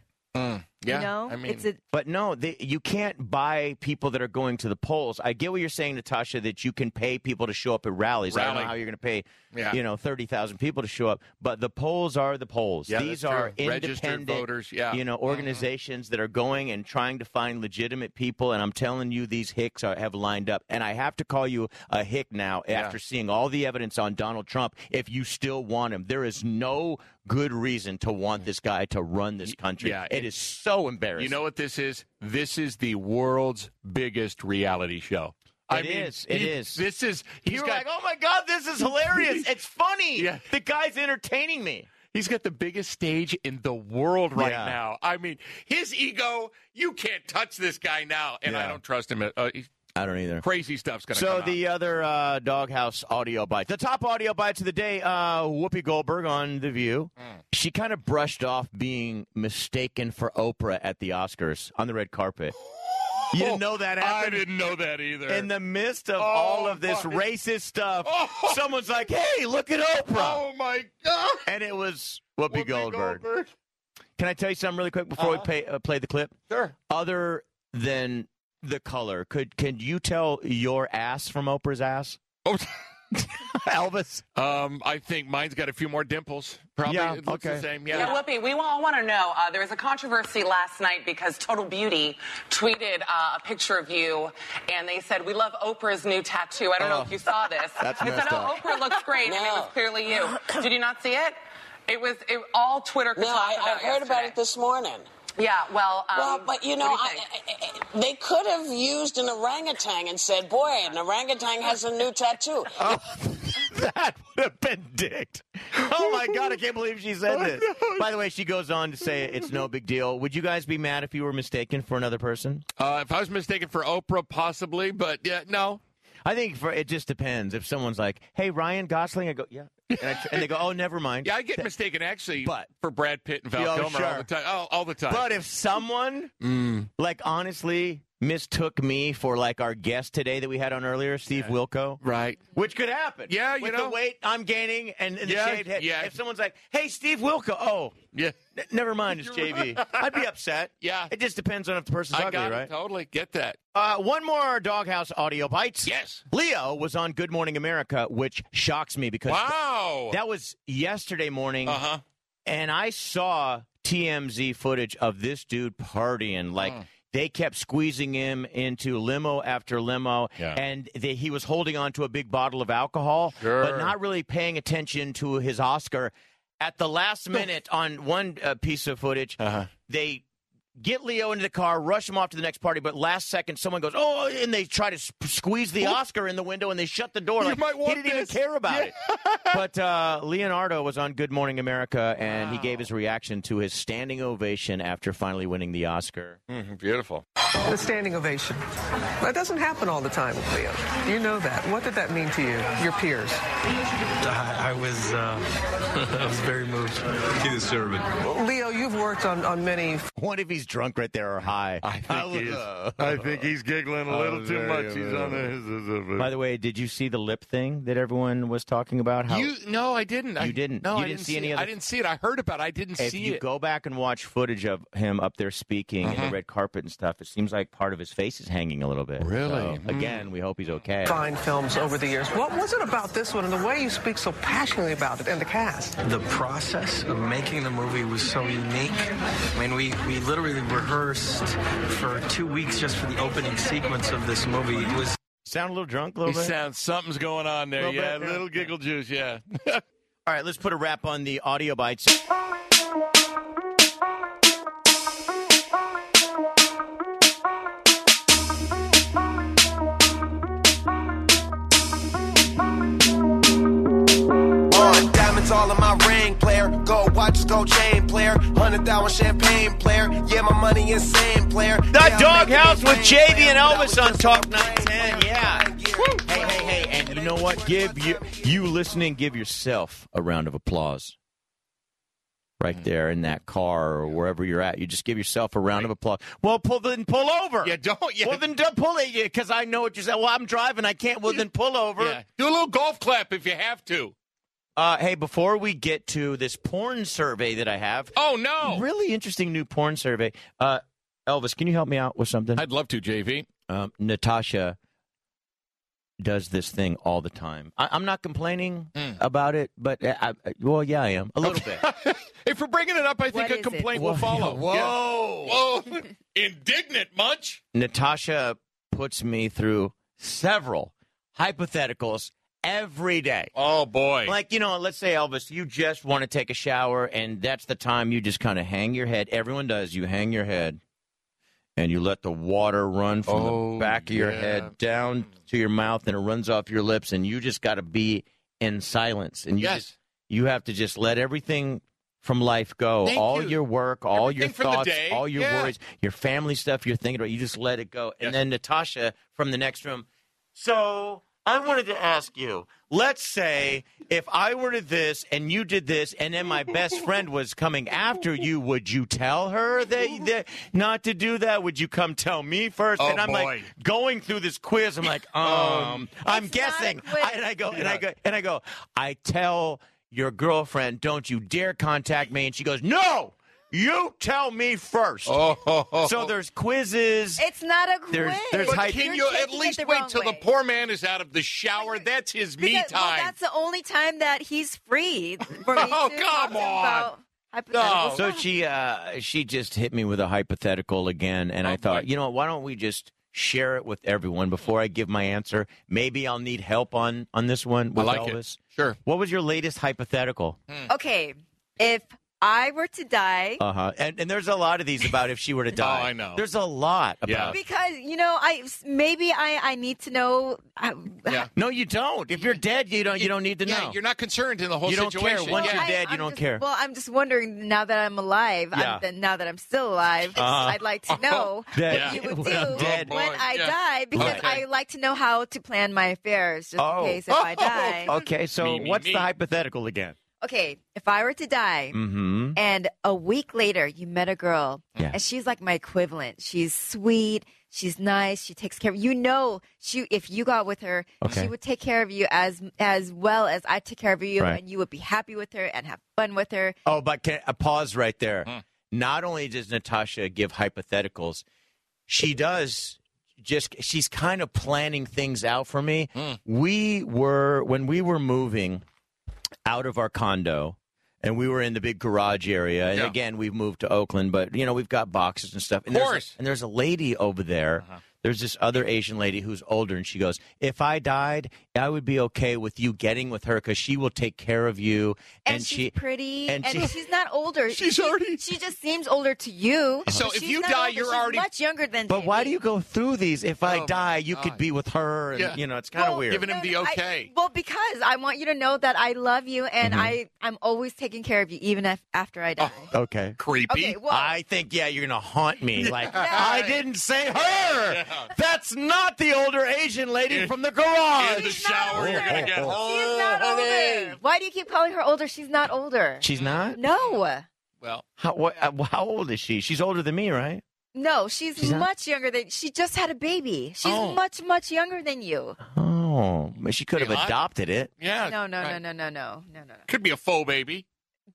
[SPEAKER 1] yeah,
[SPEAKER 3] you know,
[SPEAKER 1] I mean,
[SPEAKER 3] it's a
[SPEAKER 1] but no, the, you can't buy people that are going to the polls. I get what you're saying, Natasha, that you can pay people to show up at rallies. I don't know
[SPEAKER 2] Rally.
[SPEAKER 1] how you're going to pay,
[SPEAKER 2] Yeah.
[SPEAKER 1] you know, thirty thousand people to show up. But the polls are the polls.
[SPEAKER 2] Yeah,
[SPEAKER 1] These
[SPEAKER 2] that's
[SPEAKER 1] are
[SPEAKER 2] true. Registered
[SPEAKER 1] independent
[SPEAKER 2] voters, yeah. Mm-hmm.
[SPEAKER 1] you know, organizations that are going and trying to find legitimate people. And I'm telling you, these hicks are, have lined up. And I have to call you a hick now
[SPEAKER 2] Yeah.
[SPEAKER 1] after seeing all the evidence on Donald Trump. If you still want him, there is no good reason to want this guy to run this country.
[SPEAKER 2] Mm. yeah,
[SPEAKER 1] it is so embarrassing.
[SPEAKER 2] you know what this is? This is the world's biggest reality show. I
[SPEAKER 1] It
[SPEAKER 2] mean,
[SPEAKER 1] is, it
[SPEAKER 2] he-
[SPEAKER 1] is.
[SPEAKER 2] This is. He's
[SPEAKER 1] You're
[SPEAKER 2] got,
[SPEAKER 1] like, oh my God, this is hilarious. it's funny.
[SPEAKER 2] Yeah.
[SPEAKER 1] The guy's entertaining me.
[SPEAKER 3] oh.
[SPEAKER 2] He's got the biggest stage in the world right
[SPEAKER 1] Yeah.
[SPEAKER 2] now. I mean, his ego, you can't touch this guy now. And I
[SPEAKER 1] Yeah.
[SPEAKER 2] don't trust him. Uh, he-
[SPEAKER 1] I don't either.
[SPEAKER 2] crazy stuff's going to
[SPEAKER 1] So
[SPEAKER 2] come out.
[SPEAKER 1] the other uh, doghouse audio bites, the top audio bites of the day. Uh, Whoopi Goldberg on The View.
[SPEAKER 2] Mm.
[SPEAKER 1] She kind of brushed off being mistaken for Oprah at the Oscars on the red carpet. You didn't know that
[SPEAKER 2] Oh, I
[SPEAKER 1] happened.
[SPEAKER 2] didn't know that either.
[SPEAKER 1] In the midst of all of this
[SPEAKER 2] my-
[SPEAKER 1] racist stuff,
[SPEAKER 2] Oh.
[SPEAKER 1] someone's like, "Hey, look at Oprah!"
[SPEAKER 2] Oh my god!
[SPEAKER 1] And it was Whoopi, Goldberg. Can I tell you something really quick
[SPEAKER 16] Uh-huh.
[SPEAKER 1] before we pay, uh, play the clip?
[SPEAKER 2] Sure.
[SPEAKER 1] Other than the color, could can you tell your ass from Oprah's ass?
[SPEAKER 2] Oh.
[SPEAKER 1] Elvis.
[SPEAKER 2] Um, I think mine's got a few more dimples. Probably
[SPEAKER 1] Yeah,
[SPEAKER 2] it looks
[SPEAKER 1] okay.
[SPEAKER 2] the same.
[SPEAKER 16] Yeah,
[SPEAKER 2] Yeah.
[SPEAKER 16] Whoopi, we all want to know. Uh, there was a controversy last night because Total Beauty tweeted uh, a picture of you, and they said, We love Oprah's new tattoo. I don't know
[SPEAKER 17] Oh.
[SPEAKER 16] if you saw this.
[SPEAKER 17] That's
[SPEAKER 16] they
[SPEAKER 17] messed
[SPEAKER 16] said, Oh,
[SPEAKER 17] up.
[SPEAKER 16] Oprah looks great, and it was
[SPEAKER 17] No.
[SPEAKER 16] clearly you. Did you not see it? It was it, all Twitter could
[SPEAKER 17] No,
[SPEAKER 16] talk
[SPEAKER 17] I, I
[SPEAKER 16] about
[SPEAKER 17] heard about
[SPEAKER 16] yesterday.
[SPEAKER 17] it this morning.
[SPEAKER 16] Yeah, well. Um,
[SPEAKER 17] well, but you
[SPEAKER 16] what do
[SPEAKER 17] know, I,
[SPEAKER 16] think?
[SPEAKER 17] I- I- they could have used an orangutan and said, "Boy, an orangutan has a new tattoo."
[SPEAKER 1] Oh, that would have been dicked. Oh my god, I can't believe she said this. By the way, she goes on to say it's no big deal. Would you guys be mad if you were mistaken for another person?
[SPEAKER 2] Uh, if I was mistaken for Oprah, possibly, but yeah, no.
[SPEAKER 1] I think for it just depends. If someone's like, "Hey, Ryan Gosling," I go, "Yeah," and, I, and they go, "Oh, never mind."
[SPEAKER 2] Yeah, I get mistaken actually for Brad Pitt and Val
[SPEAKER 1] Yeah,
[SPEAKER 2] Kilmer all
[SPEAKER 1] sure.
[SPEAKER 2] the time. All, all the time.
[SPEAKER 1] But if someone, like, honestly mistook me for like our guest today that we had on earlier, Steve Wilco,
[SPEAKER 2] right?
[SPEAKER 1] Which could happen.
[SPEAKER 2] Yeah, you
[SPEAKER 1] With
[SPEAKER 2] know.
[SPEAKER 1] the weight I'm gaining and, and the
[SPEAKER 2] Yeah,
[SPEAKER 1] shaved head.
[SPEAKER 2] yeah.
[SPEAKER 1] If someone's like, "Hey, Steve Wilco," oh,
[SPEAKER 2] yeah,
[SPEAKER 1] never mind, it's JV. I'd be upset.
[SPEAKER 2] Yeah.
[SPEAKER 1] it just depends on if the person's
[SPEAKER 2] I
[SPEAKER 1] ugly,
[SPEAKER 2] got it,
[SPEAKER 1] right?
[SPEAKER 2] totally get that.
[SPEAKER 1] Uh, one more doghouse audio bites.
[SPEAKER 2] Yes.
[SPEAKER 1] Leo was on Good Morning America, which shocks me because
[SPEAKER 2] Wow.
[SPEAKER 1] that was yesterday morning.
[SPEAKER 2] Uh-huh.
[SPEAKER 1] And I saw TMZ footage of this dude partying. Like they kept squeezing him into limo after limo,
[SPEAKER 2] Yeah.
[SPEAKER 1] and they, he was holding on to a big bottle of alcohol,
[SPEAKER 2] Sure.
[SPEAKER 1] but not really paying attention to his Oscar. At the last minute, on one uh, piece of footage,
[SPEAKER 2] Uh-huh.
[SPEAKER 1] they get Leo into the car, rush him off to the next party, but last second someone goes, oh, and they try to sp- squeeze the Oscar in the window and they shut the door.
[SPEAKER 2] You
[SPEAKER 1] like,
[SPEAKER 2] might
[SPEAKER 1] he
[SPEAKER 2] want
[SPEAKER 1] didn't even
[SPEAKER 2] this.
[SPEAKER 1] care about it. but uh, Leonardo was on Good Morning America and he gave his reaction to his standing ovation after finally winning the Oscar.
[SPEAKER 2] Mhm, beautiful.
[SPEAKER 18] The standing ovation. That doesn't happen all the time with Leo. You know that. What did that mean to you, your peers?
[SPEAKER 19] I, I was uh, I was very moved. He deserved it.
[SPEAKER 18] Leo, you've worked on, on many
[SPEAKER 1] What if he's drunk right there or high? uh, I think
[SPEAKER 2] I think he's giggling a little too much. He's on his.
[SPEAKER 1] By the way, did you see the lip thing that everyone was talking about? How
[SPEAKER 2] You no, I didn't.
[SPEAKER 1] You
[SPEAKER 2] I,
[SPEAKER 1] didn't.
[SPEAKER 2] No,
[SPEAKER 1] You
[SPEAKER 2] I
[SPEAKER 1] didn't see any
[SPEAKER 2] it.
[SPEAKER 1] other-
[SPEAKER 2] I didn't see it. I heard about. it. I didn't
[SPEAKER 1] if
[SPEAKER 2] see
[SPEAKER 1] you
[SPEAKER 2] it.
[SPEAKER 1] Uh-huh. go back and watch footage of him up there speaking and the red carpet and stuff, it seems seems like part of his face is hanging a little bit. Really?
[SPEAKER 18] Hmm.
[SPEAKER 1] again, we hope he's okay.
[SPEAKER 18] Fine films over the years. What was it about this one and the way you speak so passionately about it and the cast?
[SPEAKER 19] The process of making the movie was so unique. I mean, we, we literally rehearsed for two weeks just for the opening sequence of this movie. It was.
[SPEAKER 1] Sound a little drunk, a
[SPEAKER 2] He sounds something's going on there.
[SPEAKER 1] Little
[SPEAKER 2] yeah,
[SPEAKER 1] bit, yeah.
[SPEAKER 2] little giggle juice. Yeah.
[SPEAKER 1] All right, let's put a wrap on the audio bites.
[SPEAKER 20] on. Diamonds all in my ring, player. Gold watches, gold chain, player. Hundred thousand champagne, player. Yeah, my money insane, player.
[SPEAKER 1] The Doghouse with JV and Elvis on Talk 910. Yeah. Hey, hey, hey. And you know what? Give you you listening, give yourself a round of applause.
[SPEAKER 2] Mm.
[SPEAKER 1] Right there in that car or wherever you're at, you just give yourself a round of applause. Well, pull then pull over. Yeah,
[SPEAKER 2] don't. Yeah.
[SPEAKER 1] Well, then don't pull it because I know what you're saying. Well, I'm driving. I can't. Well, then pull over.
[SPEAKER 2] Yeah. Do a little golf clap if you have to.
[SPEAKER 1] Uh, hey, before we get to this porn survey that I have.
[SPEAKER 2] Oh, no.
[SPEAKER 1] Really interesting new porn survey. Uh, Elvis, can you help me out with something? I'd
[SPEAKER 2] love to, JV.
[SPEAKER 1] Um, Natasha does this thing all the time. I, I'm not complaining about it, but uh, I, I, well, yeah, I am. A little bit.
[SPEAKER 2] If we're bringing it up, I think a complaint will
[SPEAKER 1] Whoa.
[SPEAKER 2] follow.
[SPEAKER 1] Whoa.
[SPEAKER 2] Yeah. Whoa. Indignant, Munch.
[SPEAKER 1] Natasha puts me through several hypotheticals every day.
[SPEAKER 2] Oh boy.
[SPEAKER 1] Like, you know, let's say Elvis, you just want to take a shower and that's the time you just kind of hang your head. Everyone does. You hang your head and you let the water run from the back of your
[SPEAKER 2] Oh, yeah.
[SPEAKER 1] head down to your mouth and it runs off your lips and you just got to be in silence and you
[SPEAKER 2] Yes.
[SPEAKER 1] just, you have to just let everything from life go.
[SPEAKER 2] Thank
[SPEAKER 1] all
[SPEAKER 2] you.
[SPEAKER 1] your work, all
[SPEAKER 2] Everything
[SPEAKER 1] your
[SPEAKER 2] from the
[SPEAKER 1] thoughts,
[SPEAKER 2] day.
[SPEAKER 1] all your
[SPEAKER 2] Yeah.
[SPEAKER 1] worries, your family stuff you're thinking about, you just let it go. And then Natasha from the next room, so I wanted to ask you, let's say if I were to this and you did this and then my best friend was coming after you, would you tell her that, that not to do that? Would you come tell me first?
[SPEAKER 2] Oh,
[SPEAKER 1] and I'm like
[SPEAKER 2] boy.
[SPEAKER 1] going through this quiz. I'm like, um, I'm guessing. I, and I go, and I
[SPEAKER 2] Yeah.
[SPEAKER 1] go, and I go, I tell your girlfriend, don't you dare contact me. And she goes, no, you tell me first.
[SPEAKER 2] Oh.
[SPEAKER 1] So there's quizzes.
[SPEAKER 3] It's not a quiz.
[SPEAKER 1] There's- there's
[SPEAKER 2] but
[SPEAKER 1] hype-
[SPEAKER 2] can
[SPEAKER 1] You're
[SPEAKER 2] you at
[SPEAKER 3] taking it
[SPEAKER 2] least
[SPEAKER 3] the
[SPEAKER 2] wait
[SPEAKER 3] wrong
[SPEAKER 2] till the
[SPEAKER 3] way.
[SPEAKER 2] poor man is out of the shower? That's his me
[SPEAKER 3] Because- well,
[SPEAKER 2] time.
[SPEAKER 3] that's the only time that he's free. For me
[SPEAKER 2] Oh,
[SPEAKER 3] to
[SPEAKER 2] come
[SPEAKER 3] talk to him
[SPEAKER 2] on.
[SPEAKER 3] About hypothetical
[SPEAKER 1] So
[SPEAKER 3] stuff.
[SPEAKER 1] she uh, she just hit me with a hypothetical again, and I thought, you know, why don't we just share it with everyone before I give my answer? Maybe I'll need help on on this one. With
[SPEAKER 2] like it. Mm.
[SPEAKER 1] Elvis.
[SPEAKER 2] Sure.
[SPEAKER 1] What was your latest hypothetical?
[SPEAKER 3] Okay, if I were to die,
[SPEAKER 1] Uh huh. And and there's a lot of these about if she were to die.
[SPEAKER 2] Oh, I know.
[SPEAKER 1] There's a lot about.
[SPEAKER 3] because you know, I maybe I I need to know. uh, I,
[SPEAKER 2] yeah.
[SPEAKER 1] No, you don't. If you're dead, you don't. You don't need to
[SPEAKER 2] yeah,
[SPEAKER 1] know.
[SPEAKER 2] you're not concerned in the whole
[SPEAKER 1] You don't care.
[SPEAKER 2] situation.
[SPEAKER 1] Once
[SPEAKER 2] yeah.
[SPEAKER 1] you're
[SPEAKER 3] I-
[SPEAKER 1] dead, you
[SPEAKER 3] I'm
[SPEAKER 1] don't
[SPEAKER 3] just-
[SPEAKER 1] care.
[SPEAKER 3] Well, I'm just wondering now that I'm alive. I'm-
[SPEAKER 1] Yeah.
[SPEAKER 3] that- now that I'm still alive,
[SPEAKER 1] Uh-huh.
[SPEAKER 3] I'd like to know
[SPEAKER 1] That-
[SPEAKER 3] what you would do
[SPEAKER 1] when I'm dead.
[SPEAKER 3] when I
[SPEAKER 2] Yeah.
[SPEAKER 3] die because
[SPEAKER 1] Okay.
[SPEAKER 3] I like to know how to plan my affairs just
[SPEAKER 1] Oh.
[SPEAKER 3] in case if I die.
[SPEAKER 1] Okay. So
[SPEAKER 2] Me, me,
[SPEAKER 1] what's
[SPEAKER 2] me.
[SPEAKER 1] the hypothetical again?
[SPEAKER 3] Okay, if I were to die.
[SPEAKER 1] Mm-hmm.
[SPEAKER 3] And a week later, you met a girl,
[SPEAKER 1] Yeah.
[SPEAKER 3] and she's like my equivalent. She's sweet, she's nice, she takes care of you. Know she if you got with her,
[SPEAKER 1] Okay.
[SPEAKER 3] she would take care of you as as well as I took care of you,
[SPEAKER 1] Right.
[SPEAKER 3] and you would be happy with her and have fun with her.
[SPEAKER 1] Oh, but can a pause right there.
[SPEAKER 2] Hmm.
[SPEAKER 1] Not only does Natasha give hypotheticals, she does just she's kind of planning things out for me.
[SPEAKER 2] Hmm.
[SPEAKER 1] We were when we were moving out of our condo and we were in the big garage area and
[SPEAKER 2] Yeah.
[SPEAKER 1] again we've moved to Oakland but you know we've got boxes and stuff and there's-
[SPEAKER 2] course. Uh-huh.
[SPEAKER 1] and there's a lady over there there's this other Asian lady who's older and she goes if I died I would be okay with you getting with her cuz she will take care of you
[SPEAKER 3] And,
[SPEAKER 1] and,
[SPEAKER 3] she's
[SPEAKER 1] she
[SPEAKER 3] pretty,
[SPEAKER 1] and
[SPEAKER 3] and,
[SPEAKER 1] she-
[SPEAKER 3] she's not older.
[SPEAKER 2] She's
[SPEAKER 3] she,
[SPEAKER 2] already-
[SPEAKER 3] She just seems older to you.
[SPEAKER 1] Uh-huh.
[SPEAKER 2] So
[SPEAKER 3] but
[SPEAKER 2] if
[SPEAKER 3] she's
[SPEAKER 2] you
[SPEAKER 3] not
[SPEAKER 2] die,
[SPEAKER 3] older.
[SPEAKER 2] you're
[SPEAKER 3] She's
[SPEAKER 2] already-
[SPEAKER 3] much younger than.
[SPEAKER 1] But why do
[SPEAKER 3] JB.
[SPEAKER 1] you go through these? If
[SPEAKER 3] Oh
[SPEAKER 1] I
[SPEAKER 2] my
[SPEAKER 1] die, you could be with her, and
[SPEAKER 2] Yeah.
[SPEAKER 1] you know it's kind of
[SPEAKER 3] Well,
[SPEAKER 1] weird.
[SPEAKER 2] Giving him
[SPEAKER 3] no,
[SPEAKER 2] the
[SPEAKER 3] no, I-
[SPEAKER 2] okay.
[SPEAKER 3] well, because I want you to know that I love you and
[SPEAKER 1] Mm-hmm.
[SPEAKER 3] I I'm always taking care of you even if, after I die.
[SPEAKER 1] okay,
[SPEAKER 2] Creepy.
[SPEAKER 3] Okay, well-
[SPEAKER 1] I think yeah, you're gonna haunt me. Like
[SPEAKER 2] Yeah.
[SPEAKER 1] I didn't say her. That's not the older Asian lady from the garage.
[SPEAKER 2] In the shower, you're gonna get.
[SPEAKER 3] She's not older. Why do you keep calling her older? She's not older.
[SPEAKER 1] She's not.
[SPEAKER 3] No.
[SPEAKER 2] Well,
[SPEAKER 1] How, what, uh, how old is she? She's older than me, right?
[SPEAKER 3] No, she's,
[SPEAKER 1] She's not-
[SPEAKER 3] much younger than she just had a baby. She's
[SPEAKER 1] Oh.
[SPEAKER 3] much much younger than you.
[SPEAKER 1] Oh, but she could have
[SPEAKER 2] Hey, I-
[SPEAKER 1] adopted it.
[SPEAKER 2] yeah.
[SPEAKER 3] No, no,
[SPEAKER 2] right.
[SPEAKER 3] no, no, no, no, no, no.
[SPEAKER 2] Could be a faux baby.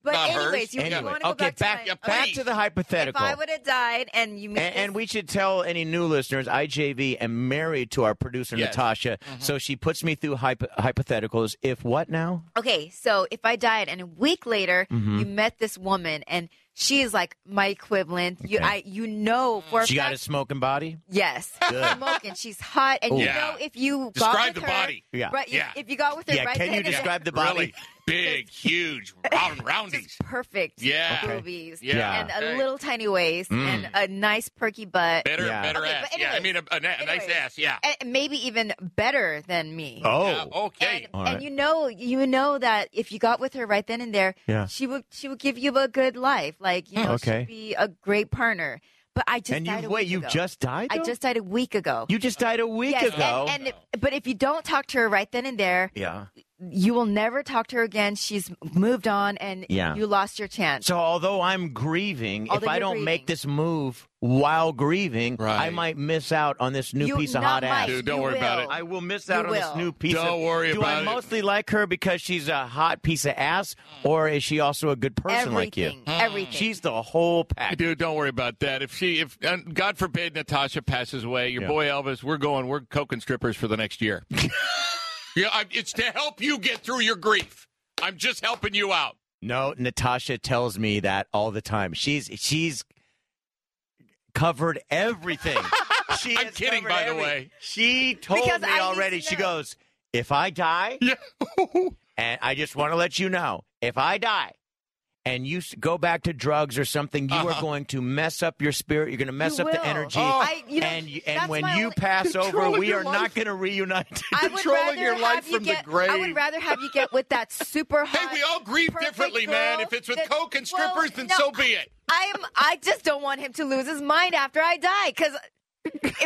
[SPEAKER 3] But
[SPEAKER 1] Not hers.
[SPEAKER 3] anyways, you,
[SPEAKER 1] Anyway.
[SPEAKER 3] want to go
[SPEAKER 1] Okay,
[SPEAKER 3] back,
[SPEAKER 1] back-
[SPEAKER 3] to
[SPEAKER 1] yeah,
[SPEAKER 3] my,
[SPEAKER 1] back to the hypothetical.
[SPEAKER 3] If I would have died and you made
[SPEAKER 1] And, and we should tell any new listeners, IJV am married to our producer
[SPEAKER 3] Yes. Mm-hmm.
[SPEAKER 1] Natasha, so she puts me through hypo- hypotheticals. If what now?
[SPEAKER 3] Okay, so if I died and a week later
[SPEAKER 1] Mhm.
[SPEAKER 3] you met this woman and she is like my equivalent, you
[SPEAKER 1] Okay.
[SPEAKER 3] I you know for a
[SPEAKER 1] she got a
[SPEAKER 3] fact,
[SPEAKER 1] smoking body.
[SPEAKER 3] yes,
[SPEAKER 1] Good.
[SPEAKER 3] smoking. She's hot, and you
[SPEAKER 1] Ooh.
[SPEAKER 3] know if you got
[SPEAKER 1] Describe
[SPEAKER 3] with
[SPEAKER 1] the
[SPEAKER 3] her,
[SPEAKER 1] body. Yeah.
[SPEAKER 3] right? you-
[SPEAKER 1] Yeah.
[SPEAKER 3] If you got with her,
[SPEAKER 1] Yeah,
[SPEAKER 3] right
[SPEAKER 1] can you
[SPEAKER 3] then and there,
[SPEAKER 1] describe the body?
[SPEAKER 2] Really big, huge, round roundies.
[SPEAKER 3] perfect
[SPEAKER 2] Yeah. Okay.
[SPEAKER 3] boobies,
[SPEAKER 2] Yeah.
[SPEAKER 3] and
[SPEAKER 2] Okay.
[SPEAKER 3] a little tiny waist,
[SPEAKER 2] Mm.
[SPEAKER 3] and a nice perky butt,
[SPEAKER 2] Better, better
[SPEAKER 3] Okay,
[SPEAKER 2] ass.
[SPEAKER 3] but
[SPEAKER 2] yeah, I mean, a, a, na- a nice
[SPEAKER 3] anyways.
[SPEAKER 2] ass. Yeah.
[SPEAKER 3] and maybe even better than me.
[SPEAKER 2] Oh. okay.
[SPEAKER 1] All
[SPEAKER 3] and you know you know that if you got with her right then and there
[SPEAKER 1] Yeah.
[SPEAKER 3] she would she would give you a good life like you
[SPEAKER 1] Hmm.
[SPEAKER 3] know
[SPEAKER 1] Okay.
[SPEAKER 3] she'd be a great partner but i just
[SPEAKER 1] And
[SPEAKER 3] died
[SPEAKER 1] you
[SPEAKER 3] a
[SPEAKER 1] wait,
[SPEAKER 3] week
[SPEAKER 1] you
[SPEAKER 3] ago.
[SPEAKER 1] just died?
[SPEAKER 3] i
[SPEAKER 1] though?
[SPEAKER 3] just died a week ago
[SPEAKER 1] You just died a week
[SPEAKER 3] yes,
[SPEAKER 1] ago.
[SPEAKER 3] and, and- but if you don't talk to her right then and there
[SPEAKER 1] yeah.
[SPEAKER 3] you will never talk to her again she's moved on and
[SPEAKER 1] Yeah.
[SPEAKER 3] you lost your chance
[SPEAKER 1] So although I'm grieving,
[SPEAKER 3] Although
[SPEAKER 1] if I
[SPEAKER 3] you're
[SPEAKER 1] don't
[SPEAKER 3] grieving.
[SPEAKER 1] make this move while grieving, I might miss out on this new
[SPEAKER 3] You-
[SPEAKER 1] piece of hot
[SPEAKER 3] not
[SPEAKER 1] ass.
[SPEAKER 3] might, Dude, don't you worry about will. it.
[SPEAKER 1] I will miss
[SPEAKER 3] You
[SPEAKER 1] out on this
[SPEAKER 3] will.
[SPEAKER 1] new piece.
[SPEAKER 2] Don't
[SPEAKER 1] of,
[SPEAKER 2] worry
[SPEAKER 1] do
[SPEAKER 2] about
[SPEAKER 1] I
[SPEAKER 2] it.
[SPEAKER 1] mostly like her because she's a hot piece of ass, or is she also a good person like you?
[SPEAKER 3] Everything, everything.
[SPEAKER 1] She's the whole package.
[SPEAKER 2] Dude, don't worry about that. If she, if and God forbid Natasha passes away, your
[SPEAKER 1] Yeah.
[SPEAKER 2] boy Elvis, we're going, we're coke and strippers for the next year. yeah, I, it's to help you get through your grief. I'm just helping you out.
[SPEAKER 1] No, Natasha tells me that all the time. She's she's covered everything. she
[SPEAKER 2] I'm
[SPEAKER 1] has
[SPEAKER 2] kidding,
[SPEAKER 1] covered
[SPEAKER 2] by the
[SPEAKER 1] everything.
[SPEAKER 2] way.
[SPEAKER 1] She told
[SPEAKER 2] Because
[SPEAKER 1] me
[SPEAKER 2] I need
[SPEAKER 1] already.
[SPEAKER 2] to
[SPEAKER 1] She
[SPEAKER 2] know.
[SPEAKER 1] goes, if I die, and I just want to let you know, if I die. And you s- go back to drugs or something, you
[SPEAKER 2] Uh-huh.
[SPEAKER 1] are going to mess up your spirit. You're going to mess
[SPEAKER 3] You
[SPEAKER 1] up the
[SPEAKER 3] will.
[SPEAKER 1] energy.
[SPEAKER 3] Oh. I- you know,
[SPEAKER 1] and you-
[SPEAKER 3] that's
[SPEAKER 1] and when
[SPEAKER 3] my
[SPEAKER 1] you
[SPEAKER 3] only-
[SPEAKER 1] pass over,
[SPEAKER 3] Controlling
[SPEAKER 1] we
[SPEAKER 3] your
[SPEAKER 1] are
[SPEAKER 3] life.
[SPEAKER 1] not going to reunite.
[SPEAKER 3] I would rather have you get, I would rather have you get with that super hot.
[SPEAKER 2] Hey, we all grieve
[SPEAKER 3] perfect
[SPEAKER 2] differently, man.
[SPEAKER 3] girl
[SPEAKER 2] If it's with
[SPEAKER 3] that-
[SPEAKER 2] coke and
[SPEAKER 3] well,
[SPEAKER 2] strippers, then
[SPEAKER 3] no,
[SPEAKER 2] so be it.
[SPEAKER 3] I'm. I just don't want him to lose his mind after I die, because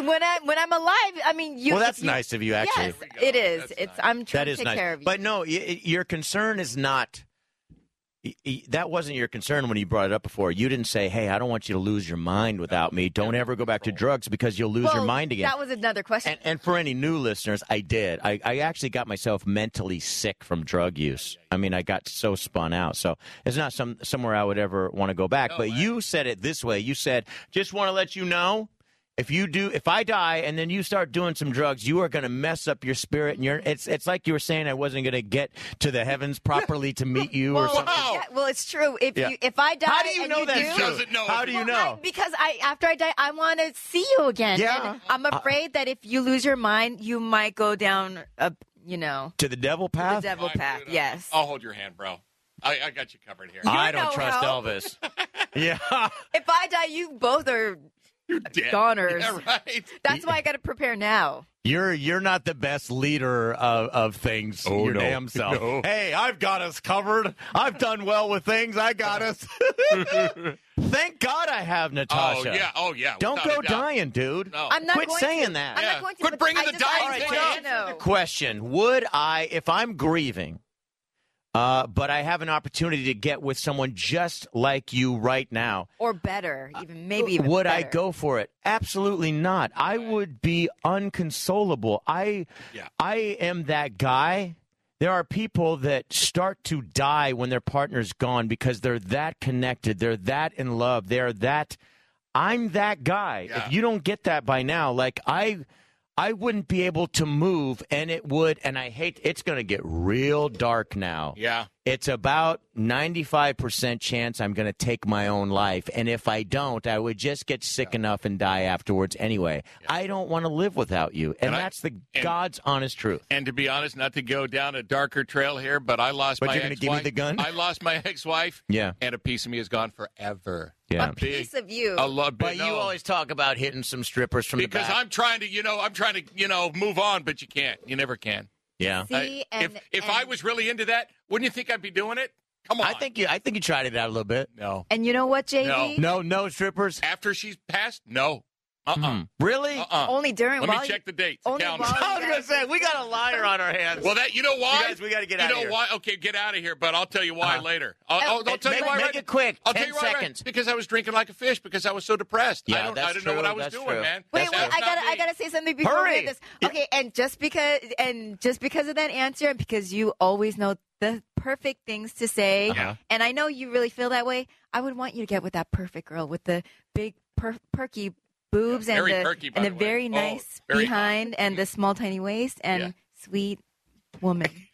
[SPEAKER 3] when I when I'm alive, I mean, you.
[SPEAKER 1] well, that's
[SPEAKER 3] if you-
[SPEAKER 1] nice of you, actually.
[SPEAKER 3] Yes, it is. it's. I'm trying
[SPEAKER 1] That is
[SPEAKER 3] to take
[SPEAKER 1] nice.
[SPEAKER 3] care of you.
[SPEAKER 1] But no, y- y- your concern is not. y- y- That wasn't your concern when you brought it up before. You didn't say, "Hey, I don't want you to lose your mind without me. Don't ever go back to drugs because you'll lose
[SPEAKER 3] well,
[SPEAKER 1] your mind again."
[SPEAKER 3] That was another question.
[SPEAKER 1] and, and for any new listeners, I did. I, I actually got myself mentally sick from drug use. I mean, I got so spun out. So it's not some somewhere I would ever want to go back. but you said it this way. You said, "Just want to let you know." If you do, if I die and then you start doing some drugs, you are going to mess up your spirit, and you're. It's it's like you were saying I wasn't going to get to the heavens properly to meet you or something.
[SPEAKER 3] Yeah, well, it's true. If
[SPEAKER 1] Yeah.
[SPEAKER 3] you if I die,
[SPEAKER 1] How do you
[SPEAKER 3] and
[SPEAKER 1] know
[SPEAKER 3] you
[SPEAKER 1] that's
[SPEAKER 3] do,
[SPEAKER 1] true? Doesn't know. How do you
[SPEAKER 3] Well, I-
[SPEAKER 1] know?
[SPEAKER 3] because I after I die, I want to see you again.
[SPEAKER 1] Yeah. Uh,
[SPEAKER 3] And I'm afraid that if you lose your mind, you might go down a you know
[SPEAKER 1] To the devil
[SPEAKER 3] the
[SPEAKER 1] path.
[SPEAKER 3] devil path.
[SPEAKER 1] Oh.
[SPEAKER 3] Yes. Uh,
[SPEAKER 2] I'll hold your hand, bro. I, I got you covered here.
[SPEAKER 1] I
[SPEAKER 3] You're
[SPEAKER 1] don't
[SPEAKER 3] no
[SPEAKER 1] trust
[SPEAKER 3] help.
[SPEAKER 1] Elvis. yeah.
[SPEAKER 3] If I die, you both are
[SPEAKER 2] dead.
[SPEAKER 3] goners.
[SPEAKER 2] Yeah, right.
[SPEAKER 3] That's why I got to prepare now.
[SPEAKER 1] You're you're not the best leader of, of things.
[SPEAKER 2] Oh,
[SPEAKER 1] your
[SPEAKER 2] no.
[SPEAKER 1] damn self.
[SPEAKER 2] No.
[SPEAKER 1] Hey, I've got us covered. I've done well with things. I got us. Thank God I have Natasha.
[SPEAKER 2] Oh yeah. Oh yeah.
[SPEAKER 1] Don't
[SPEAKER 2] Without
[SPEAKER 1] go
[SPEAKER 2] a doubt.
[SPEAKER 1] dying, dude.
[SPEAKER 2] No.
[SPEAKER 3] I'm not
[SPEAKER 1] Quit
[SPEAKER 3] going
[SPEAKER 1] saying
[SPEAKER 3] to.
[SPEAKER 1] that.
[SPEAKER 3] I'm
[SPEAKER 2] Yeah.
[SPEAKER 3] not going to.
[SPEAKER 2] Quit
[SPEAKER 3] but
[SPEAKER 2] bringing
[SPEAKER 3] I
[SPEAKER 2] the
[SPEAKER 3] just-
[SPEAKER 2] dying
[SPEAKER 3] I
[SPEAKER 2] thing
[SPEAKER 3] just
[SPEAKER 2] up.
[SPEAKER 3] wanna know.
[SPEAKER 1] Question: Would I, if I'm grieving, uh, but I have an opportunity to get with someone just like you right now?
[SPEAKER 3] Or better, even maybe even
[SPEAKER 1] Uh, would I
[SPEAKER 3] better.
[SPEAKER 1] go for it? Absolutely not. I would be unconsolable. I
[SPEAKER 2] Yeah.
[SPEAKER 1] I am that guy. There are people that start to die when their partner's gone because they're that connected, they're that in love, they're that I'm that guy.
[SPEAKER 2] Yeah.
[SPEAKER 1] If you don't get that by now, like I I wouldn't be able to move and it would and I hate it's going to get real dark now.
[SPEAKER 2] Yeah.
[SPEAKER 1] It's about 95% chance I'm going to take my own life. And if I don't, I would just get sick enough and die afterwards anyway. I don't want to live without you. And,
[SPEAKER 2] And I-
[SPEAKER 1] that's the God's honest truth.
[SPEAKER 2] And to be honest, not to go down a darker trail here, but I lost
[SPEAKER 1] But
[SPEAKER 2] my
[SPEAKER 1] you're gonna
[SPEAKER 2] ex-wife.
[SPEAKER 1] give me the gun?
[SPEAKER 2] I lost my ex-wife.
[SPEAKER 1] Yeah.
[SPEAKER 2] And a piece of me is gone forever.
[SPEAKER 1] Yeah. A
[SPEAKER 2] Big-
[SPEAKER 3] Piece of you.
[SPEAKER 2] I love
[SPEAKER 1] But you always talk about hitting some strippers from
[SPEAKER 2] because
[SPEAKER 1] the back.
[SPEAKER 2] I'm trying to, you know, I'm trying to, you know, move on, but you can't. You never can.
[SPEAKER 1] yeah.
[SPEAKER 3] See,
[SPEAKER 2] I-
[SPEAKER 3] and,
[SPEAKER 2] if if
[SPEAKER 3] and,
[SPEAKER 2] I was really into that, wouldn't you think I'd be doing it? Come on.
[SPEAKER 1] I think you I think you tried it out a little bit.
[SPEAKER 2] no.
[SPEAKER 3] and you know what, JD?
[SPEAKER 1] No, no strippers.
[SPEAKER 2] After she's passed, no. Uh uh
[SPEAKER 1] Mm. Really?
[SPEAKER 2] Uh uh.
[SPEAKER 3] Only during
[SPEAKER 2] Let
[SPEAKER 3] while
[SPEAKER 2] me
[SPEAKER 3] you-
[SPEAKER 2] check the dates. the
[SPEAKER 3] only
[SPEAKER 2] calendar.
[SPEAKER 3] while-
[SPEAKER 1] I was going to say, we got a liar on our hands.
[SPEAKER 2] Well, that you know why?
[SPEAKER 1] guys, we gotta get
[SPEAKER 2] you
[SPEAKER 1] outta
[SPEAKER 2] know
[SPEAKER 1] here.
[SPEAKER 2] why? Okay, get out of here. But I'll tell you why
[SPEAKER 1] Uh-huh.
[SPEAKER 2] later. I'll,
[SPEAKER 3] Oh,
[SPEAKER 2] I'll, I'll
[SPEAKER 1] It-
[SPEAKER 2] tell you
[SPEAKER 1] make-
[SPEAKER 2] why.
[SPEAKER 1] make
[SPEAKER 2] right-
[SPEAKER 1] it quick.
[SPEAKER 2] I'll
[SPEAKER 1] 10
[SPEAKER 2] tell you why right-
[SPEAKER 1] seconds.
[SPEAKER 2] because I was drinking like a fish because I was so depressed. I
[SPEAKER 1] Yeah,
[SPEAKER 2] don't, I
[SPEAKER 1] that's
[SPEAKER 2] didn't know what
[SPEAKER 1] true,
[SPEAKER 2] I was
[SPEAKER 1] that's
[SPEAKER 2] doing,
[SPEAKER 1] true.
[SPEAKER 2] man.
[SPEAKER 3] Wait,
[SPEAKER 2] That's
[SPEAKER 3] wait,
[SPEAKER 2] not
[SPEAKER 3] I gotta,
[SPEAKER 2] me.
[SPEAKER 3] I gotta say something before
[SPEAKER 1] Hurry.
[SPEAKER 3] we end this. Okay, and just because, and just because of that answer, and because you always know the perfect things to say.
[SPEAKER 4] Yeah.
[SPEAKER 3] And I know you really feel that way. I would want you to get with that perfect girl with the big per- perky boobs and
[SPEAKER 4] Very
[SPEAKER 3] the,
[SPEAKER 4] perky, by
[SPEAKER 3] and the,
[SPEAKER 4] the way.
[SPEAKER 3] very
[SPEAKER 4] Oh,
[SPEAKER 3] nice
[SPEAKER 4] very hot.
[SPEAKER 3] behind and the small tiny waist and
[SPEAKER 2] Yeah.
[SPEAKER 3] sweet woman.